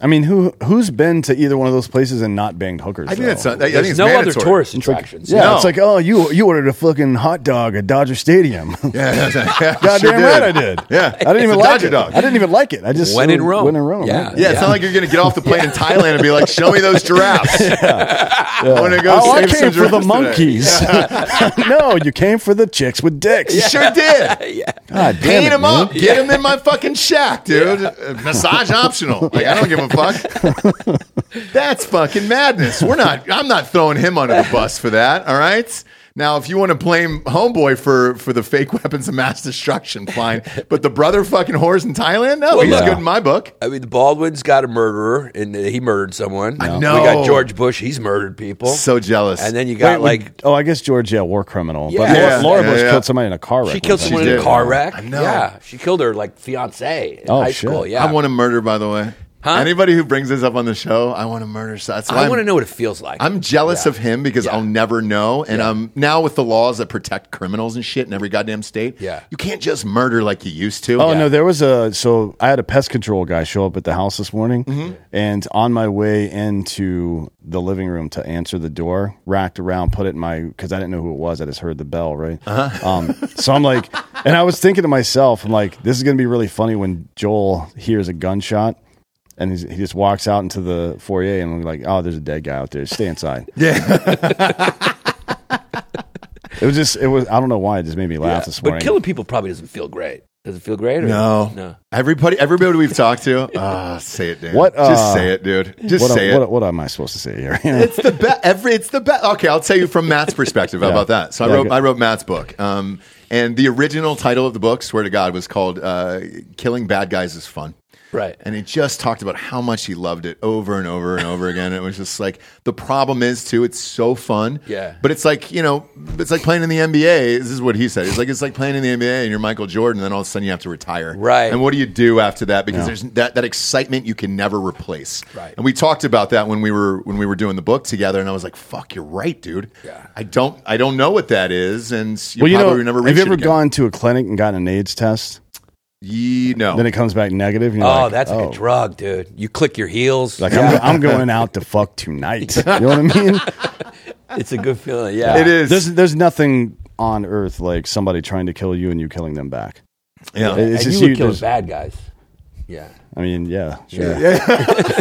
Speaker 3: I mean, who who's been to either one of those places and not banged hookers?
Speaker 1: I think
Speaker 3: though?
Speaker 1: that's. I think
Speaker 2: There's
Speaker 1: it's
Speaker 2: no other
Speaker 1: mandatory.
Speaker 2: tourist
Speaker 3: It's like-
Speaker 2: attractions.
Speaker 3: yeah,
Speaker 1: No.
Speaker 3: it's like oh, you you ordered a fucking hot dog at Dodger Stadium.
Speaker 1: Yeah, yeah, yeah,
Speaker 3: Goddamn
Speaker 1: sure
Speaker 3: right, I did.
Speaker 1: Yeah,
Speaker 3: I didn't
Speaker 1: It's
Speaker 3: even
Speaker 1: a
Speaker 3: like
Speaker 1: Dodger
Speaker 3: it.
Speaker 1: Dog.
Speaker 3: I didn't even like it. I just
Speaker 2: When in
Speaker 3: uh,
Speaker 2: Rome.
Speaker 3: When in Rome.
Speaker 2: Yeah.
Speaker 3: right?
Speaker 1: Yeah, it's not like you're going to get off the plane in Thailand and be like, "Show me those giraffes." I want to go.
Speaker 3: Oh, I
Speaker 1: save some
Speaker 3: came for the
Speaker 1: giraffes today.
Speaker 3: monkeys. no, you came for the chicks with dicks.
Speaker 1: You sure did.
Speaker 3: God damn
Speaker 1: Paint
Speaker 3: it,
Speaker 1: him
Speaker 3: man.
Speaker 1: up. Get him in my fucking shack, dude. Uh, Massage optional. Like I don't give a fuck. That's fucking madness. We're not. I'm not throwing him under the bus for that. All right. Now, if you want to blame Homeboy for for the fake weapons of mass destruction, fine. But the brother fucking whores in Thailand, no, he's
Speaker 2: yeah.
Speaker 1: good in my book.
Speaker 2: I mean, the Baldwin's got a murderer, and he murdered someone. I
Speaker 1: know.
Speaker 2: We got George Bush; he's murdered people.
Speaker 1: So jealous.
Speaker 2: and then you got
Speaker 3: Wait,
Speaker 2: like
Speaker 3: oh, I guess Georgia yeah, war criminal. But
Speaker 2: Yeah.
Speaker 3: Laura, Laura
Speaker 1: Yeah,
Speaker 3: Bush
Speaker 1: yeah.
Speaker 3: killed somebody in a car wreck.
Speaker 2: she
Speaker 3: one
Speaker 2: killed
Speaker 3: time.
Speaker 2: someone
Speaker 1: She
Speaker 2: in a
Speaker 1: did.
Speaker 2: car wreck.
Speaker 1: I know.
Speaker 2: Yeah, she killed her like fiance in
Speaker 3: Oh,
Speaker 2: high
Speaker 3: shit.
Speaker 2: school. Yeah,
Speaker 1: I want to murder. By the way,
Speaker 2: Huh?
Speaker 1: anybody who brings this up on the show, I want to murder. So that's why
Speaker 2: I want to
Speaker 1: I'm-
Speaker 2: know what it feels like.
Speaker 1: I'm jealous of him because I'll never know. And um, now with the laws that protect criminals and shit in every goddamn state,
Speaker 2: Yeah.
Speaker 1: you can't just murder like you used to.
Speaker 3: Oh no, there was a so I had a pest control guy show up at the house this morning, and on my way into the living room to answer the door, racked around, put it in my because I didn't know who it was. I just heard the bell, right? Um, so I'm like, and I was thinking to myself, I'm like, this is gonna be really funny when Joel hears a gunshot. And he's, he just walks out into the foyer, and we're like, "Oh, there's a dead guy out there. Stay inside." Yeah. it was just, it was. I don't know why it just made me laugh this morning.
Speaker 2: Uh, but killing people probably doesn't feel great. Does it feel great? Or
Speaker 1: no.
Speaker 2: no.
Speaker 1: Everybody, everybody we've talked to, ah, say it, dude.
Speaker 3: What,
Speaker 1: just
Speaker 3: uh,
Speaker 1: say it, dude. Just
Speaker 3: what,
Speaker 1: say
Speaker 3: am,
Speaker 1: it.
Speaker 3: What, what am I supposed to say here?
Speaker 1: it's the best. Every it's the best. Okay, I'll tell you from Matt's perspective How
Speaker 3: Yeah.
Speaker 1: about that. So I
Speaker 3: Yeah,
Speaker 1: wrote
Speaker 3: go-
Speaker 1: I wrote Matt's book, um, and the original title of the book, swear to God, was called uh, "Killing Bad Guys Is Fun."
Speaker 2: Right.
Speaker 1: And he just talked about how much he loved it over and over and over again. It was just like the problem is too, it's so fun.
Speaker 2: Yeah.
Speaker 1: But it's like, you know, it's like playing in the NBA. This is what he said. It's like it's like playing in the NBA and you're Michael Jordan, then all of a sudden you have to retire.
Speaker 2: Right.
Speaker 1: And what do you do after that? Because there's that, that excitement you can never replace.
Speaker 2: Right.
Speaker 1: And we talked about that when we were when we were doing the book together and I was like, fuck, you're right, dude.
Speaker 2: Yeah.
Speaker 1: I don't I don't know what that is and you
Speaker 3: well, you know,
Speaker 1: probably never reach
Speaker 3: have you
Speaker 1: it
Speaker 3: ever
Speaker 1: again.
Speaker 3: gone to a clinic and gotten an AIDS test?
Speaker 1: Ye- no.
Speaker 3: Then it comes back negative. And you're
Speaker 2: Oh,
Speaker 3: like,
Speaker 2: that's like
Speaker 3: oh.
Speaker 2: a drug, dude. You click your heels.
Speaker 3: Like I'm, I'm going out to fuck tonight. You know what I mean?
Speaker 2: it's a good feeling. Yeah.
Speaker 1: it is
Speaker 3: There's there's nothing on earth like somebody trying to kill you and you killing them back.
Speaker 1: yeah.
Speaker 3: It-
Speaker 2: Uh, And
Speaker 3: It's just
Speaker 2: you
Speaker 3: you.
Speaker 2: would kill
Speaker 3: there's-
Speaker 2: bad guys. Yeah.
Speaker 3: I mean, yeah, sure.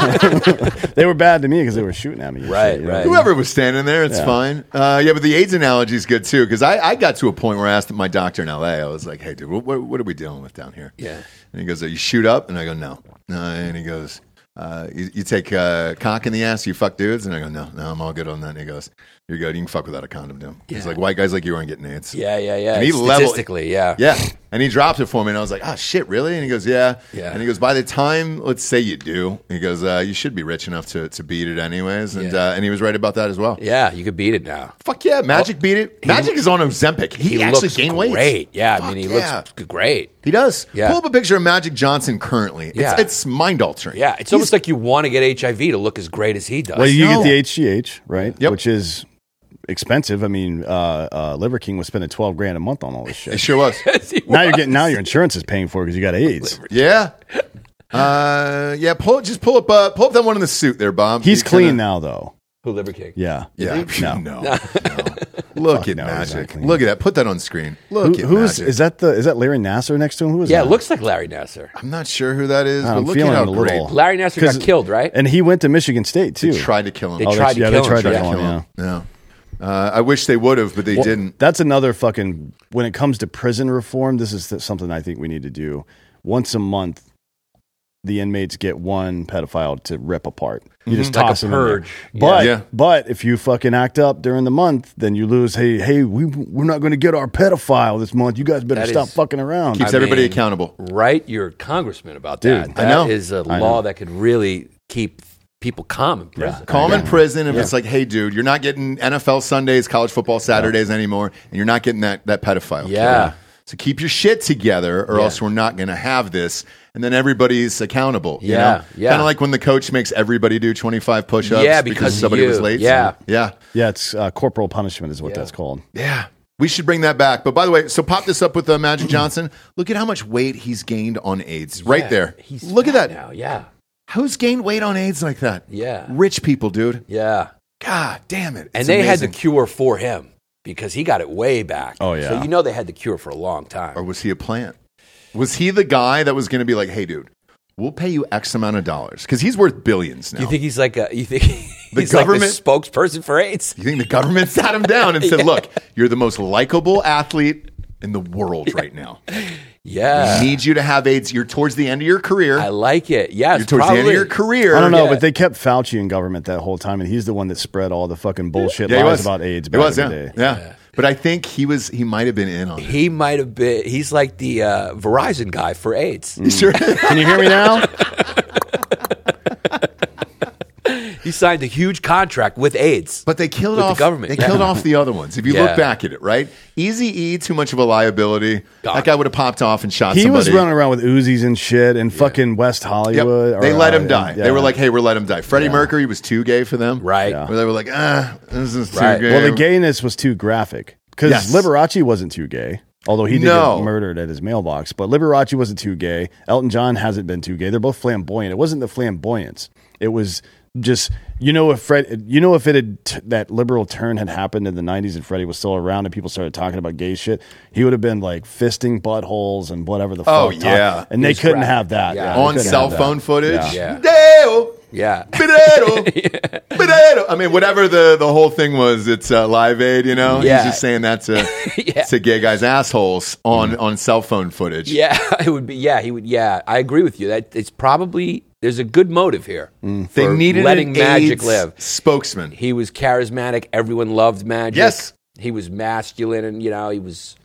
Speaker 3: they were bad to me because they were shooting at me. and
Speaker 2: Right,
Speaker 3: shit, you know?
Speaker 2: right.
Speaker 1: Whoever was standing there, it's
Speaker 3: Yeah.
Speaker 1: fine. Uh, yeah, but the AIDS analogy is good too because I, I got to a point where I asked my doctor in LA. I was like, "Hey, dude, what, what, what are we dealing with down here?"
Speaker 2: Yeah.
Speaker 1: and he goes, "Uh, "You shoot up," and I go, "No," uh, and he goes, uh, you, "You take uh, cock in the ass, you fuck dudes," and I go, "No, no, I'm all good on that." And he goes, You're good. You can fuck without a condom, Tim. He's like, white guys like you aren't getting AIDS.
Speaker 2: Yeah, yeah, yeah.
Speaker 1: And he leveled-
Speaker 2: Statistically, yeah.
Speaker 1: Yeah. And he dropped it for me, and I was like, oh, shit, really? And he goes, yeah.
Speaker 2: Yeah.
Speaker 1: And he goes, by the time, let's say you do, he goes, uh, you should be rich enough to, to beat it anyways. And,
Speaker 2: Yeah.
Speaker 1: uh, and he was right about that as well.
Speaker 2: Yeah, you could beat it now.
Speaker 1: Fuck yeah. Magic beat it. Magic is on Ozempic. He, actually gained
Speaker 2: great.
Speaker 1: weight.
Speaker 2: Yeah, I
Speaker 1: Fuck
Speaker 2: mean, he
Speaker 1: yeah.
Speaker 2: looks great.
Speaker 1: He does.
Speaker 2: Yeah.
Speaker 1: Pull up a picture of Magic Johnson currently.
Speaker 2: Yeah.
Speaker 1: It's, it's mind altering.
Speaker 2: Yeah, it's almost like you want to get HIV to look as great as he does.
Speaker 3: Well, you
Speaker 1: No.
Speaker 3: get the HGH, right?
Speaker 1: Yep.
Speaker 3: Which is expensive. I mean, uh, uh, Liver King was spending twelve grand a month on all this shit.
Speaker 1: It sure was.
Speaker 3: now you're getting now your insurance is paying for it because you got AIDS.
Speaker 1: yeah. Uh, yeah. Pull just pull up uh, pull up that one in the suit there, Bob.
Speaker 3: He's
Speaker 1: You kinda-
Speaker 3: clean now though.
Speaker 2: Who liver kick?
Speaker 3: Yeah.
Speaker 1: Yeah.
Speaker 3: No.
Speaker 1: No. no. Look at
Speaker 3: no, he's not
Speaker 1: Magic.
Speaker 3: clean.
Speaker 1: Look at that. Put that on screen.
Speaker 3: Who,
Speaker 1: Look at
Speaker 3: who's
Speaker 1: Magic.
Speaker 3: is that the is that Larry Nasser next to him? Who is
Speaker 2: Yeah,
Speaker 3: that?
Speaker 2: it looks like Larry Nasser.
Speaker 1: I'm not sure who that is, but
Speaker 3: I'm
Speaker 1: look at
Speaker 3: feeling
Speaker 1: how
Speaker 3: it a little.
Speaker 1: great.
Speaker 2: Larry Nasser got
Speaker 3: 'Cause-
Speaker 2: killed, right?
Speaker 3: And he went to Michigan State too.
Speaker 1: They tried to kill him.
Speaker 2: They
Speaker 1: Oh,
Speaker 3: they-
Speaker 2: tried to
Speaker 3: yeah, they
Speaker 2: kill him.
Speaker 3: tried to
Speaker 2: Yeah.
Speaker 3: kill him. Yeah.
Speaker 1: No. Uh, I wish they would have, but they
Speaker 3: Well,
Speaker 1: didn't.
Speaker 3: That's another fucking. When it comes to prison reform, this is th- something I think we need to do. Once a month, the inmates get one pedophile to rip apart. You
Speaker 1: Mm-hmm.
Speaker 3: just
Speaker 2: Like a
Speaker 3: toss him in there.
Speaker 2: purge.
Speaker 3: But
Speaker 1: Yeah. Yeah.
Speaker 3: but if you fucking act up during the month, then you lose. Hey hey, we we're not going to get our pedophile this month. You guys better
Speaker 2: That
Speaker 3: stop
Speaker 2: is-
Speaker 3: fucking around.
Speaker 1: Keeps
Speaker 2: I
Speaker 1: everybody
Speaker 2: mean-
Speaker 1: accountable.
Speaker 2: Write your congressman about
Speaker 3: Dude,
Speaker 2: that.
Speaker 3: I
Speaker 2: That
Speaker 1: know.
Speaker 2: is a law that could really keep people calm in prison.
Speaker 1: Calm in prison if
Speaker 3: Yeah.
Speaker 1: it's like, hey, dude, you're not getting NFL Sundays, college football Saturdays anymore, and you're not getting that, that pedophile. kid.
Speaker 2: Yeah.
Speaker 1: So keep your shit together, or
Speaker 2: Yeah.
Speaker 1: else we're not going to have this. And then everybody's accountable. you
Speaker 2: Yeah,
Speaker 1: know?
Speaker 2: yeah.
Speaker 1: Kind of like when the coach makes everybody do 25 push ups
Speaker 2: Yeah,
Speaker 1: because,
Speaker 2: because of
Speaker 1: somebody
Speaker 2: you.
Speaker 1: was late.
Speaker 2: Yeah.
Speaker 1: Yeah.
Speaker 3: yeah, it's uh, corporal punishment is what
Speaker 2: Yeah.
Speaker 3: that's called.
Speaker 1: Yeah. We should bring that back. But by the way, so pop this up with uh, Magic Johnson. Look at how much weight he's gained on AIDS right there.
Speaker 2: He's
Speaker 1: Look at
Speaker 2: fat
Speaker 1: that.
Speaker 2: now. Yeah.
Speaker 1: Who's gained weight on AIDS like that?
Speaker 2: Yeah.
Speaker 1: Rich people, dude.
Speaker 2: Yeah.
Speaker 1: God damn it.
Speaker 2: And
Speaker 1: It's
Speaker 2: they had the
Speaker 1: amazing.
Speaker 2: cure for him because he got it way back.
Speaker 3: Oh, yeah.
Speaker 2: So you know they had the cure for a long time.
Speaker 1: Or was he a plant? Was he the guy that was going to be like, hey, dude, we'll pay you X amount of dollars? Because he's worth billions now.
Speaker 2: You think he's like a you think he's
Speaker 1: The
Speaker 2: like
Speaker 1: government-
Speaker 2: the spokesperson for AIDS?
Speaker 1: You think the government sat him down and said, look, you're the most likable athlete in the world right now.
Speaker 2: Yeah.
Speaker 1: We need you to have AIDS. You're towards the end of your career.
Speaker 2: I like it. Yes.
Speaker 1: you're towards the end
Speaker 2: probably.
Speaker 1: of your career.
Speaker 3: I don't know,
Speaker 2: Yeah.
Speaker 3: but they kept Fauci in government that whole time, and he's the one that spread all the fucking bullshit
Speaker 1: he
Speaker 3: lies
Speaker 1: was.
Speaker 3: about AIDS.
Speaker 1: He
Speaker 3: Back
Speaker 1: was,
Speaker 3: in
Speaker 1: yeah.
Speaker 3: the day.
Speaker 1: yeah. But I think he was. He might have been in on it.
Speaker 2: He might have been he's like the uh, Verizon guy for AIDS.
Speaker 1: Sure.
Speaker 3: Can you hear me now?
Speaker 2: He signed a huge contract with AIDS.
Speaker 1: But they killed
Speaker 2: With the
Speaker 1: off
Speaker 2: government,
Speaker 1: They
Speaker 2: yeah.
Speaker 1: killed off the other ones. If you
Speaker 2: Yeah.
Speaker 1: look back at it, right? Easy E, too much of a liability.
Speaker 2: God.
Speaker 1: That guy would have popped off and shot
Speaker 3: He
Speaker 1: somebody.
Speaker 3: was running around with Uzis and shit and fucking West
Speaker 1: Yep.
Speaker 3: Hollywood. or,
Speaker 1: They let
Speaker 3: uh,
Speaker 1: him die.
Speaker 3: yeah.
Speaker 1: They were like, "Hey, we're let him die." Freddie Mercury was too gay for them,
Speaker 2: Right.
Speaker 1: Where they were like, "Ah, this is too
Speaker 2: Right.
Speaker 1: gay."
Speaker 3: well, the gayness was too graphic because
Speaker 1: Yes.
Speaker 3: Liberace wasn't too gay, although he did
Speaker 1: No.
Speaker 3: get murdered at his mailbox. But Liberace wasn't too gay. Elton John hasn't been too gay. They're both flamboyant. It wasn't the flamboyance. It was just you know if Fred, you know if it had t- that liberal turn had happened in the '90s and Freddie was still around and people started talking about gay shit, he would have been like fisting buttholes and whatever the
Speaker 1: Oh,
Speaker 3: fuck.
Speaker 1: yeah.
Speaker 3: and they
Speaker 2: He's
Speaker 3: couldn't
Speaker 2: right.
Speaker 3: have that
Speaker 2: Yeah.
Speaker 3: Yeah, they
Speaker 1: on
Speaker 3: couldn't
Speaker 1: cell
Speaker 3: have that.
Speaker 1: phone footage.
Speaker 2: Yeah. Yeah.
Speaker 1: Dale,
Speaker 2: Yeah.
Speaker 1: Bidero, Bidero. I mean, whatever the, the whole thing was, it's uh, Live Aid, you know?
Speaker 2: Yeah.
Speaker 1: He's just saying that to,
Speaker 2: Yeah. Mm.
Speaker 1: to gay guys' assholes on, on cell phone footage.
Speaker 2: Yeah, it would be yeah, he would yeah, I agree with you. That it's probably there's a good motive here.
Speaker 1: They
Speaker 2: for
Speaker 1: needed
Speaker 2: letting
Speaker 1: an
Speaker 2: magic
Speaker 1: AIDS
Speaker 2: live.
Speaker 1: spokesman.
Speaker 2: He was charismatic. Everyone loved Magic.
Speaker 1: Yes.
Speaker 2: He was masculine and, you know, he was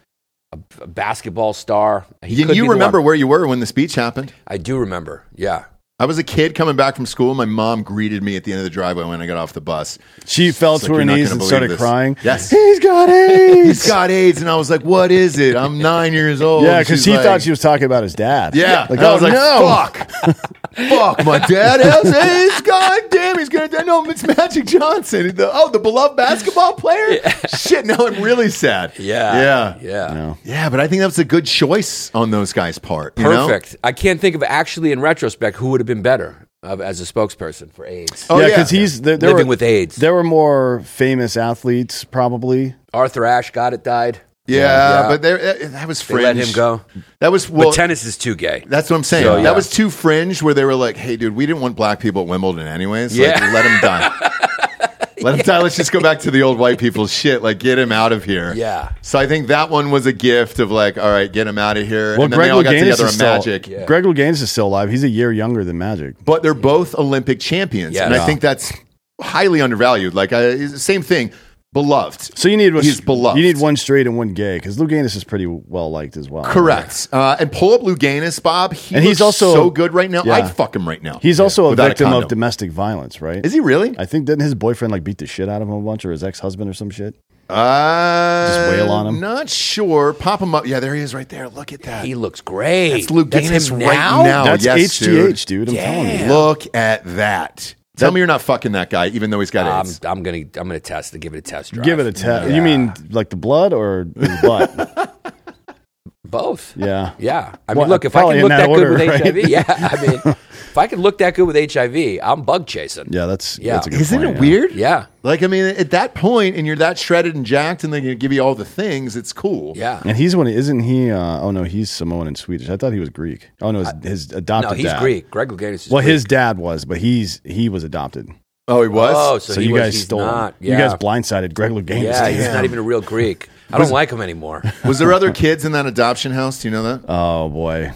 Speaker 2: a, a basketball star. He
Speaker 1: You,
Speaker 2: could be
Speaker 1: you
Speaker 2: the
Speaker 1: remember
Speaker 2: one.
Speaker 1: where you were when the speech happened?
Speaker 2: I do remember. Yeah.
Speaker 1: I was a kid coming back from school. My mom greeted me at the end of the driveway when I got off the bus.
Speaker 3: She fell
Speaker 1: It's
Speaker 3: to
Speaker 1: like,
Speaker 3: her
Speaker 1: "You're not
Speaker 3: knees
Speaker 1: gonna
Speaker 3: and
Speaker 1: believe
Speaker 3: started
Speaker 1: this."
Speaker 3: crying.
Speaker 1: Yes.
Speaker 3: he's got AIDS.
Speaker 1: He's got AIDS, and I was like, "What is it? I'm nine years old." And
Speaker 3: Yeah, because
Speaker 1: she's
Speaker 3: he
Speaker 1: like-
Speaker 3: thought she was talking about his dad.
Speaker 1: Yeah,
Speaker 3: like
Speaker 1: And I
Speaker 3: oh
Speaker 1: was like,
Speaker 3: no,
Speaker 1: "Fuck, fuck, my dad has AIDS. God damn, he's gonna die." No, it's Magic Johnson. The, oh, the beloved basketball player. Shit, now I'm really sad.
Speaker 2: Yeah.
Speaker 1: yeah,
Speaker 2: Yeah.
Speaker 1: yeah. But I think that was a good choice on those guys' part. you know?
Speaker 2: Perfect. I can't think of actually in retrospect who would have been better uh, as a spokesperson for AIDS.
Speaker 1: Oh,
Speaker 3: yeah,
Speaker 1: yeah.
Speaker 3: because he's there, there
Speaker 2: Living
Speaker 3: were,
Speaker 2: with AIDS.
Speaker 3: There were more famous athletes, probably.
Speaker 2: Arthur Ashe got it, died.
Speaker 1: Yeah,
Speaker 2: Yeah.
Speaker 1: but there, that, that was
Speaker 2: They
Speaker 1: fringe.
Speaker 2: let him go.
Speaker 1: That was
Speaker 2: But
Speaker 1: well.
Speaker 2: tennis is too gay.
Speaker 1: That's what I'm saying.
Speaker 2: So, yeah.
Speaker 1: That was too fringe where they were like, hey, dude, we didn't want black people at Wimbledon anyways. Like,
Speaker 2: Yeah.
Speaker 1: let him die. let him die. Let's just go back to the old white people's shit. Like, get him out of here.
Speaker 2: Yeah.
Speaker 1: So I think that one was a gift of like, all right, get him out of here.
Speaker 3: Well,
Speaker 1: and then
Speaker 3: Greg
Speaker 1: they all got
Speaker 3: Louganis
Speaker 1: together
Speaker 3: is
Speaker 1: on
Speaker 3: still
Speaker 1: Magic.
Speaker 2: Yeah.
Speaker 3: Greg Louganis is still alive. He's a year younger than Magic.
Speaker 1: But they're both Olympic champions.
Speaker 2: Yeah.
Speaker 1: And I
Speaker 2: Yeah.
Speaker 1: think that's highly undervalued. Like, I, it's the same thing. beloved.
Speaker 3: So you need
Speaker 1: he's beloved.
Speaker 3: You need one straight and one gay because Lou Gaines is pretty well liked as well.
Speaker 1: Correct. Uh, and pull up Luganis, Bob. He
Speaker 3: And he's
Speaker 1: looks
Speaker 3: also-
Speaker 1: so good right now.
Speaker 3: Yeah.
Speaker 1: I'd fuck him right now.
Speaker 3: He's also a
Speaker 1: Without a
Speaker 3: victim of
Speaker 1: condom.
Speaker 3: domestic violence, right?
Speaker 1: Is he really?
Speaker 3: I think didn't his boyfriend like beat the shit out of him a bunch, or his ex husband or some shit?
Speaker 1: Uh,
Speaker 3: Just wail on him?
Speaker 1: Not sure. Pop him up. Yeah, there he is right there. Look at that.
Speaker 2: He looks great.
Speaker 1: That's Lou Gaines
Speaker 2: him
Speaker 1: right now. Oh,
Speaker 3: That's
Speaker 1: yes,
Speaker 3: HGH, dude. I'm telling you.
Speaker 2: Damn.
Speaker 1: Look at that. Tell me you're not fucking that guy, even though he's got
Speaker 2: I'm,
Speaker 1: AIDS.
Speaker 2: I'm gonna I'm gonna test it. Give it a test drive.
Speaker 3: Give it a test. You mean like the blood or the butt?
Speaker 2: both.
Speaker 3: yeah.
Speaker 2: Yeah. I mean,
Speaker 3: Well,
Speaker 2: look, if I
Speaker 3: probably
Speaker 2: can
Speaker 3: in
Speaker 2: look
Speaker 3: that
Speaker 2: that,
Speaker 3: order,
Speaker 2: good with
Speaker 3: right?
Speaker 2: HIV, yeah. I mean, if I can look that good with HIV, I'm bug chasing.
Speaker 3: Yeah, that's
Speaker 2: Yeah.
Speaker 3: That's a good
Speaker 1: Isn't
Speaker 3: point,
Speaker 1: it
Speaker 3: yeah.
Speaker 1: weird?
Speaker 2: Yeah.
Speaker 1: Like, I mean, at that point, and you're that shredded and jacked, and they can give you all the things, it's cool.
Speaker 2: Yeah.
Speaker 3: And he's one. Isn't he? Uh, oh no, he's Samoan and Swedish. I thought he was Greek. Oh no, his, his adopted.
Speaker 2: No, he's
Speaker 3: dad.
Speaker 2: Greek. Greg Louganis is
Speaker 3: Well,
Speaker 2: Greek.
Speaker 3: his dad was, but he's he was adopted.
Speaker 1: Oh, he was?
Speaker 2: Oh, so,
Speaker 3: So
Speaker 2: he
Speaker 3: you
Speaker 2: was,
Speaker 3: guys
Speaker 2: he's
Speaker 3: stole. him.
Speaker 2: Not. Yeah.
Speaker 3: You guys blindsided Greg Louganis.
Speaker 2: Yeah, he's not even a real Greek. I don't like him anymore.
Speaker 1: Was there other kids in that adoption house? Do you know that?
Speaker 2: Uh,
Speaker 3: Oh boy.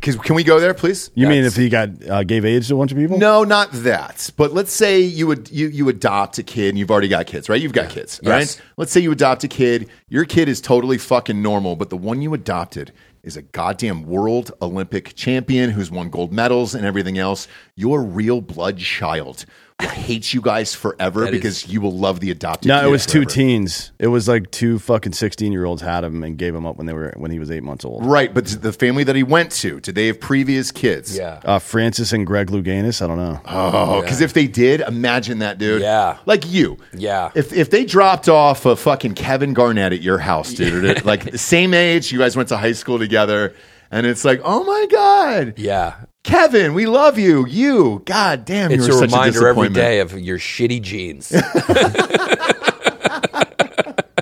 Speaker 1: Cause, can we go there, please?
Speaker 3: You mean if he got uh, gave AIDS to a bunch of people?
Speaker 1: No, not that. But let's say you would you you adopt a kid and you've already got kids, right? You've got kids,
Speaker 2: Yes.
Speaker 1: right? Let's say you adopt a kid. Your kid is totally fucking normal, but the one you adopted is a goddamn world Olympic champion who's won gold medals and everything else. Your real blood child will hate you guys forever because you will love the adopted.
Speaker 3: No,
Speaker 1: kid
Speaker 3: it was two
Speaker 1: forever.
Speaker 3: teens. It was like two fucking sixteen year olds had him and gave him up when they were when he was eight months old.
Speaker 1: Right, but the family that he went to, did they have previous kids?
Speaker 2: Yeah.
Speaker 3: Uh, Francis and Greg Louganis. I don't know.
Speaker 1: Oh, because if they did, imagine that, dude.
Speaker 2: Yeah.
Speaker 1: Like you.
Speaker 2: Yeah.
Speaker 1: If, if they dropped off a fucking Kevin Garnett at your house, dude, at- like the same age, you guys went to high school together, and it's like, oh my God,
Speaker 2: Yeah.
Speaker 1: Kevin, we love you. You, God damn,
Speaker 2: It's
Speaker 1: you were
Speaker 2: a
Speaker 1: such
Speaker 2: reminder every
Speaker 1: disappointment.
Speaker 2: day of your shitty genes.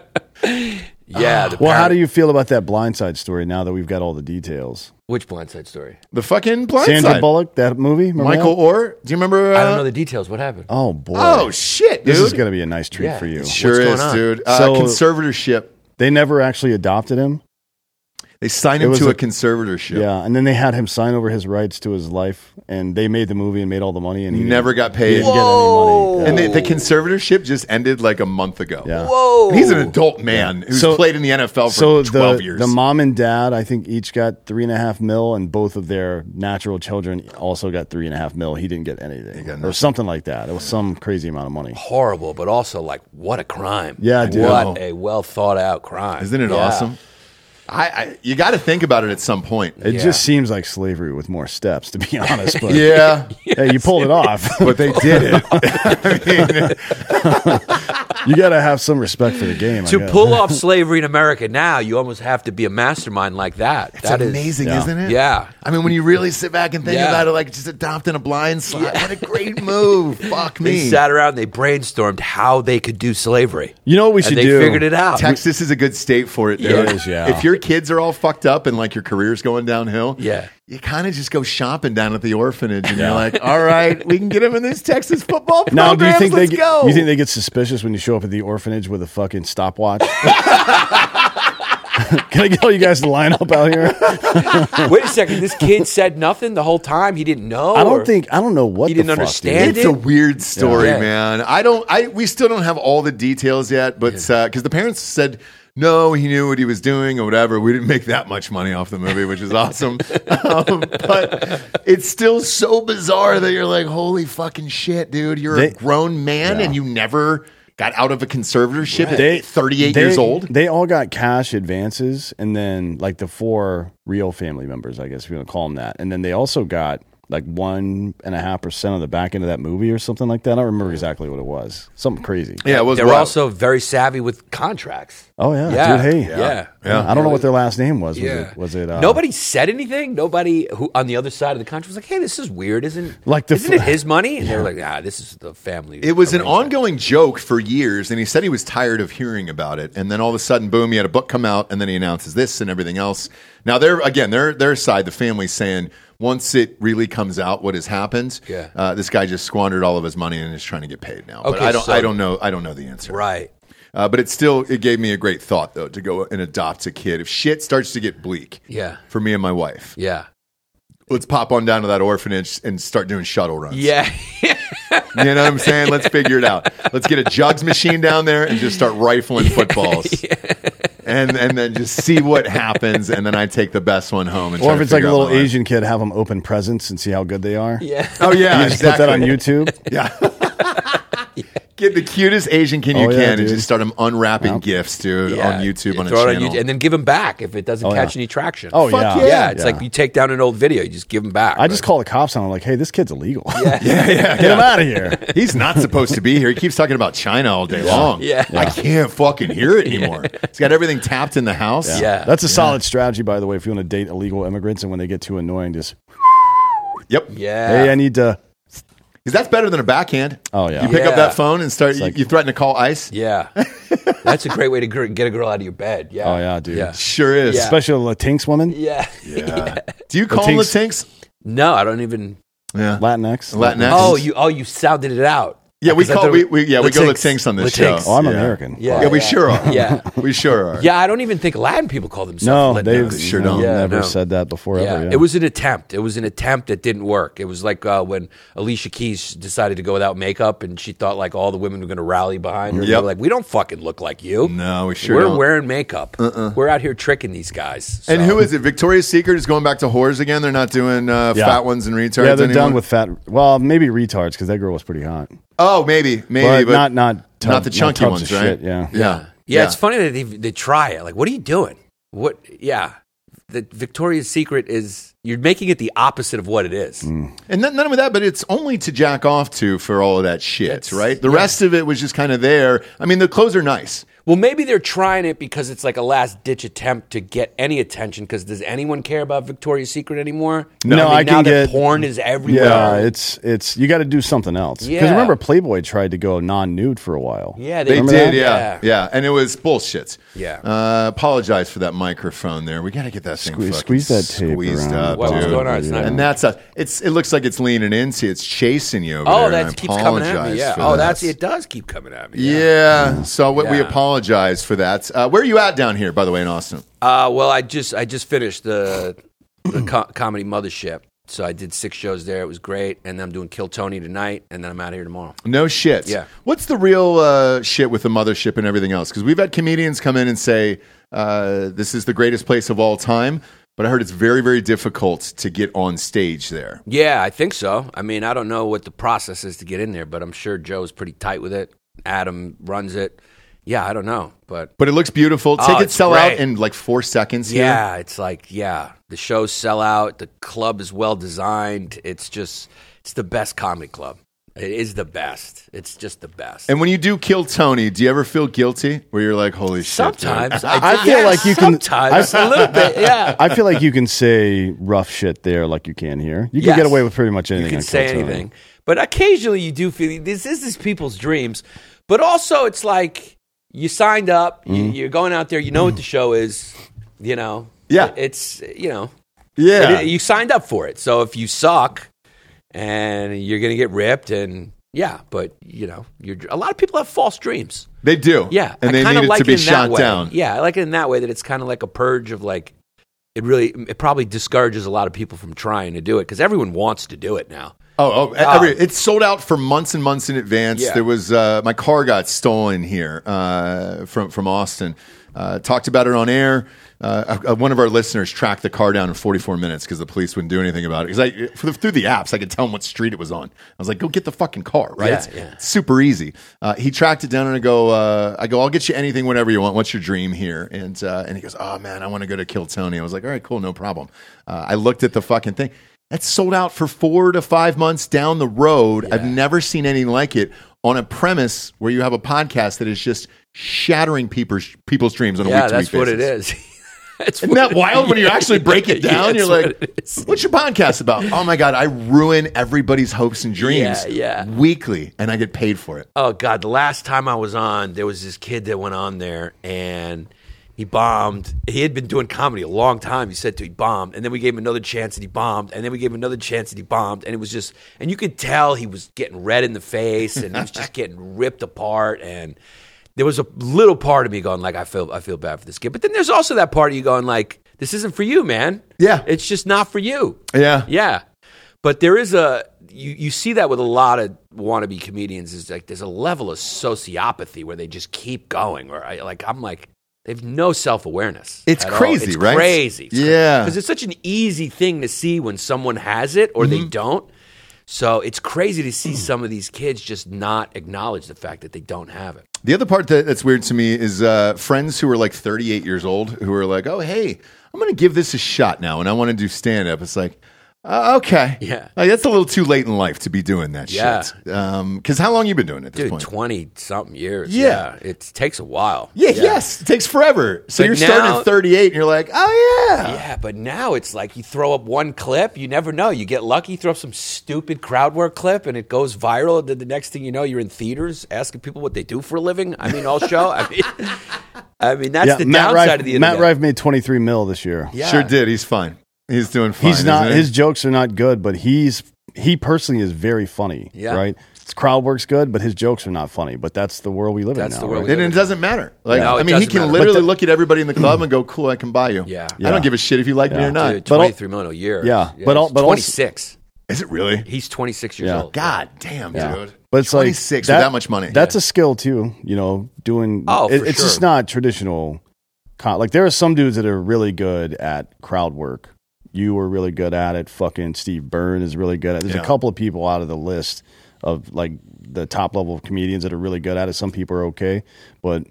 Speaker 2: yeah. the
Speaker 3: Well, how
Speaker 2: parent-
Speaker 3: do you feel about that blindside story now that we've got all the details?
Speaker 2: Which blindside story?
Speaker 1: The fucking blind
Speaker 3: Sandra
Speaker 1: side.
Speaker 3: Bullock, that movie? Remember
Speaker 1: Michael
Speaker 3: that?
Speaker 1: Orr, do you remember? Uh,
Speaker 2: I don't know the details. What happened?
Speaker 3: Oh, boy.
Speaker 1: oh, shit, dude.
Speaker 3: This is going to be a nice treat
Speaker 2: Yeah,
Speaker 3: for you.
Speaker 1: sure
Speaker 2: What's going
Speaker 1: is,
Speaker 2: on?
Speaker 1: dude. Uh,
Speaker 3: So-
Speaker 1: conservatorship.
Speaker 3: They never actually adopted him.
Speaker 1: They signed
Speaker 3: It
Speaker 1: him
Speaker 3: was
Speaker 1: to a,
Speaker 3: a-
Speaker 1: conservatorship.
Speaker 3: Yeah. And then they had him sign over his rights to his life. And they made the movie and made all the money. And he
Speaker 1: Never
Speaker 3: didn't-
Speaker 1: got
Speaker 3: he
Speaker 1: paid.
Speaker 3: didn't get any money. Yeah.
Speaker 1: And the, the conservatorship just ended like a month ago.
Speaker 3: Yeah.
Speaker 2: Whoa.
Speaker 1: And He's an adult man who's
Speaker 3: So-
Speaker 1: played in the NFL for
Speaker 3: so
Speaker 1: 12
Speaker 3: the,
Speaker 1: years.
Speaker 3: the mom and dad, I think each got three and a half mil, and both of their natural children also got three and a half mil. He didn't get anything, or something like that. It was some crazy amount of money.
Speaker 2: Horrible, but also like what a crime.
Speaker 3: Yeah, dude. Oh.
Speaker 2: What a well thought out crime.
Speaker 1: Isn't it
Speaker 2: Yeah.
Speaker 1: awesome? I, I you got to think about it at some point.
Speaker 3: It
Speaker 2: Yeah.
Speaker 3: just seems like slavery with more steps, to be honest. But
Speaker 1: yeah,
Speaker 3: hey, you pulled it off.
Speaker 1: but they did it.
Speaker 3: you got to have some respect for the
Speaker 1: Oh,
Speaker 3: game. I
Speaker 2: To
Speaker 3: guess.
Speaker 2: pull off slavery in America now, you almost have to be a mastermind like that.
Speaker 1: It's
Speaker 2: That is-
Speaker 1: amazing,
Speaker 3: yeah.
Speaker 1: isn't it?
Speaker 2: Yeah.
Speaker 1: I mean, when you really sit back and think
Speaker 2: Yeah.
Speaker 1: about it, like just adopting a blind slot. What a great move! Fuck me.
Speaker 2: They sat around and they brainstormed how they could do slavery.
Speaker 3: you know what we
Speaker 2: and
Speaker 3: should
Speaker 2: they
Speaker 3: do?
Speaker 2: figured it out.
Speaker 1: Texas is a good state for it. Dude.
Speaker 3: It is, yeah.
Speaker 1: If your kids are all fucked up and like your career's going downhill,
Speaker 2: Yeah.
Speaker 1: you kind of just go shopping down at the orphanage, and you're like, all right, we can get them in this Texas football program.
Speaker 3: Now, do you think they
Speaker 1: Let's
Speaker 3: get,
Speaker 1: go.
Speaker 3: you think they get suspicious when you show up at the orphanage with a fucking stopwatch? Can I get all you guys to line up out here?
Speaker 2: Wait a second, this kid said nothing the whole time. He didn't know.
Speaker 3: I don't
Speaker 2: or-
Speaker 3: think I don't know what
Speaker 2: He
Speaker 3: the
Speaker 2: didn't
Speaker 3: fuck,
Speaker 2: understand
Speaker 3: dude.
Speaker 1: it's a weird story,
Speaker 2: Yeah.
Speaker 1: man. I don't. I we still don't have all the details yet, but because the parents said no, he knew what he was doing or whatever. We didn't make that much money off the movie, which is awesome. um, but it's still so bizarre that you're like, holy fucking shit, dude! You're a
Speaker 3: They-
Speaker 1: grown man and you never got out of a conservatorship at 38
Speaker 3: they-
Speaker 1: years old.
Speaker 3: They all got cash advances, and then like the four real family members, I guess if you want to call them that, and then they also got like one and a half percent of the back end of that movie or something like that. I don't remember exactly what it was. Something crazy.
Speaker 1: yeah, it was.
Speaker 2: They're
Speaker 1: wild.
Speaker 2: also very savvy with contracts.
Speaker 3: Oh yeah,
Speaker 2: Yeah.
Speaker 3: dude. Hey,
Speaker 2: Yeah. Yeah.
Speaker 3: I don't know what their last name was. Was
Speaker 2: Yeah.
Speaker 3: it? Was it uh,
Speaker 2: Nobody said anything. Nobody who on the other side of the country was like, "Hey, this is weird, isn't
Speaker 3: Like the
Speaker 2: isn't it
Speaker 3: fl-
Speaker 2: his money?" And they were like, "Ah, this is the family."
Speaker 1: It was an
Speaker 2: arrangement."
Speaker 1: ongoing joke for years, and he said he was tired of hearing about it. And then all of a sudden, boom, he had a book come out, and then he announces this and everything else. Now they're again, their their side, the family's saying once it really comes out what has happened,
Speaker 2: Yeah.
Speaker 1: uh, this guy just squandered all of his money and is trying to get paid now. but
Speaker 2: Okay,
Speaker 1: I don't,
Speaker 2: so-
Speaker 1: I don't know, I don't know the answer.
Speaker 2: right.
Speaker 1: Uh, but it still it gave me a great thought though to go and adopt a kid. If shit starts to get bleak,
Speaker 2: Yeah.
Speaker 1: for me and my wife,
Speaker 2: Yeah.
Speaker 1: let's pop on down to that orphanage and start doing shuttle runs.
Speaker 2: Yeah.
Speaker 1: You know what I'm saying? Let's figure it out. Let's get a jugs machine down there and just start rifling footballs. And and then just see what happens, and then I take the best one home. And
Speaker 3: Or
Speaker 1: try
Speaker 3: if
Speaker 1: to
Speaker 3: it's like
Speaker 1: figure
Speaker 3: a
Speaker 1: out
Speaker 3: little
Speaker 1: my life.
Speaker 3: Asian kid, have them open presents and see how good they are.
Speaker 2: Yeah.
Speaker 1: Oh yeah,
Speaker 3: You just put that on YouTube.
Speaker 1: Get the cutest Asian kid you
Speaker 3: Oh, yeah,
Speaker 1: can, and
Speaker 3: dude.
Speaker 1: just start them unwrapping gifts, dude,
Speaker 2: Yeah,
Speaker 1: on YouTube on a
Speaker 2: throw it
Speaker 1: channel.
Speaker 2: and then give them back if it doesn't catch any traction.
Speaker 3: Oh
Speaker 1: Fuck
Speaker 3: yeah.
Speaker 1: yeah.
Speaker 2: yeah, it's like you take down an old video, you just give them back.
Speaker 3: I just call the cops on. I'm like, hey, this kid's illegal.
Speaker 1: yeah, yeah,
Speaker 3: Get him out of here.
Speaker 1: He's not supposed to be here. He keeps talking about China all day long.
Speaker 2: Yeah.
Speaker 1: I can't fucking hear it anymore. He's got everything tapped in the house.
Speaker 2: Yeah.
Speaker 3: That's a solid strategy, by the way. If you want to date illegal immigrants, and when they get too annoying, just
Speaker 1: Yep.
Speaker 2: yeah.
Speaker 3: hey, I need to.
Speaker 1: Because that's better than a backhand.
Speaker 3: Oh, yeah.
Speaker 1: You pick
Speaker 2: Yeah.
Speaker 1: up that phone and start, you, you threaten to call ICE.
Speaker 2: Yeah, that's a great way to gr- get a girl out of your bed. Yeah.
Speaker 3: Oh yeah, dude.
Speaker 2: Yeah.
Speaker 1: Sure is.
Speaker 2: Yeah.
Speaker 3: Especially a Latinx woman,
Speaker 2: Yeah.
Speaker 1: Do you call them
Speaker 3: Latinx.
Speaker 1: Latinx?
Speaker 2: No, I don't even.
Speaker 1: Yeah.
Speaker 3: Latinx,
Speaker 1: Latinx.
Speaker 2: Oh, you. Oh, you sounded it out.
Speaker 1: Yeah, we
Speaker 2: 'Cause I
Speaker 1: call
Speaker 2: thought-
Speaker 1: we, we yeah we go
Speaker 2: Latinx.
Speaker 1: Latinx on this
Speaker 2: Latinx.
Speaker 1: show.
Speaker 3: Oh, I'm
Speaker 1: yeah.
Speaker 3: American.
Speaker 2: Yeah.
Speaker 1: Yeah, we sure are.
Speaker 2: Yeah.
Speaker 1: we sure are.
Speaker 2: Yeah, I don't even think Latin people call themselves.
Speaker 3: No,
Speaker 2: Latinos.
Speaker 3: they've
Speaker 1: sure don't.
Speaker 2: Yeah,
Speaker 3: never
Speaker 2: no.
Speaker 3: said that before
Speaker 2: Yeah.
Speaker 3: ever. Yeah.
Speaker 2: it was an attempt. It was an attempt that didn't work. It was like uh, when Alicia Keys decided to go without makeup, and she thought like all the women were going to rally behind her. They
Speaker 1: Yep.
Speaker 2: were like, we don't fucking look like you.
Speaker 1: No, we sure
Speaker 2: We're
Speaker 1: don't. Uh-uh.
Speaker 2: wearing makeup. We're out here tricking these guys.
Speaker 1: And
Speaker 2: So-
Speaker 1: who is it? Victoria's Secret is going back to whores again. They're not doing uh,
Speaker 3: Yeah.
Speaker 1: fat ones and retards.
Speaker 3: yeah, they're
Speaker 1: anymore?
Speaker 3: done with fat. Well, maybe retards because that girl was pretty hot,
Speaker 1: Oh, maybe, maybe, but,
Speaker 3: but, not not tub-
Speaker 1: not the chunky
Speaker 3: tubs
Speaker 1: ones,
Speaker 3: of
Speaker 1: right?
Speaker 3: shit, yeah.
Speaker 1: yeah,
Speaker 2: Yeah, it's funny that they, they try it. Like, what are you doing? What? Yeah, the Victoria's Secret is you're making it the opposite of what it is.
Speaker 1: And none, none of that, but it's only to jack off to for all of that shit, right? The rest of it was just kind of there. I mean, the clothes are nice.
Speaker 2: Well, maybe they're trying it because it's like a last ditch attempt to get any attention. Because does anyone care about Victoria's Secret anymore?
Speaker 3: No,
Speaker 2: mean,
Speaker 3: I
Speaker 2: now
Speaker 3: can
Speaker 2: that
Speaker 3: get-
Speaker 2: porn is everywhere.
Speaker 3: Yeah, it's it's you got to do something else. Because
Speaker 2: Yeah.
Speaker 3: remember, Playboy tried to go non-nude for a while.
Speaker 2: yeah,
Speaker 1: They
Speaker 2: Remember
Speaker 1: did,
Speaker 2: that?
Speaker 1: yeah, yeah, and it was bullshit.
Speaker 2: Yeah.
Speaker 1: Uh, apologize for that microphone there. We got to get that thing
Speaker 3: Squeeze-
Speaker 1: fucking
Speaker 3: squeeze that tape
Speaker 1: squeezed
Speaker 3: around.
Speaker 1: up,
Speaker 2: What- what's
Speaker 1: dude.
Speaker 2: going on? It's not-
Speaker 1: and that's a, it's. It looks like it's leaning into. It's chasing you. Over
Speaker 2: Oh,
Speaker 1: there, and I
Speaker 2: that keeps coming at me.
Speaker 1: apologize
Speaker 2: Yeah.
Speaker 1: for
Speaker 2: Oh,
Speaker 1: that.
Speaker 2: that's it. Does keep coming at me.
Speaker 1: Yeah. So what, we
Speaker 2: Yeah.
Speaker 1: apologize for that. Uh, where are you at down here, by the way, in Austin?
Speaker 2: Uh, well, I just I just finished the the co- comedy mothership. So I did six shows there. It was great, and then I'm doing Kill Tony tonight, and then I'm out of here tomorrow.
Speaker 1: No shit.
Speaker 2: Yeah.
Speaker 1: What's the real uh, shit with the mothership and everything else? Because we've had comedians come in and say uh, this is the greatest place of all time, but I heard it's very, very difficult to get on stage there.
Speaker 2: Yeah, I think so. I mean, I don't know what the process is to get in there, but I'm sure Joe's pretty tight with it. Adam runs it. Yeah, I don't know, but
Speaker 1: But it looks beautiful.
Speaker 2: Oh,
Speaker 1: Tickets
Speaker 2: it's
Speaker 1: sell out
Speaker 2: great.
Speaker 1: in like four seconds. here.
Speaker 2: yeah, it's like yeah, the shows sell out. The club is well designed. It's just it's the best comedy club. It is the best. It's just the best.
Speaker 1: And when you do kill Tony, do you ever feel guilty where you're like, holy shit? dude.
Speaker 2: sometimes
Speaker 3: I feel like you can-
Speaker 2: Sometimes a little bit. Yeah,
Speaker 3: I feel like you can say rough shit there, like you can here. You can
Speaker 2: Yes.
Speaker 3: get away with pretty much anything.
Speaker 2: you can
Speaker 3: on
Speaker 2: say
Speaker 3: Kill Tony.
Speaker 2: anything. But occasionally you do feel this is this people's dreams. But also it's like you signed up,
Speaker 3: Mm-hmm.
Speaker 2: you, you're going out there, you know what
Speaker 3: Mm.
Speaker 2: the show is, you know.
Speaker 1: Yeah.
Speaker 2: It's you know,
Speaker 1: Yeah.
Speaker 2: it- you signed up for it. So if you suck and you're going to get ripped and yeah, but you know, you're a lot of people have false dreams.
Speaker 1: they do.
Speaker 2: Yeah,
Speaker 1: And
Speaker 2: I
Speaker 1: they
Speaker 2: kinda
Speaker 1: needed
Speaker 2: like
Speaker 1: to
Speaker 2: it
Speaker 1: be
Speaker 2: in that
Speaker 1: shot
Speaker 2: way.
Speaker 1: down.
Speaker 2: Yeah, I like it in that way that it's kind of like a purge of like it really it probably discourages a lot of people from trying to do it because everyone wants to do it now.
Speaker 1: Oh, oh, every, it sold out for months and months in advance.
Speaker 2: Yeah.
Speaker 1: There was uh, my car got stolen here uh, from from Austin. Uh, talked about it on air. Uh, uh, one of our listeners tracked the car down in 44 minutes because the police wouldn't do anything about it. Because I for the, through the apps, I could tell him what street it was on. I was like, "Go get the fucking car!" Right?
Speaker 2: Yeah,
Speaker 1: it's,
Speaker 2: yeah.
Speaker 1: it's super easy. Uh, he tracked it down, and I go, uh, "I go, I'll get you anything, whatever you want. What's your dream here?" And uh, and he goes, "Oh man, I want to go to Kill Tony." I was like, "All right, cool, no problem." Uh, I looked at the fucking thing. That's sold out for four to five months down the road. I've never seen anything like it on a premise where you have a podcast that is just shattering people's people's dreams on a
Speaker 2: Yeah,
Speaker 1: week-to-week
Speaker 2: that's what it
Speaker 1: basis.
Speaker 2: is. That's
Speaker 1: Isn't that wild when you actually break it down? You're like,
Speaker 2: it's
Speaker 1: what's your podcast about? Oh my God, I ruin everybody's hopes and dreams
Speaker 2: Yeah, yeah.
Speaker 1: weekly and I get paid for it.
Speaker 2: oh god, the last time I was on, there was this kid that went on there and he bombed. He had been doing comedy a long time. He said to he bombed, and then we gave him another chance and he bombed, and then we gave him another chance and he bombed, and it was just and you could tell he was getting red in the face and he was just getting ripped apart and there was a little part of me going like I feel I feel bad for this kid. But then there's also that part of you going like this isn't for you, man.
Speaker 1: Yeah.
Speaker 2: It's just not for you.
Speaker 1: Yeah.
Speaker 2: Yeah. But there is a you, you see that with a lot of wannabe comedians is like there's a level of sociopathy where they just keep going or I, like i'm like they've no self-awareness
Speaker 1: It's
Speaker 2: at all.
Speaker 1: crazy,
Speaker 2: It's
Speaker 1: right?
Speaker 2: crazy
Speaker 1: Yeah.
Speaker 2: because it's such an easy thing to see when someone has it or
Speaker 1: Mm-hmm.
Speaker 2: they don't so it's crazy to
Speaker 1: Hmm.
Speaker 2: see some of these kids just not acknowledge the fact that they don't have it
Speaker 1: The other part that, that's weird to me is uh, friends who are like 38 years old who are like, oh, hey, I'm going to give this a shot now and I want to do stand up. It's like, uh, okay.
Speaker 2: Yeah.
Speaker 1: Like, that's a little too late in life to be doing that
Speaker 2: Yeah.
Speaker 1: shit. Because how long you been doing it at this
Speaker 2: dude
Speaker 1: point?
Speaker 2: 20 something years
Speaker 1: Yeah.
Speaker 2: it takes a while
Speaker 1: yeah, yes. It takes forever. So
Speaker 2: But
Speaker 1: you're starting
Speaker 2: now-
Speaker 1: at 38 and you're like, oh, yeah.
Speaker 2: Yeah, but now it's like you throw up one clip, you never know. You get lucky, throw up some stupid crowd work clip, and it goes viral. And then the next thing you know, you're in theaters asking people what they do for a living. I mean, all show. I mean, I mean that's the
Speaker 3: Matt
Speaker 2: downside
Speaker 3: Rife,
Speaker 2: of the internet.
Speaker 3: Matt Rife made 23 mil this year.
Speaker 2: yeah.
Speaker 1: Sure did. He's fine. He's doing fine.
Speaker 3: He's not
Speaker 1: isn't he?
Speaker 3: his jokes are not good, but he's he personally is very funny.
Speaker 2: Yeah.
Speaker 3: Right? His crowd work's good, but his jokes are not funny. But that's the world we live
Speaker 2: That's
Speaker 3: in now.
Speaker 2: the world
Speaker 3: right?
Speaker 2: we
Speaker 1: And it doesn't matter. Like,
Speaker 2: No, it
Speaker 1: I mean, he
Speaker 2: doesn't
Speaker 1: can
Speaker 2: matter. Mm.
Speaker 1: literally look at everybody in the club and go, "Cool, I can buy you."
Speaker 2: Yeah.
Speaker 1: I
Speaker 3: Yeah.
Speaker 1: don't give a shit if you like me or not.
Speaker 2: Dude,
Speaker 3: But al-
Speaker 2: twenty three million a year.
Speaker 3: Yeah, but al-
Speaker 2: he's
Speaker 3: but also-
Speaker 2: 26.
Speaker 1: Is it really?
Speaker 2: He's 26 years
Speaker 3: Yeah.
Speaker 2: old.
Speaker 1: God damn, dude.
Speaker 3: But it's like
Speaker 1: 26 with that much money.
Speaker 3: That's a skill too. You know, doing.
Speaker 2: Oh,
Speaker 3: it-
Speaker 2: for
Speaker 3: it's
Speaker 2: sure.
Speaker 3: just not traditional. Con- like there are some dudes that are really good at crowd work. You were really good at it. Fucking Steve Byrne is really good at. There's
Speaker 1: Yeah.
Speaker 3: a couple of people out of the list of like the top level of comedians that are really good at it. Some people are okay, but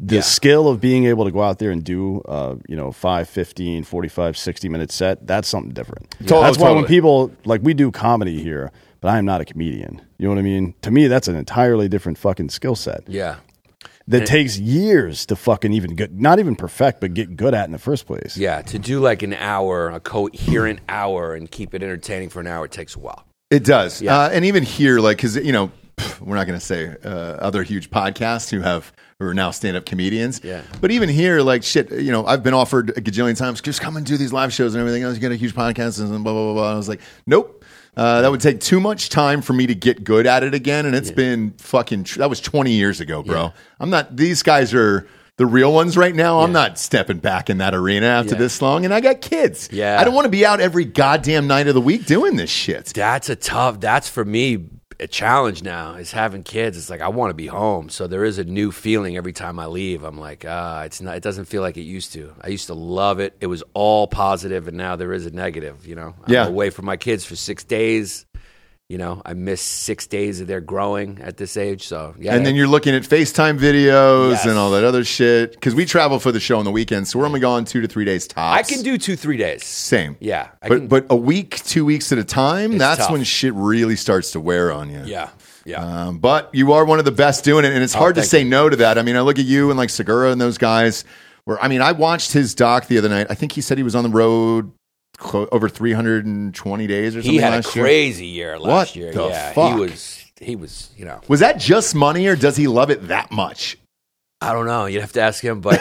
Speaker 3: the skill of being able to go out there and do uh, you know 5 15 45 60 minute set that's something different
Speaker 1: Totally,
Speaker 3: that's why when
Speaker 1: totally.
Speaker 3: people like we do comedy here but i'm not a comedian you know what i mean to me that's an entirely different fucking skill set
Speaker 2: Yeah.
Speaker 3: that takes years to fucking even get not even perfect but get good at in the first place
Speaker 2: Yeah. To do like an hour, a coherent hour, and keep it entertaining for an hour, it takes a while.
Speaker 1: It does. Uh, and even here, like, because, you know, pff, we're not going to say uh, other huge podcasts who have, who are now stand up comedians.
Speaker 2: Yeah.
Speaker 1: But even here, like, shit, you know, I've been offered a gajillion times, just come and do these live shows and everything else. You get a huge podcast and blah, blah, blah, blah. And I was like, nope. Uh, that would take too much time for me to get good at it again. And it's been fucking, tr- that was 20 years ago, bro. I'm not, these guys are the real ones right now. I'm not stepping back in that arena after
Speaker 2: Yeah.
Speaker 1: this long. And I got kids.
Speaker 2: Yeah.
Speaker 1: I don't want to be out every goddamn night of the week doing this shit.
Speaker 2: That's a tough. That's for me a challenge now is having kids. It's like I want to be home, so there is a new feeling every time I leave. I'm like, ah, it's not. It doesn't feel like it used to. I used to love it. It was all positive, and now there is a negative. You know, I'm
Speaker 1: Yeah.
Speaker 2: away from my kids for six days. You know, I miss six days of their growing at this age. So yeah,
Speaker 1: And then you're looking at FaceTime videos
Speaker 2: Yes.
Speaker 1: and all that other shit. Because we travel for the show on the weekends, so we're only gone two to three days tops.
Speaker 2: I can do two, three days.
Speaker 1: same.
Speaker 2: Yeah, I
Speaker 1: but
Speaker 2: can-
Speaker 1: but a week, two weeks at a time.
Speaker 2: It's
Speaker 1: That's
Speaker 2: tough.
Speaker 1: when shit really starts to wear on you.
Speaker 2: Yeah, yeah.
Speaker 1: Um, but you are one of the best doing it, and it's hard to
Speaker 2: thank
Speaker 1: say no to that. I mean, I look at you and like Segura and those guys. Where I mean, I watched his doc the other night. I think he said he was on the road clo- over 320 days or something.
Speaker 2: he had a
Speaker 1: last year.
Speaker 2: crazy year last
Speaker 1: What
Speaker 2: year.
Speaker 1: the
Speaker 2: yeah,
Speaker 1: fuck?
Speaker 2: he was. He was. You know,
Speaker 1: Was that just money, or does he love it that much?
Speaker 2: I don't know. You'd have to ask him, but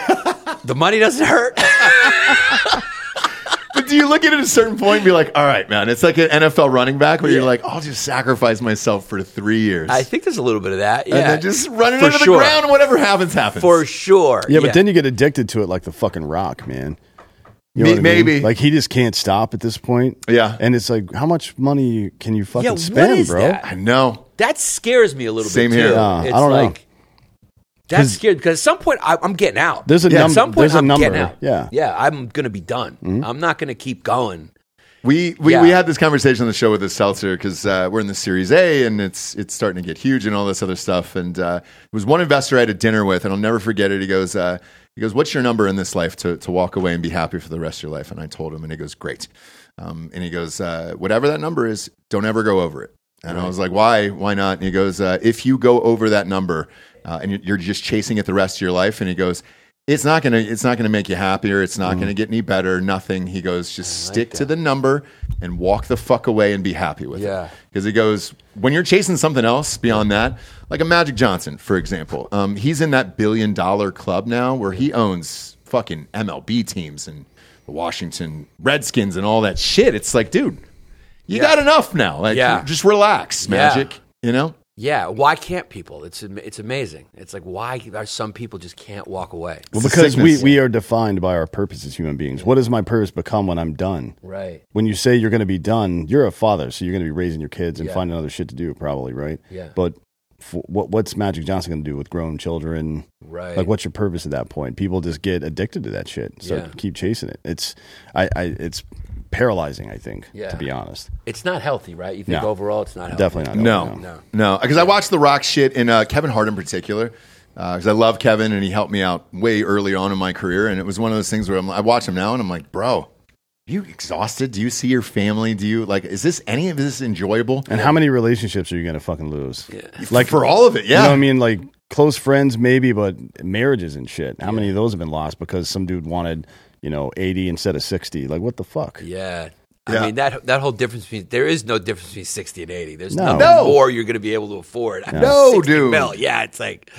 Speaker 2: the money doesn't hurt.
Speaker 1: But do you look at it at a certain point and be like, all right, man, it's like an NFL running back where you're like, I'll just sacrifice myself for three years.
Speaker 2: I think there's a little bit of that. Yeah.
Speaker 1: and then just run it
Speaker 2: For
Speaker 1: into the
Speaker 2: sure.
Speaker 1: ground and whatever happens, happens.
Speaker 2: for sure.
Speaker 3: Yeah, but then you get addicted to it like the fucking rock, man. You
Speaker 1: Me-
Speaker 3: what I mean?
Speaker 1: maybe.
Speaker 3: Like he just can't stop at this point.
Speaker 1: Yeah.
Speaker 3: And it's like, how much money can you fucking
Speaker 2: Yeah, what
Speaker 3: spend,
Speaker 2: is
Speaker 3: bro?
Speaker 2: that?
Speaker 1: I know.
Speaker 2: that scares me a little
Speaker 1: Same
Speaker 2: bit.
Speaker 1: here.
Speaker 2: Too.
Speaker 3: Yeah,
Speaker 2: it's
Speaker 3: I don't know.
Speaker 2: like, That's scared because at some point I, I'm getting out.
Speaker 3: There's a
Speaker 2: at
Speaker 3: num-
Speaker 2: some point
Speaker 3: there's a
Speaker 2: I'm getting
Speaker 3: number.
Speaker 2: out.
Speaker 3: Yeah. Mm-hmm.
Speaker 2: yeah, I'm gonna be done. I'm not gonna keep going.
Speaker 1: We we,
Speaker 2: Yeah.
Speaker 1: we had this conversation on the show with the Seltzer because uh, we're in the Series A and it's it's starting to get huge and all this other stuff. And uh, it was one investor I had a dinner with, and I'll never forget it. He goes, uh, he goes, "What's your number in this life to to walk away and be happy for the rest of your life?" And I told him, and he goes, "Great." Um, and he goes, uh, "Whatever that number is, don't ever go over it." And I was like, "Why? Why not?" And he goes, uh, "If you go over that number uh, and you're- you're just chasing it the rest of your life," and he goes. It's not gonna. It's not gonna make you happier. It's
Speaker 2: Mm-hmm.
Speaker 1: not gonna get any better. Nothing. He goes. Just stick to the number and walk the fuck away and be happy with
Speaker 2: Yeah.
Speaker 1: it. Because he goes, when you're chasing something else beyond that, like a Magic Johnson, for example, um, he's in that billion dollar club now where he owns fucking MLB teams and the Washington Redskins and all that shit. It's like, dude, you got enough now. Like,
Speaker 2: Yeah.
Speaker 1: just relax,
Speaker 2: Yeah.
Speaker 1: Magic. You know?
Speaker 2: Yeah, why can't people? It's am- it's amazing. It's like why are some people just can't walk away?
Speaker 3: Well,
Speaker 1: It's a
Speaker 3: because we,
Speaker 1: sickness.
Speaker 3: we are defined by our purpose as human beings. What does my purpose become when I'm done?
Speaker 2: Right.
Speaker 3: When you say you're going to be done, you're a father, so you're going to be raising your kids and
Speaker 2: Yeah.
Speaker 3: finding other shit to do, probably, right?
Speaker 2: Yeah.
Speaker 3: But f- what what's Magic Johnson going to do with grown children?
Speaker 2: Right.
Speaker 3: Like, what's your purpose at that point? People just get addicted to that shit, so
Speaker 2: Yeah.
Speaker 3: keep chasing it. It's I, I it's paralyzing, I think,
Speaker 2: Yeah.
Speaker 3: to be honest.
Speaker 2: It's not healthy, right? You think
Speaker 3: No.
Speaker 2: overall it's not healthy.
Speaker 3: Definitely not.
Speaker 1: No,
Speaker 3: no.
Speaker 1: no, Because I watched The Rock shit and uh, Kevin Hart in particular. Because I love Kevin and he helped me out way early on in my career. And it was one of those things where I'm, I watch him now and I'm like, bro, are you exhausted? Do you see your family? Do you like, is this any of this enjoyable?
Speaker 3: And how many relationships are you going to fucking lose? Yeah.
Speaker 1: Like for all of it, yeah.
Speaker 3: You know what I mean? Like close friends, maybe, but marriages and shit. How many of those have been lost because some dude wanted, you know, 80 instead of 60? Like, what the fuck?
Speaker 2: Yeah.
Speaker 1: Yeah.
Speaker 2: I mean that that whole difference between there is no difference between sixty and eighty. There's
Speaker 3: No.
Speaker 2: no,
Speaker 1: No.
Speaker 2: more you're going to be able to afford.
Speaker 1: No,
Speaker 2: 60
Speaker 1: dude.
Speaker 2: mil. Yeah, it's like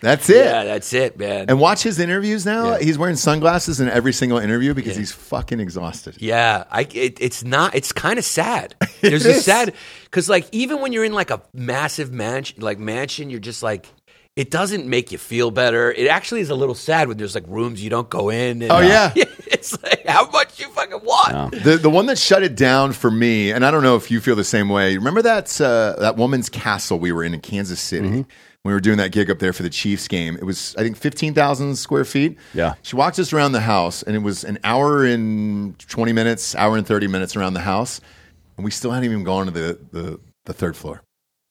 Speaker 1: That's it.
Speaker 2: yeah, that's it, man.
Speaker 1: And watch his interviews now.
Speaker 2: Yeah.
Speaker 1: He's wearing sunglasses in every single interview because
Speaker 2: Yeah.
Speaker 1: he's fucking exhausted.
Speaker 2: Yeah, I it, it's not. It's kind of sad. There's a
Speaker 1: is.
Speaker 2: sad because like even when you're in like a massive mansion, like mansion, you're just like it doesn't make you feel better. It actually is a little sad when there's like rooms you don't go in. And,
Speaker 1: Oh, yeah.
Speaker 2: it's like how much you fucking want.
Speaker 1: The the one that shut it down for me, and I don't know if you feel the same way. Remember that uh, that woman's castle we were in in Kansas City. We were doing that gig up there for the Chiefs game. It was I think fifteen thousand square feet.
Speaker 3: Yeah.
Speaker 1: she walked us around the house, and it was an hour and twenty minutes, hour and thirty minutes around the house, and we still hadn't even gone to the the, the third floor.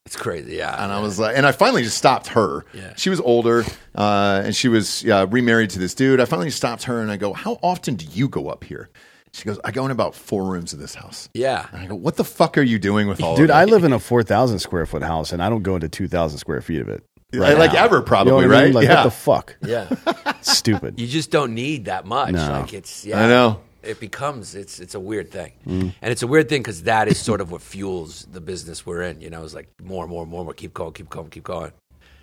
Speaker 2: It's crazy. Yeah,
Speaker 1: And I was like, and I finally just stopped her.
Speaker 2: Yeah.
Speaker 1: She was older, uh, and she was uh, remarried to this dude. I finally stopped her, and I go, "How often do you go up here?" She goes, "I go in about four rooms of this house."
Speaker 2: yeah.
Speaker 1: And I go, "What the fuck are you doing with all
Speaker 3: Dude,
Speaker 1: of
Speaker 3: I live in a 4,000 square foot house and I don't go into 2,000 square feet of it.
Speaker 1: that? I- like ever
Speaker 3: You know
Speaker 1: probably
Speaker 3: what I mean?
Speaker 1: right?
Speaker 3: Like,
Speaker 1: yeah,
Speaker 3: what the fuck?
Speaker 2: Yeah,
Speaker 3: Stupid.
Speaker 2: you just don't need that much.
Speaker 3: No.
Speaker 2: Like it's yeah.
Speaker 1: I know. Mm.
Speaker 2: It becomes it's it's a weird thing, and it's a weird thing because that is sort of what fuels the business we're in. You know, it's like more and more and more, and more. Keep going, keep going, keep going.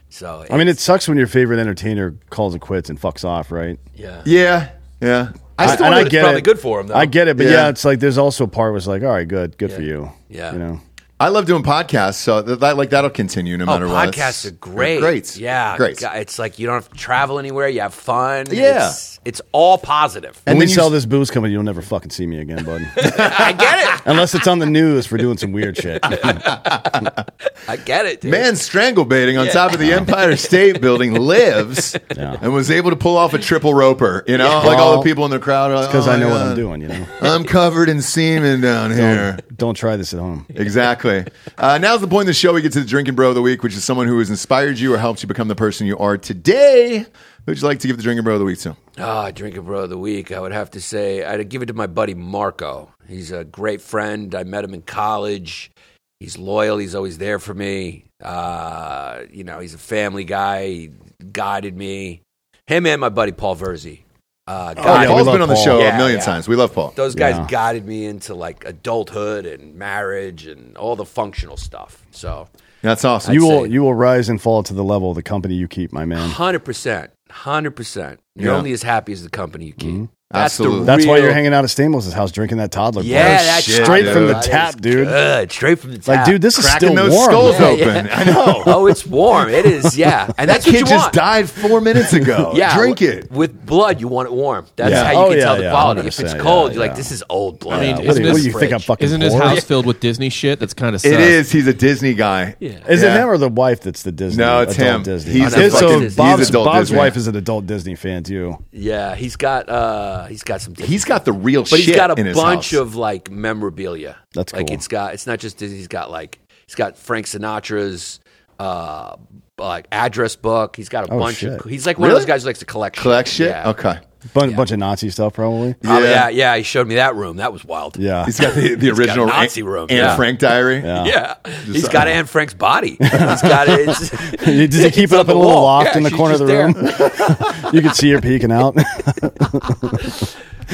Speaker 2: So
Speaker 3: I mean, it sucks when your favorite entertainer calls it quits and fucks off, right?
Speaker 2: yeah.
Speaker 1: yeah, yeah. I
Speaker 2: still
Speaker 3: and
Speaker 2: wonder if it's probably good for him, though.
Speaker 3: I get it, but yeah.
Speaker 1: Yeah.
Speaker 3: it's like there's also a part was like, all right, good, good for you.
Speaker 2: Yeah.
Speaker 3: You know,
Speaker 1: I love doing podcasts, so that, that like that'll continue no
Speaker 2: Oh,
Speaker 1: matter what.
Speaker 2: podcasts
Speaker 1: It's-
Speaker 2: are great.
Speaker 1: great,
Speaker 2: Yeah.
Speaker 1: great.
Speaker 2: G- It's like you don't have to travel anywhere. You have fun.
Speaker 1: Yeah.
Speaker 2: It's, it's all positive.
Speaker 3: when
Speaker 1: And
Speaker 3: we
Speaker 1: then you
Speaker 3: sell
Speaker 1: s-
Speaker 3: this booze company, you'll never fucking see me again, bud.
Speaker 2: I get it.
Speaker 3: Unless it's on the news for doing some weird shit.
Speaker 2: I get it. Dude.
Speaker 1: Man strangle baiting on top of the Empire State Building lives and was able to pull off a triple roper. You know, like all the
Speaker 3: Well,
Speaker 1: people in the crowd are like,
Speaker 3: because
Speaker 1: "Oh
Speaker 3: I
Speaker 1: my
Speaker 3: know what
Speaker 1: God."
Speaker 3: I'm doing. You know,
Speaker 1: I'm covered in semen down here.
Speaker 3: don't, don't try this at home.
Speaker 1: Exactly. Uh, now's the point of the show. We get to the drinking bro of the week, which is someone who has inspired you or helped you become the person you are today. Who'd you like to give the drinking bro of the week to?
Speaker 2: Ah, drink a bro of the week. I would have to say I'd give it to my buddy Marco. He's a great friend. I met him in college. He's loyal. He's always there for me. Uh, you know, he's a family guy. He guided me. Him and my buddy Paul Verzi. Uh,
Speaker 1: Paul,
Speaker 3: Oh, yeah,
Speaker 1: has
Speaker 3: we love
Speaker 1: been on the
Speaker 3: Paul.
Speaker 1: show a
Speaker 2: Yeah,
Speaker 1: million
Speaker 2: yeah.
Speaker 1: times. We love Paul.
Speaker 2: those guys
Speaker 3: Yeah.
Speaker 2: guided me into like adulthood and marriage and all the functional stuff. So,
Speaker 1: That's awesome.
Speaker 3: you
Speaker 2: I'd
Speaker 3: will
Speaker 2: say-
Speaker 3: you will rise and fall to the level of the company you keep, my man.
Speaker 2: hundred percent, hundred percent. You're
Speaker 1: Yeah.
Speaker 2: only as happy as the company you keep.
Speaker 1: Absolutely.
Speaker 3: Mm-hmm. That's why
Speaker 2: real-
Speaker 3: you're hanging out at Stainless's house drinking that toddler.
Speaker 2: Yeah,
Speaker 3: beer.
Speaker 2: that's
Speaker 1: shit,
Speaker 3: straight from the
Speaker 1: dude.
Speaker 3: tap, dude.
Speaker 2: Good, straight from the tap.
Speaker 3: Like, dude, this is
Speaker 1: Cracking
Speaker 3: still
Speaker 1: those
Speaker 3: warm.
Speaker 1: skulls
Speaker 2: Yeah,
Speaker 1: open.
Speaker 2: yeah.
Speaker 1: I know.
Speaker 2: oh, it's warm. It is. Yeah, and that's
Speaker 1: Kid
Speaker 2: what you
Speaker 1: just
Speaker 2: want.
Speaker 1: died four minutes ago.
Speaker 2: Yeah,
Speaker 1: Drink
Speaker 2: w-
Speaker 1: it.
Speaker 2: with blood. You want it warm. That's
Speaker 3: Yeah.
Speaker 2: how you
Speaker 3: Oh,
Speaker 2: can
Speaker 3: yeah,
Speaker 2: tell the
Speaker 3: yeah,
Speaker 2: quality. If it's
Speaker 3: 100%,
Speaker 2: cold,
Speaker 3: yeah,
Speaker 2: you're like,
Speaker 3: yeah.
Speaker 2: this is old blood.
Speaker 4: I mean,
Speaker 3: Uh,
Speaker 4: isn't
Speaker 3: what, do you,
Speaker 4: this
Speaker 3: what do you think? I'm
Speaker 2: fridge?
Speaker 3: fucking.
Speaker 4: Isn't his
Speaker 3: bored?
Speaker 4: house filled with Disney shit? That's kind of
Speaker 1: It is. He's a Disney guy.
Speaker 3: Is
Speaker 1: Yeah.
Speaker 3: it him or the wife that's the Disney?
Speaker 1: No, it's
Speaker 3: adult
Speaker 1: him.
Speaker 3: Disney.
Speaker 1: He's
Speaker 2: a
Speaker 3: His-
Speaker 2: fucking-
Speaker 3: so
Speaker 2: he's
Speaker 3: Bob's,
Speaker 1: adult
Speaker 3: Bob's
Speaker 1: Disney.
Speaker 3: wife is an adult Disney fan too.
Speaker 2: Yeah, he's got uh, he's got some.
Speaker 1: He's got the real
Speaker 2: but
Speaker 1: shit
Speaker 2: he's got a
Speaker 1: in his
Speaker 2: bunch
Speaker 1: house.
Speaker 2: of like memorabilia.
Speaker 3: That's
Speaker 2: like
Speaker 3: cool.
Speaker 2: it's got it's not just Disney. He's got like he's got Frank Sinatra's uh like address book. He's got a
Speaker 3: Oh,
Speaker 2: bunch
Speaker 3: shit.
Speaker 2: of. He's like one of
Speaker 1: Really?
Speaker 2: those guys who likes to collect shit.
Speaker 1: Collect shit?
Speaker 2: Yeah.
Speaker 1: Okay.
Speaker 3: Bun- Bunch of Nazi stuff probably.
Speaker 2: Oh,
Speaker 1: Yeah.
Speaker 2: yeah. yeah, He showed me that room. That was wild.
Speaker 3: Yeah.
Speaker 1: He's got the, the
Speaker 2: got
Speaker 1: original
Speaker 2: Nazi
Speaker 1: Anne-
Speaker 2: room,
Speaker 1: Anne
Speaker 2: yeah.
Speaker 1: Frank diary.
Speaker 2: Yeah, he's
Speaker 1: uh,
Speaker 2: got Anne Frank's body. He's got it. It's,
Speaker 3: Does he keep
Speaker 2: it's
Speaker 3: it
Speaker 2: on
Speaker 3: up
Speaker 2: the
Speaker 3: in a little
Speaker 2: wall.
Speaker 3: loft
Speaker 2: Yeah,
Speaker 3: in the
Speaker 2: she's
Speaker 3: corner of the
Speaker 2: just there.
Speaker 3: room? you can see her peeking out.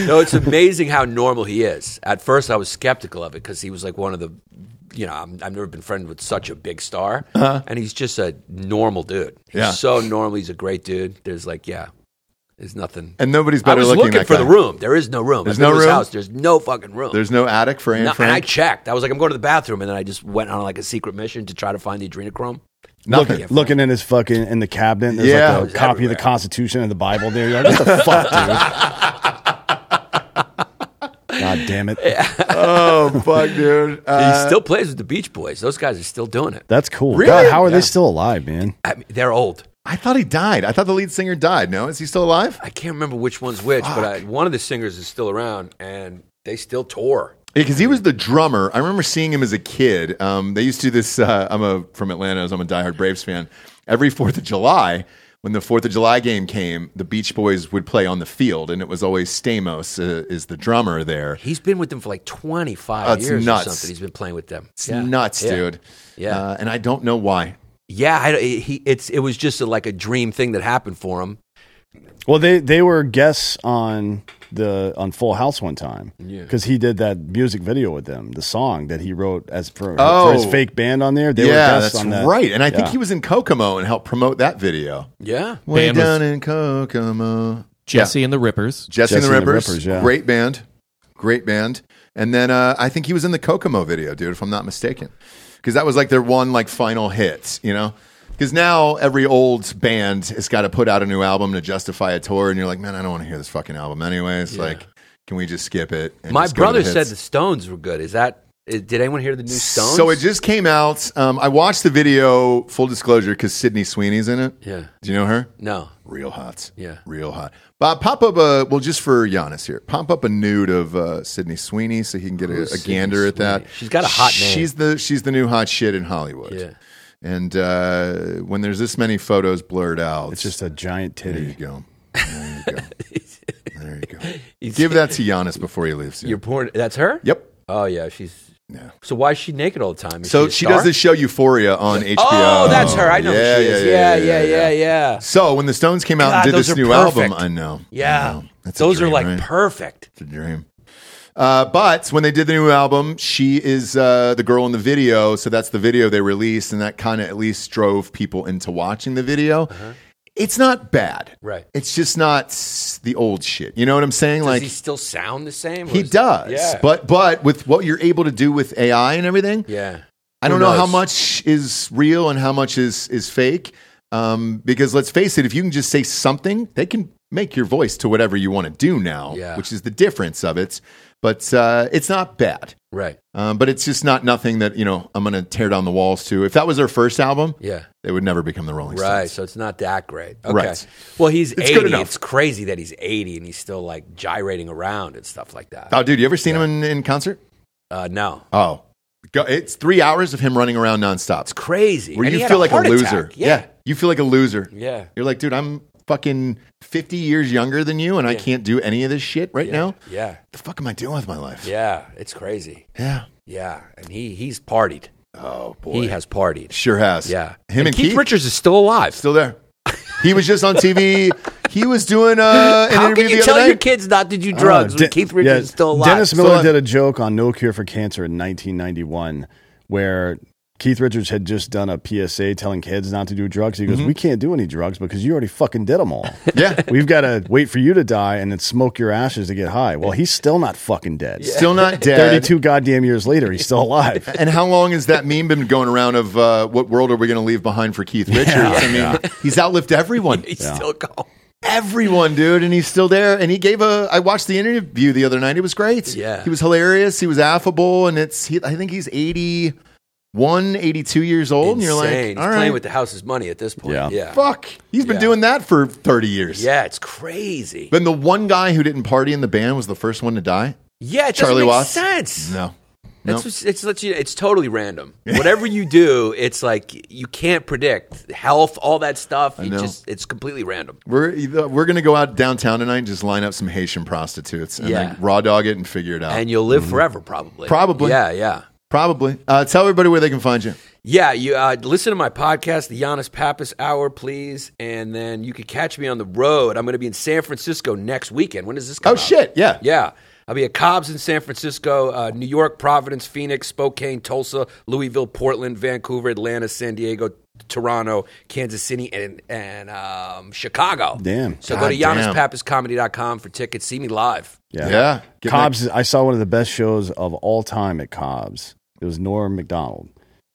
Speaker 2: No, it's amazing how normal he is. At first, I was skeptical of it because he was like one of the, you know, I'm, I've never been friends with such a big star, and he's just a normal dude. He's
Speaker 1: Uh-huh. Yeah.
Speaker 2: so normal. He's a great dude. There's like, yeah, There's nothing.
Speaker 1: And nobody's
Speaker 2: I
Speaker 1: better
Speaker 2: was
Speaker 1: looking,
Speaker 2: looking
Speaker 1: that
Speaker 2: for
Speaker 1: guy.
Speaker 2: the room. There is no room.
Speaker 1: There's
Speaker 2: I've
Speaker 1: no
Speaker 2: been to his
Speaker 1: room?
Speaker 2: House. There's no fucking room.
Speaker 1: There's no attic for Anne
Speaker 2: no, and I
Speaker 1: Frank.
Speaker 2: checked. I was like, I'm going to the bathroom, and then I just went on like a secret mission to try to find the adrenochrome.
Speaker 1: Nothing.
Speaker 2: Look-
Speaker 3: Looking in his fucking in the cabinet, there's
Speaker 1: Yeah.
Speaker 3: like a
Speaker 1: It's
Speaker 3: copy of the Constitution and the Bible there. You're like, what the fuck, dude? God damn it.
Speaker 1: oh fuck, dude. Uh,
Speaker 2: he still plays with the Beach Boys. Those guys are still doing it.
Speaker 3: That's cool.
Speaker 1: Really?
Speaker 3: God, how are they still alive, man?
Speaker 2: I mean, they're old.
Speaker 1: I thought he died. I thought the lead singer died. No, is he still alive?
Speaker 2: I can't remember which one's which, but I, one of the singers is still around, and they still tour.
Speaker 1: Because he was the drummer. I remember seeing him as a kid. Um, they used to do this. Uh, I'm a from Atlanta. so I'm a diehard Braves fan. Every Fourth of July, when the Fourth of July game came, the Beach Boys would play on the field, and it was always Stamos uh, is the drummer there.
Speaker 2: He's been with them for like 25
Speaker 1: Oh, it's
Speaker 2: years
Speaker 1: nuts.
Speaker 2: or something. He's been playing with them.
Speaker 1: It's nuts,
Speaker 2: yeah.
Speaker 1: dude.
Speaker 2: Yeah.
Speaker 1: uh, and I don't know why.
Speaker 2: Yeah, I, he, it's it was just a, like a dream thing that happened for him.
Speaker 3: Well, they they were guests on the on Full House one time because he did that music video with them, the song that he wrote as for, for his
Speaker 1: Oh.
Speaker 3: fake band on there. They
Speaker 1: yeah,
Speaker 3: were guests
Speaker 1: that's
Speaker 3: on that.
Speaker 1: right. And I think
Speaker 3: Yeah.
Speaker 1: he was in Kokomo and helped promote that video.
Speaker 2: Yeah,
Speaker 1: Way
Speaker 4: Band was-
Speaker 1: down in Kokomo.
Speaker 4: Jesse and the Rippers.
Speaker 1: Jesse, and the
Speaker 3: Jesse and the
Speaker 1: Rippers,
Speaker 3: Rippers, yeah.
Speaker 1: great band, great band. And then uh, I think he was in the Kokomo video, dude, if I'm not mistaken, because that was like their one like final hit, you know. Because now every old band has got to put out a new album to justify a tour, and you're like, man, I don't want to hear this fucking album anyways. Like, can we just skip it? and
Speaker 2: my
Speaker 1: just go to
Speaker 2: brother
Speaker 1: the
Speaker 2: said
Speaker 1: hits?
Speaker 2: the Stones were good. Is that? Is, did anyone hear the new Stones?
Speaker 1: So it just came out. Um, I watched the video, full disclosure, because Sydney Sweeney's in it.
Speaker 2: Yeah.
Speaker 1: Do you know her?
Speaker 2: no.
Speaker 1: Real hot.
Speaker 2: Yeah.
Speaker 1: Real hot. But pop up a, well, just for Giannis here, pop up a nude of uh, Sydney Sweeney so he can get a,
Speaker 2: Who's
Speaker 1: a
Speaker 2: Sydney
Speaker 1: gander at that.
Speaker 2: Sweeney? She's got a hot name.
Speaker 1: She's the, she's the new hot shit in Hollywood.
Speaker 2: Yeah.
Speaker 1: And uh, when there's this many photos blurred out,
Speaker 3: It's just a giant
Speaker 1: there you
Speaker 3: titty.
Speaker 1: go. There you go. there you go. Give that to Giannis before he leaves. dude.
Speaker 2: You're porn. That's her.
Speaker 1: Yep.
Speaker 2: Oh yeah, she's.
Speaker 1: Yeah.
Speaker 2: So why is she naked all the time? Is
Speaker 1: So
Speaker 2: a
Speaker 1: she
Speaker 2: star?
Speaker 1: does this show Euphoria on HBO.
Speaker 2: Oh, that's her. I know
Speaker 1: Yeah,
Speaker 2: who she is. Yeah, yeah, yeah, yeah. yeah.
Speaker 1: So when the Stones came out
Speaker 2: God,
Speaker 1: and did
Speaker 2: those
Speaker 1: this
Speaker 2: are
Speaker 1: new
Speaker 2: perfect.
Speaker 1: album, I know. I know. That's a
Speaker 2: Those
Speaker 1: dream,
Speaker 2: are like
Speaker 1: right?
Speaker 2: perfect.
Speaker 1: It's a dream. Uh, but when they did the new album, she is uh, the girl in the video. So that's the video they released, and that kind of at least drove people into watching the video. It's not bad,
Speaker 2: Uh-huh. Right.
Speaker 1: It's just not s- the old shit. You know what I'm saying?
Speaker 2: Does
Speaker 1: like
Speaker 2: he still sound the same? or
Speaker 1: he
Speaker 2: is-
Speaker 1: does,
Speaker 2: Yeah.
Speaker 1: but but with what you're able to do with AI and everything,
Speaker 2: yeah.
Speaker 1: I
Speaker 2: Who
Speaker 1: don't know how
Speaker 2: knows?
Speaker 1: much is real and how much is is fake. Um, because let's face it, if you can just say something, they can make your voice to whatever you want to do now,
Speaker 2: Yeah.
Speaker 1: which is the difference of it. But uh, it's not bad.
Speaker 2: Right.
Speaker 1: Um, but it's just not nothing that you know I'm going to tear down the walls to. If that was their first album,
Speaker 2: Yeah.
Speaker 1: they would never become the Rolling
Speaker 2: Right.
Speaker 1: Stones.
Speaker 2: So it's not that great. Okay.
Speaker 1: Right.
Speaker 2: Well, he's
Speaker 1: It's
Speaker 2: 80.
Speaker 1: good enough.
Speaker 2: It's crazy that he's 80 and he's still like gyrating around and stuff like that.
Speaker 1: Oh, dude, you ever seen him in, in concert?
Speaker 2: Uh, no.
Speaker 1: Oh, Go, it's three hours of him running around nonstop.
Speaker 2: Crazy.
Speaker 1: Where
Speaker 2: And he
Speaker 1: you
Speaker 2: had
Speaker 1: feel like a
Speaker 2: heart
Speaker 1: loser.
Speaker 2: attack. Yeah.
Speaker 1: you feel like a loser.
Speaker 2: Yeah.
Speaker 1: You're like, dude, I'm fucking 50 years younger than you, and I can't do any of this shit right now.
Speaker 2: Yeah.
Speaker 1: The fuck am I doing with my life?
Speaker 2: Yeah. It's crazy.
Speaker 1: Yeah.
Speaker 2: Yeah. And he he's partied.
Speaker 1: Oh boy,
Speaker 2: He has partied.
Speaker 1: sure has.
Speaker 2: Yeah.
Speaker 1: him and,
Speaker 2: Keith,
Speaker 1: Keith,
Speaker 2: Richards is still alive.
Speaker 1: still there. He was just on TV. he was doing uh, an
Speaker 2: How
Speaker 1: interview
Speaker 2: can you
Speaker 1: the other Uh,
Speaker 2: tell
Speaker 1: day.
Speaker 2: your kids not to do drugs
Speaker 3: Uh, De-
Speaker 2: when Keith Richards
Speaker 3: yeah,
Speaker 2: is still alive? uh,
Speaker 3: Dennis Miller
Speaker 1: So-
Speaker 3: did a joke on No Cure for Cancer in 1991 where Keith Richards had just done a PSA telling kids not to do drugs. He
Speaker 2: Mm-hmm.
Speaker 3: goes, "We can't do any drugs because you already fucking did them all.
Speaker 1: Yeah.
Speaker 3: We've got to wait for you to die and then smoke your ashes to get high." Well, he's still not fucking dead.
Speaker 1: Still not dead.
Speaker 3: 32 goddamn years later, he's still alive.
Speaker 1: And how long has that meme been going around of uh, what world are we going to leave behind for Keith Richards? I mean, he's outlived everyone.
Speaker 2: He's still gone.
Speaker 1: everyone, dude, and he's still there. And he gave a. I watched the interview the other night. It was great.
Speaker 2: Yeah.
Speaker 1: he was hilarious. He was affable, and it's. He, I think he's 81, 82 years old.
Speaker 2: Insane.
Speaker 1: And you're like,
Speaker 2: he's
Speaker 1: all
Speaker 2: playing
Speaker 1: right,
Speaker 2: with the house's money at this point.
Speaker 3: Yeah.
Speaker 2: Yeah.
Speaker 1: fuck. He's been
Speaker 2: Yeah.
Speaker 1: doing that for thirty years.
Speaker 2: Yeah, it's crazy.
Speaker 1: Then the one guy who didn't party in the band was the first one to die.
Speaker 2: yeah, it doesn't
Speaker 1: Charlie
Speaker 2: make
Speaker 1: Watts?
Speaker 2: sense.
Speaker 1: No.
Speaker 2: That's what's- it's let you. It's totally random. Whatever you do, it's like you can't predict health, all that stuff. You
Speaker 1: know.
Speaker 2: just it's completely random.
Speaker 1: We're we're gonna go out downtown tonight and just line up some Haitian prostitutes and
Speaker 2: Yeah.
Speaker 1: like raw dog it and figure it out.
Speaker 2: And you'll live forever, probably.
Speaker 1: Mm-hmm. Probably.
Speaker 2: Yeah, yeah,
Speaker 1: Probably. Uh, tell everybody where they can find you.
Speaker 2: yeah. You uh, listen to my podcast, the Giannis Pappas Hour, please, and then you can catch me on the road. I'm going to be in San Francisco next weekend. When does this come?
Speaker 1: Oh
Speaker 2: out?
Speaker 1: shit! Yeah.
Speaker 2: Yeah. I'll be at Cobb's in San Francisco, uh, New York, Providence, Phoenix, Spokane, Tulsa, Louisville, Portland, Vancouver, Atlanta, San Diego, Toronto, Kansas City, and and um, Chicago.
Speaker 3: Damn.
Speaker 2: So go to
Speaker 1: God damn.
Speaker 2: YannisPapasComedy.com for tickets. See me live.
Speaker 3: Yeah.
Speaker 1: Yeah. Get
Speaker 3: Cobb's, I saw one of the best shows of all time at Cobb's. It was Norm McDonald.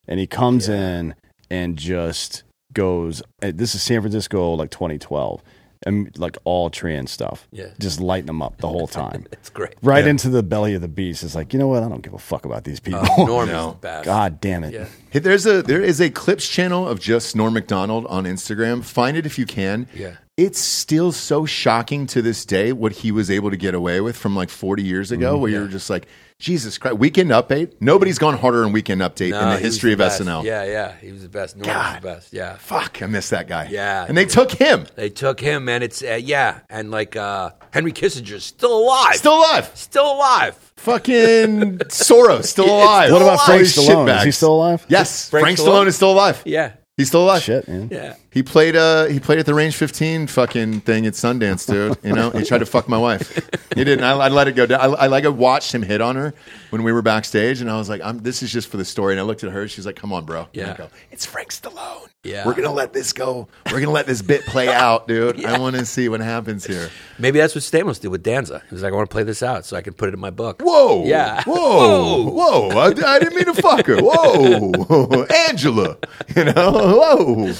Speaker 3: And he comes in and just goes, and this is San Francisco, like 2012, and like all trans stuff.
Speaker 2: Yeah.
Speaker 3: Just lighting them up the whole time.
Speaker 2: It's great.
Speaker 3: right into the belly of the beast. It's like, you know what? I don't give a fuck about these people.
Speaker 2: Uh, Norm is the best.
Speaker 3: God damn it.
Speaker 2: Yeah.
Speaker 1: Hey, there's a there is a clips channel of just Norm Macdonald on Instagram. Find it if you can.
Speaker 2: Yeah.
Speaker 1: It's still so shocking to this day what he was able to get away with from like 40 years ago,
Speaker 2: Mm-hmm.
Speaker 1: where you're just like, Jesus Christ, Weekend Update. Nobody's gone harder on Weekend Update
Speaker 2: No,
Speaker 1: in the
Speaker 2: he was
Speaker 1: history of
Speaker 2: best.
Speaker 1: SNL.
Speaker 2: Yeah, yeah. He was the best. Norm was
Speaker 1: God.
Speaker 2: the best. Yeah.
Speaker 1: Fuck, I miss that guy.
Speaker 2: Yeah.
Speaker 1: And they took him.
Speaker 2: They took him, and it's uh, yeah, and like uh, Henry Kissinger's still alive,
Speaker 1: Still alive.
Speaker 2: still alive.
Speaker 1: Fucking Soros, still alive.
Speaker 2: still
Speaker 3: What about
Speaker 2: alive.
Speaker 3: Frank
Speaker 1: These
Speaker 3: Stallone? Is he
Speaker 1: shitbags.
Speaker 3: still alive?
Speaker 1: Yes.
Speaker 2: Frank
Speaker 1: Frank, Stallone?
Speaker 2: Stallone?
Speaker 1: is still alive.
Speaker 2: Yeah,
Speaker 1: He's still alive.
Speaker 3: Shit, man.
Speaker 2: yeah.
Speaker 1: He played uh he played at the range 15 fucking thing at Sundance, dude. You know, he tried to fuck my wife. He didn't. I, I let it go down. I, I like I watched him hit on her when we were backstage, and I was like, I'm, "This is just for the story." And I looked at her. She's like, "Come on, bro." And I
Speaker 2: Yeah.
Speaker 1: go, it's Frank Stallone.
Speaker 2: Yeah.
Speaker 1: we're gonna let this go. We're gonna let this bit play out, dude. I want to see what happens here.
Speaker 2: Maybe that's what Stamos did with Danza. He was like, I want to play this out so I can put it in my book.
Speaker 1: Whoa.
Speaker 2: Yeah.
Speaker 1: Whoa. Whoa. I, I didn't mean to fuck her. Whoa. Angela. You know, whoa.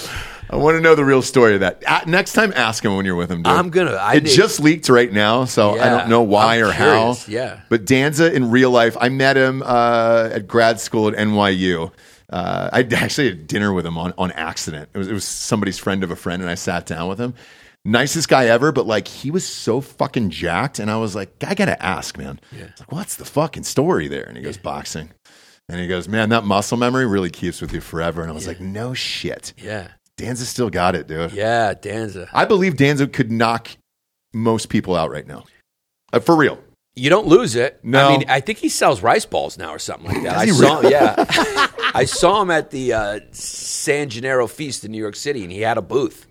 Speaker 1: I want to know the real story of that. Uh, next time, ask him when you're with him, dude.
Speaker 2: I'm gonna- I
Speaker 1: it
Speaker 2: need-
Speaker 1: just leaked right now, so I
Speaker 2: Yeah.
Speaker 1: don't know why
Speaker 2: I'm
Speaker 1: or
Speaker 2: curious,
Speaker 1: how.
Speaker 2: yeah.
Speaker 1: But Danza in real life, I met him uh, at grad school at NYU. Uh, I actually had dinner with him on, on accident. It was, it was somebody's friend of a friend, and I sat down with him. Nicest guy ever, but like he was so fucking jacked. And I was like, I gotta ask, man. It's like, what's the fucking story there? And he goes, boxing. And he goes, man, that muscle memory really keeps with you forever. And I was like, no shit.
Speaker 2: Yeah,
Speaker 1: Danza still got it, dude.
Speaker 2: yeah. Danza.
Speaker 1: I believe Danza could knock most people out right now. Uh, for real.
Speaker 2: You don't lose it.
Speaker 1: No.
Speaker 2: I mean, I think he sells rice balls now or something like that. I
Speaker 1: he
Speaker 2: saw him, yeah. I saw him at the uh, San Gennaro Feast in New York City, and he had a booth.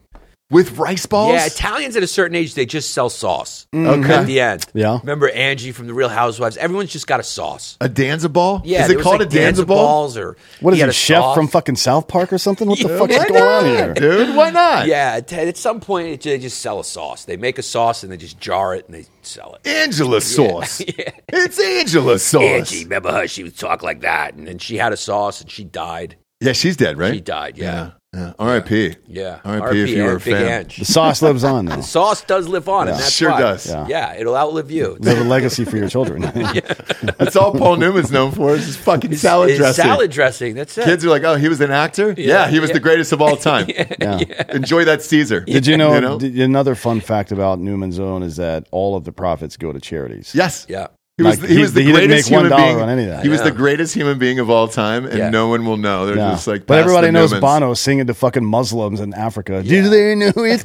Speaker 1: With rice balls? Mm.
Speaker 2: Yeah, Italians at a certain age, they just sell sauce at
Speaker 1: okay.
Speaker 2: the end.
Speaker 3: Yeah.
Speaker 2: Remember Angie from The Real Housewives? Everyone's just got a sauce.
Speaker 1: A Danza ball?
Speaker 2: Yeah,
Speaker 1: Is
Speaker 2: there
Speaker 1: it
Speaker 2: was,
Speaker 1: called
Speaker 2: like,
Speaker 1: a Danza ball?
Speaker 2: balls or
Speaker 3: What
Speaker 2: he
Speaker 3: is he,
Speaker 2: had a
Speaker 3: chef
Speaker 2: sauce.
Speaker 3: from fucking South Park or something? What the fuck is
Speaker 1: Why
Speaker 3: going on here?
Speaker 1: not, dude? Why not?
Speaker 2: Yeah, at, at some point it- they just sell a sauce. They make a sauce and they just jar it and they sell it.
Speaker 1: Angela sauce. It's Angela sauce.
Speaker 2: Angie, remember her? She would talk like that, and then she had a sauce and she died.
Speaker 1: Yeah, she's dead, right?
Speaker 2: She died.
Speaker 1: Yeah.
Speaker 2: Yeah,
Speaker 1: yeah. R.I.P.
Speaker 2: yeah.
Speaker 1: R.I.P. if you were a
Speaker 2: Big
Speaker 1: fan.
Speaker 3: The
Speaker 2: Ange.
Speaker 3: sauce lives on now.
Speaker 2: Sauce does live on, and that's
Speaker 1: Sure
Speaker 2: why.
Speaker 1: does.
Speaker 2: Yeah. it'll outlive you.
Speaker 3: Leave a legacy for your children.
Speaker 1: That's all Paul Newman's known for is his fucking
Speaker 2: It's-
Speaker 1: salad
Speaker 2: it's
Speaker 1: dressing.
Speaker 2: Salad dressing. That's it.
Speaker 1: Kids are like, oh, he was an actor? Yeah, he was
Speaker 2: yeah.
Speaker 1: the greatest of all time.
Speaker 3: Yeah.
Speaker 1: Enjoy that Caesar.
Speaker 3: Did you know, d- another fun fact about Newman's Own is that all of the profits go to charities?
Speaker 1: Yes.
Speaker 2: yeah.
Speaker 1: He was,
Speaker 3: Like,
Speaker 1: he
Speaker 3: he-
Speaker 1: was the
Speaker 3: he didn't
Speaker 1: greatest
Speaker 3: make one
Speaker 1: human
Speaker 3: dollar
Speaker 1: being.
Speaker 3: on any of that.
Speaker 1: He was
Speaker 2: Yeah.
Speaker 1: the greatest human being of all time, and
Speaker 2: Yeah.
Speaker 1: no one will know. They're
Speaker 3: Yeah.
Speaker 1: just like,
Speaker 3: but
Speaker 1: "Pass
Speaker 3: everybody
Speaker 1: the
Speaker 3: knows
Speaker 1: Newmans."
Speaker 3: Bono singing to fucking Muslims in Africa. Do they know it's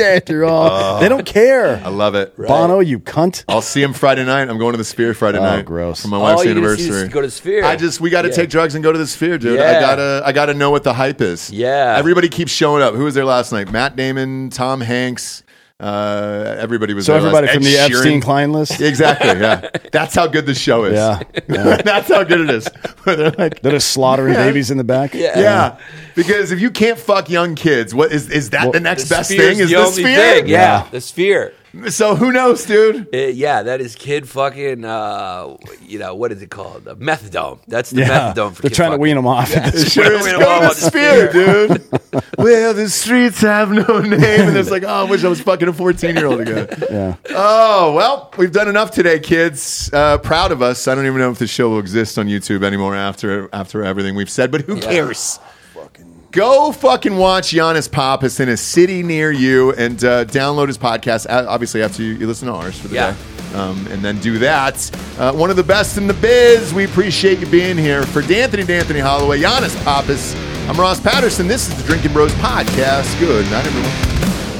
Speaker 3: after all? they don't care.
Speaker 1: Uh, I love it.
Speaker 3: Bono, you cunt.
Speaker 1: I'll see him Friday night. I'm going to the Sphere Friday
Speaker 3: Oh,
Speaker 1: night.
Speaker 3: gross.
Speaker 1: For my wife's
Speaker 2: oh, you didn't see this-
Speaker 1: anniversary.
Speaker 2: Go to the sphere.
Speaker 1: I just we got to
Speaker 2: Yeah.
Speaker 1: take drugs and go to the Sphere, dude. I
Speaker 2: Yeah.
Speaker 1: gotta I gotta know what the hype is.
Speaker 2: Yeah.
Speaker 1: Everybody keeps showing up. Who was there last night? Matt Damon, Tom Hanks. Uh, everybody was
Speaker 3: So
Speaker 1: there last-
Speaker 3: everybody from
Speaker 1: Ed
Speaker 3: the
Speaker 1: Sheeran.
Speaker 3: Epstein Klein list?
Speaker 1: Exactly. Yeah. That's how good the show is.
Speaker 3: Yeah.
Speaker 1: That's how good it is. Where they're like,
Speaker 3: They're just slaughtering babies in the back?
Speaker 2: Yeah.
Speaker 1: Yeah, because if you can't fuck young kids, what is is that the next best
Speaker 2: Sphere's
Speaker 1: thing? Is
Speaker 2: the
Speaker 1: the
Speaker 2: only
Speaker 1: sphere?
Speaker 2: thing, Yeah,
Speaker 3: Yeah.
Speaker 2: the sphere.
Speaker 1: So who knows, dude?
Speaker 2: Uh, yeah, that is kid fucking. Uh, you know what is it called? The methadone. That's the
Speaker 3: Yeah.
Speaker 2: methadone for
Speaker 3: They're
Speaker 2: kid
Speaker 3: trying to
Speaker 2: fucking.
Speaker 3: wean them off. at this
Speaker 1: Sure,
Speaker 2: we
Speaker 1: it's
Speaker 2: don't
Speaker 1: called
Speaker 2: know
Speaker 1: the
Speaker 2: about the
Speaker 1: sphere, dude. well, the streets have no name, and it's like, oh, I wish I was fucking a fourteen-year-old again.
Speaker 3: Yeah.
Speaker 1: Oh well, we've done enough today, kids. Uh, proud of us. I don't even know if the show will exist on YouTube anymore after after everything we've said, but who cares? Go fucking watch Giannis Pappas in a city near you and uh, download his podcast, uh, obviously, after you, you listen to ours for the
Speaker 2: Yeah.
Speaker 1: day. Um, and then do that. Uh, one of the best in the biz. We appreciate you being here. For D'Anthony D'Anthony Holloway, Giannis Pappas, I'm Ross Patterson. This is the Drinking Bros Podcast. Good night, everyone.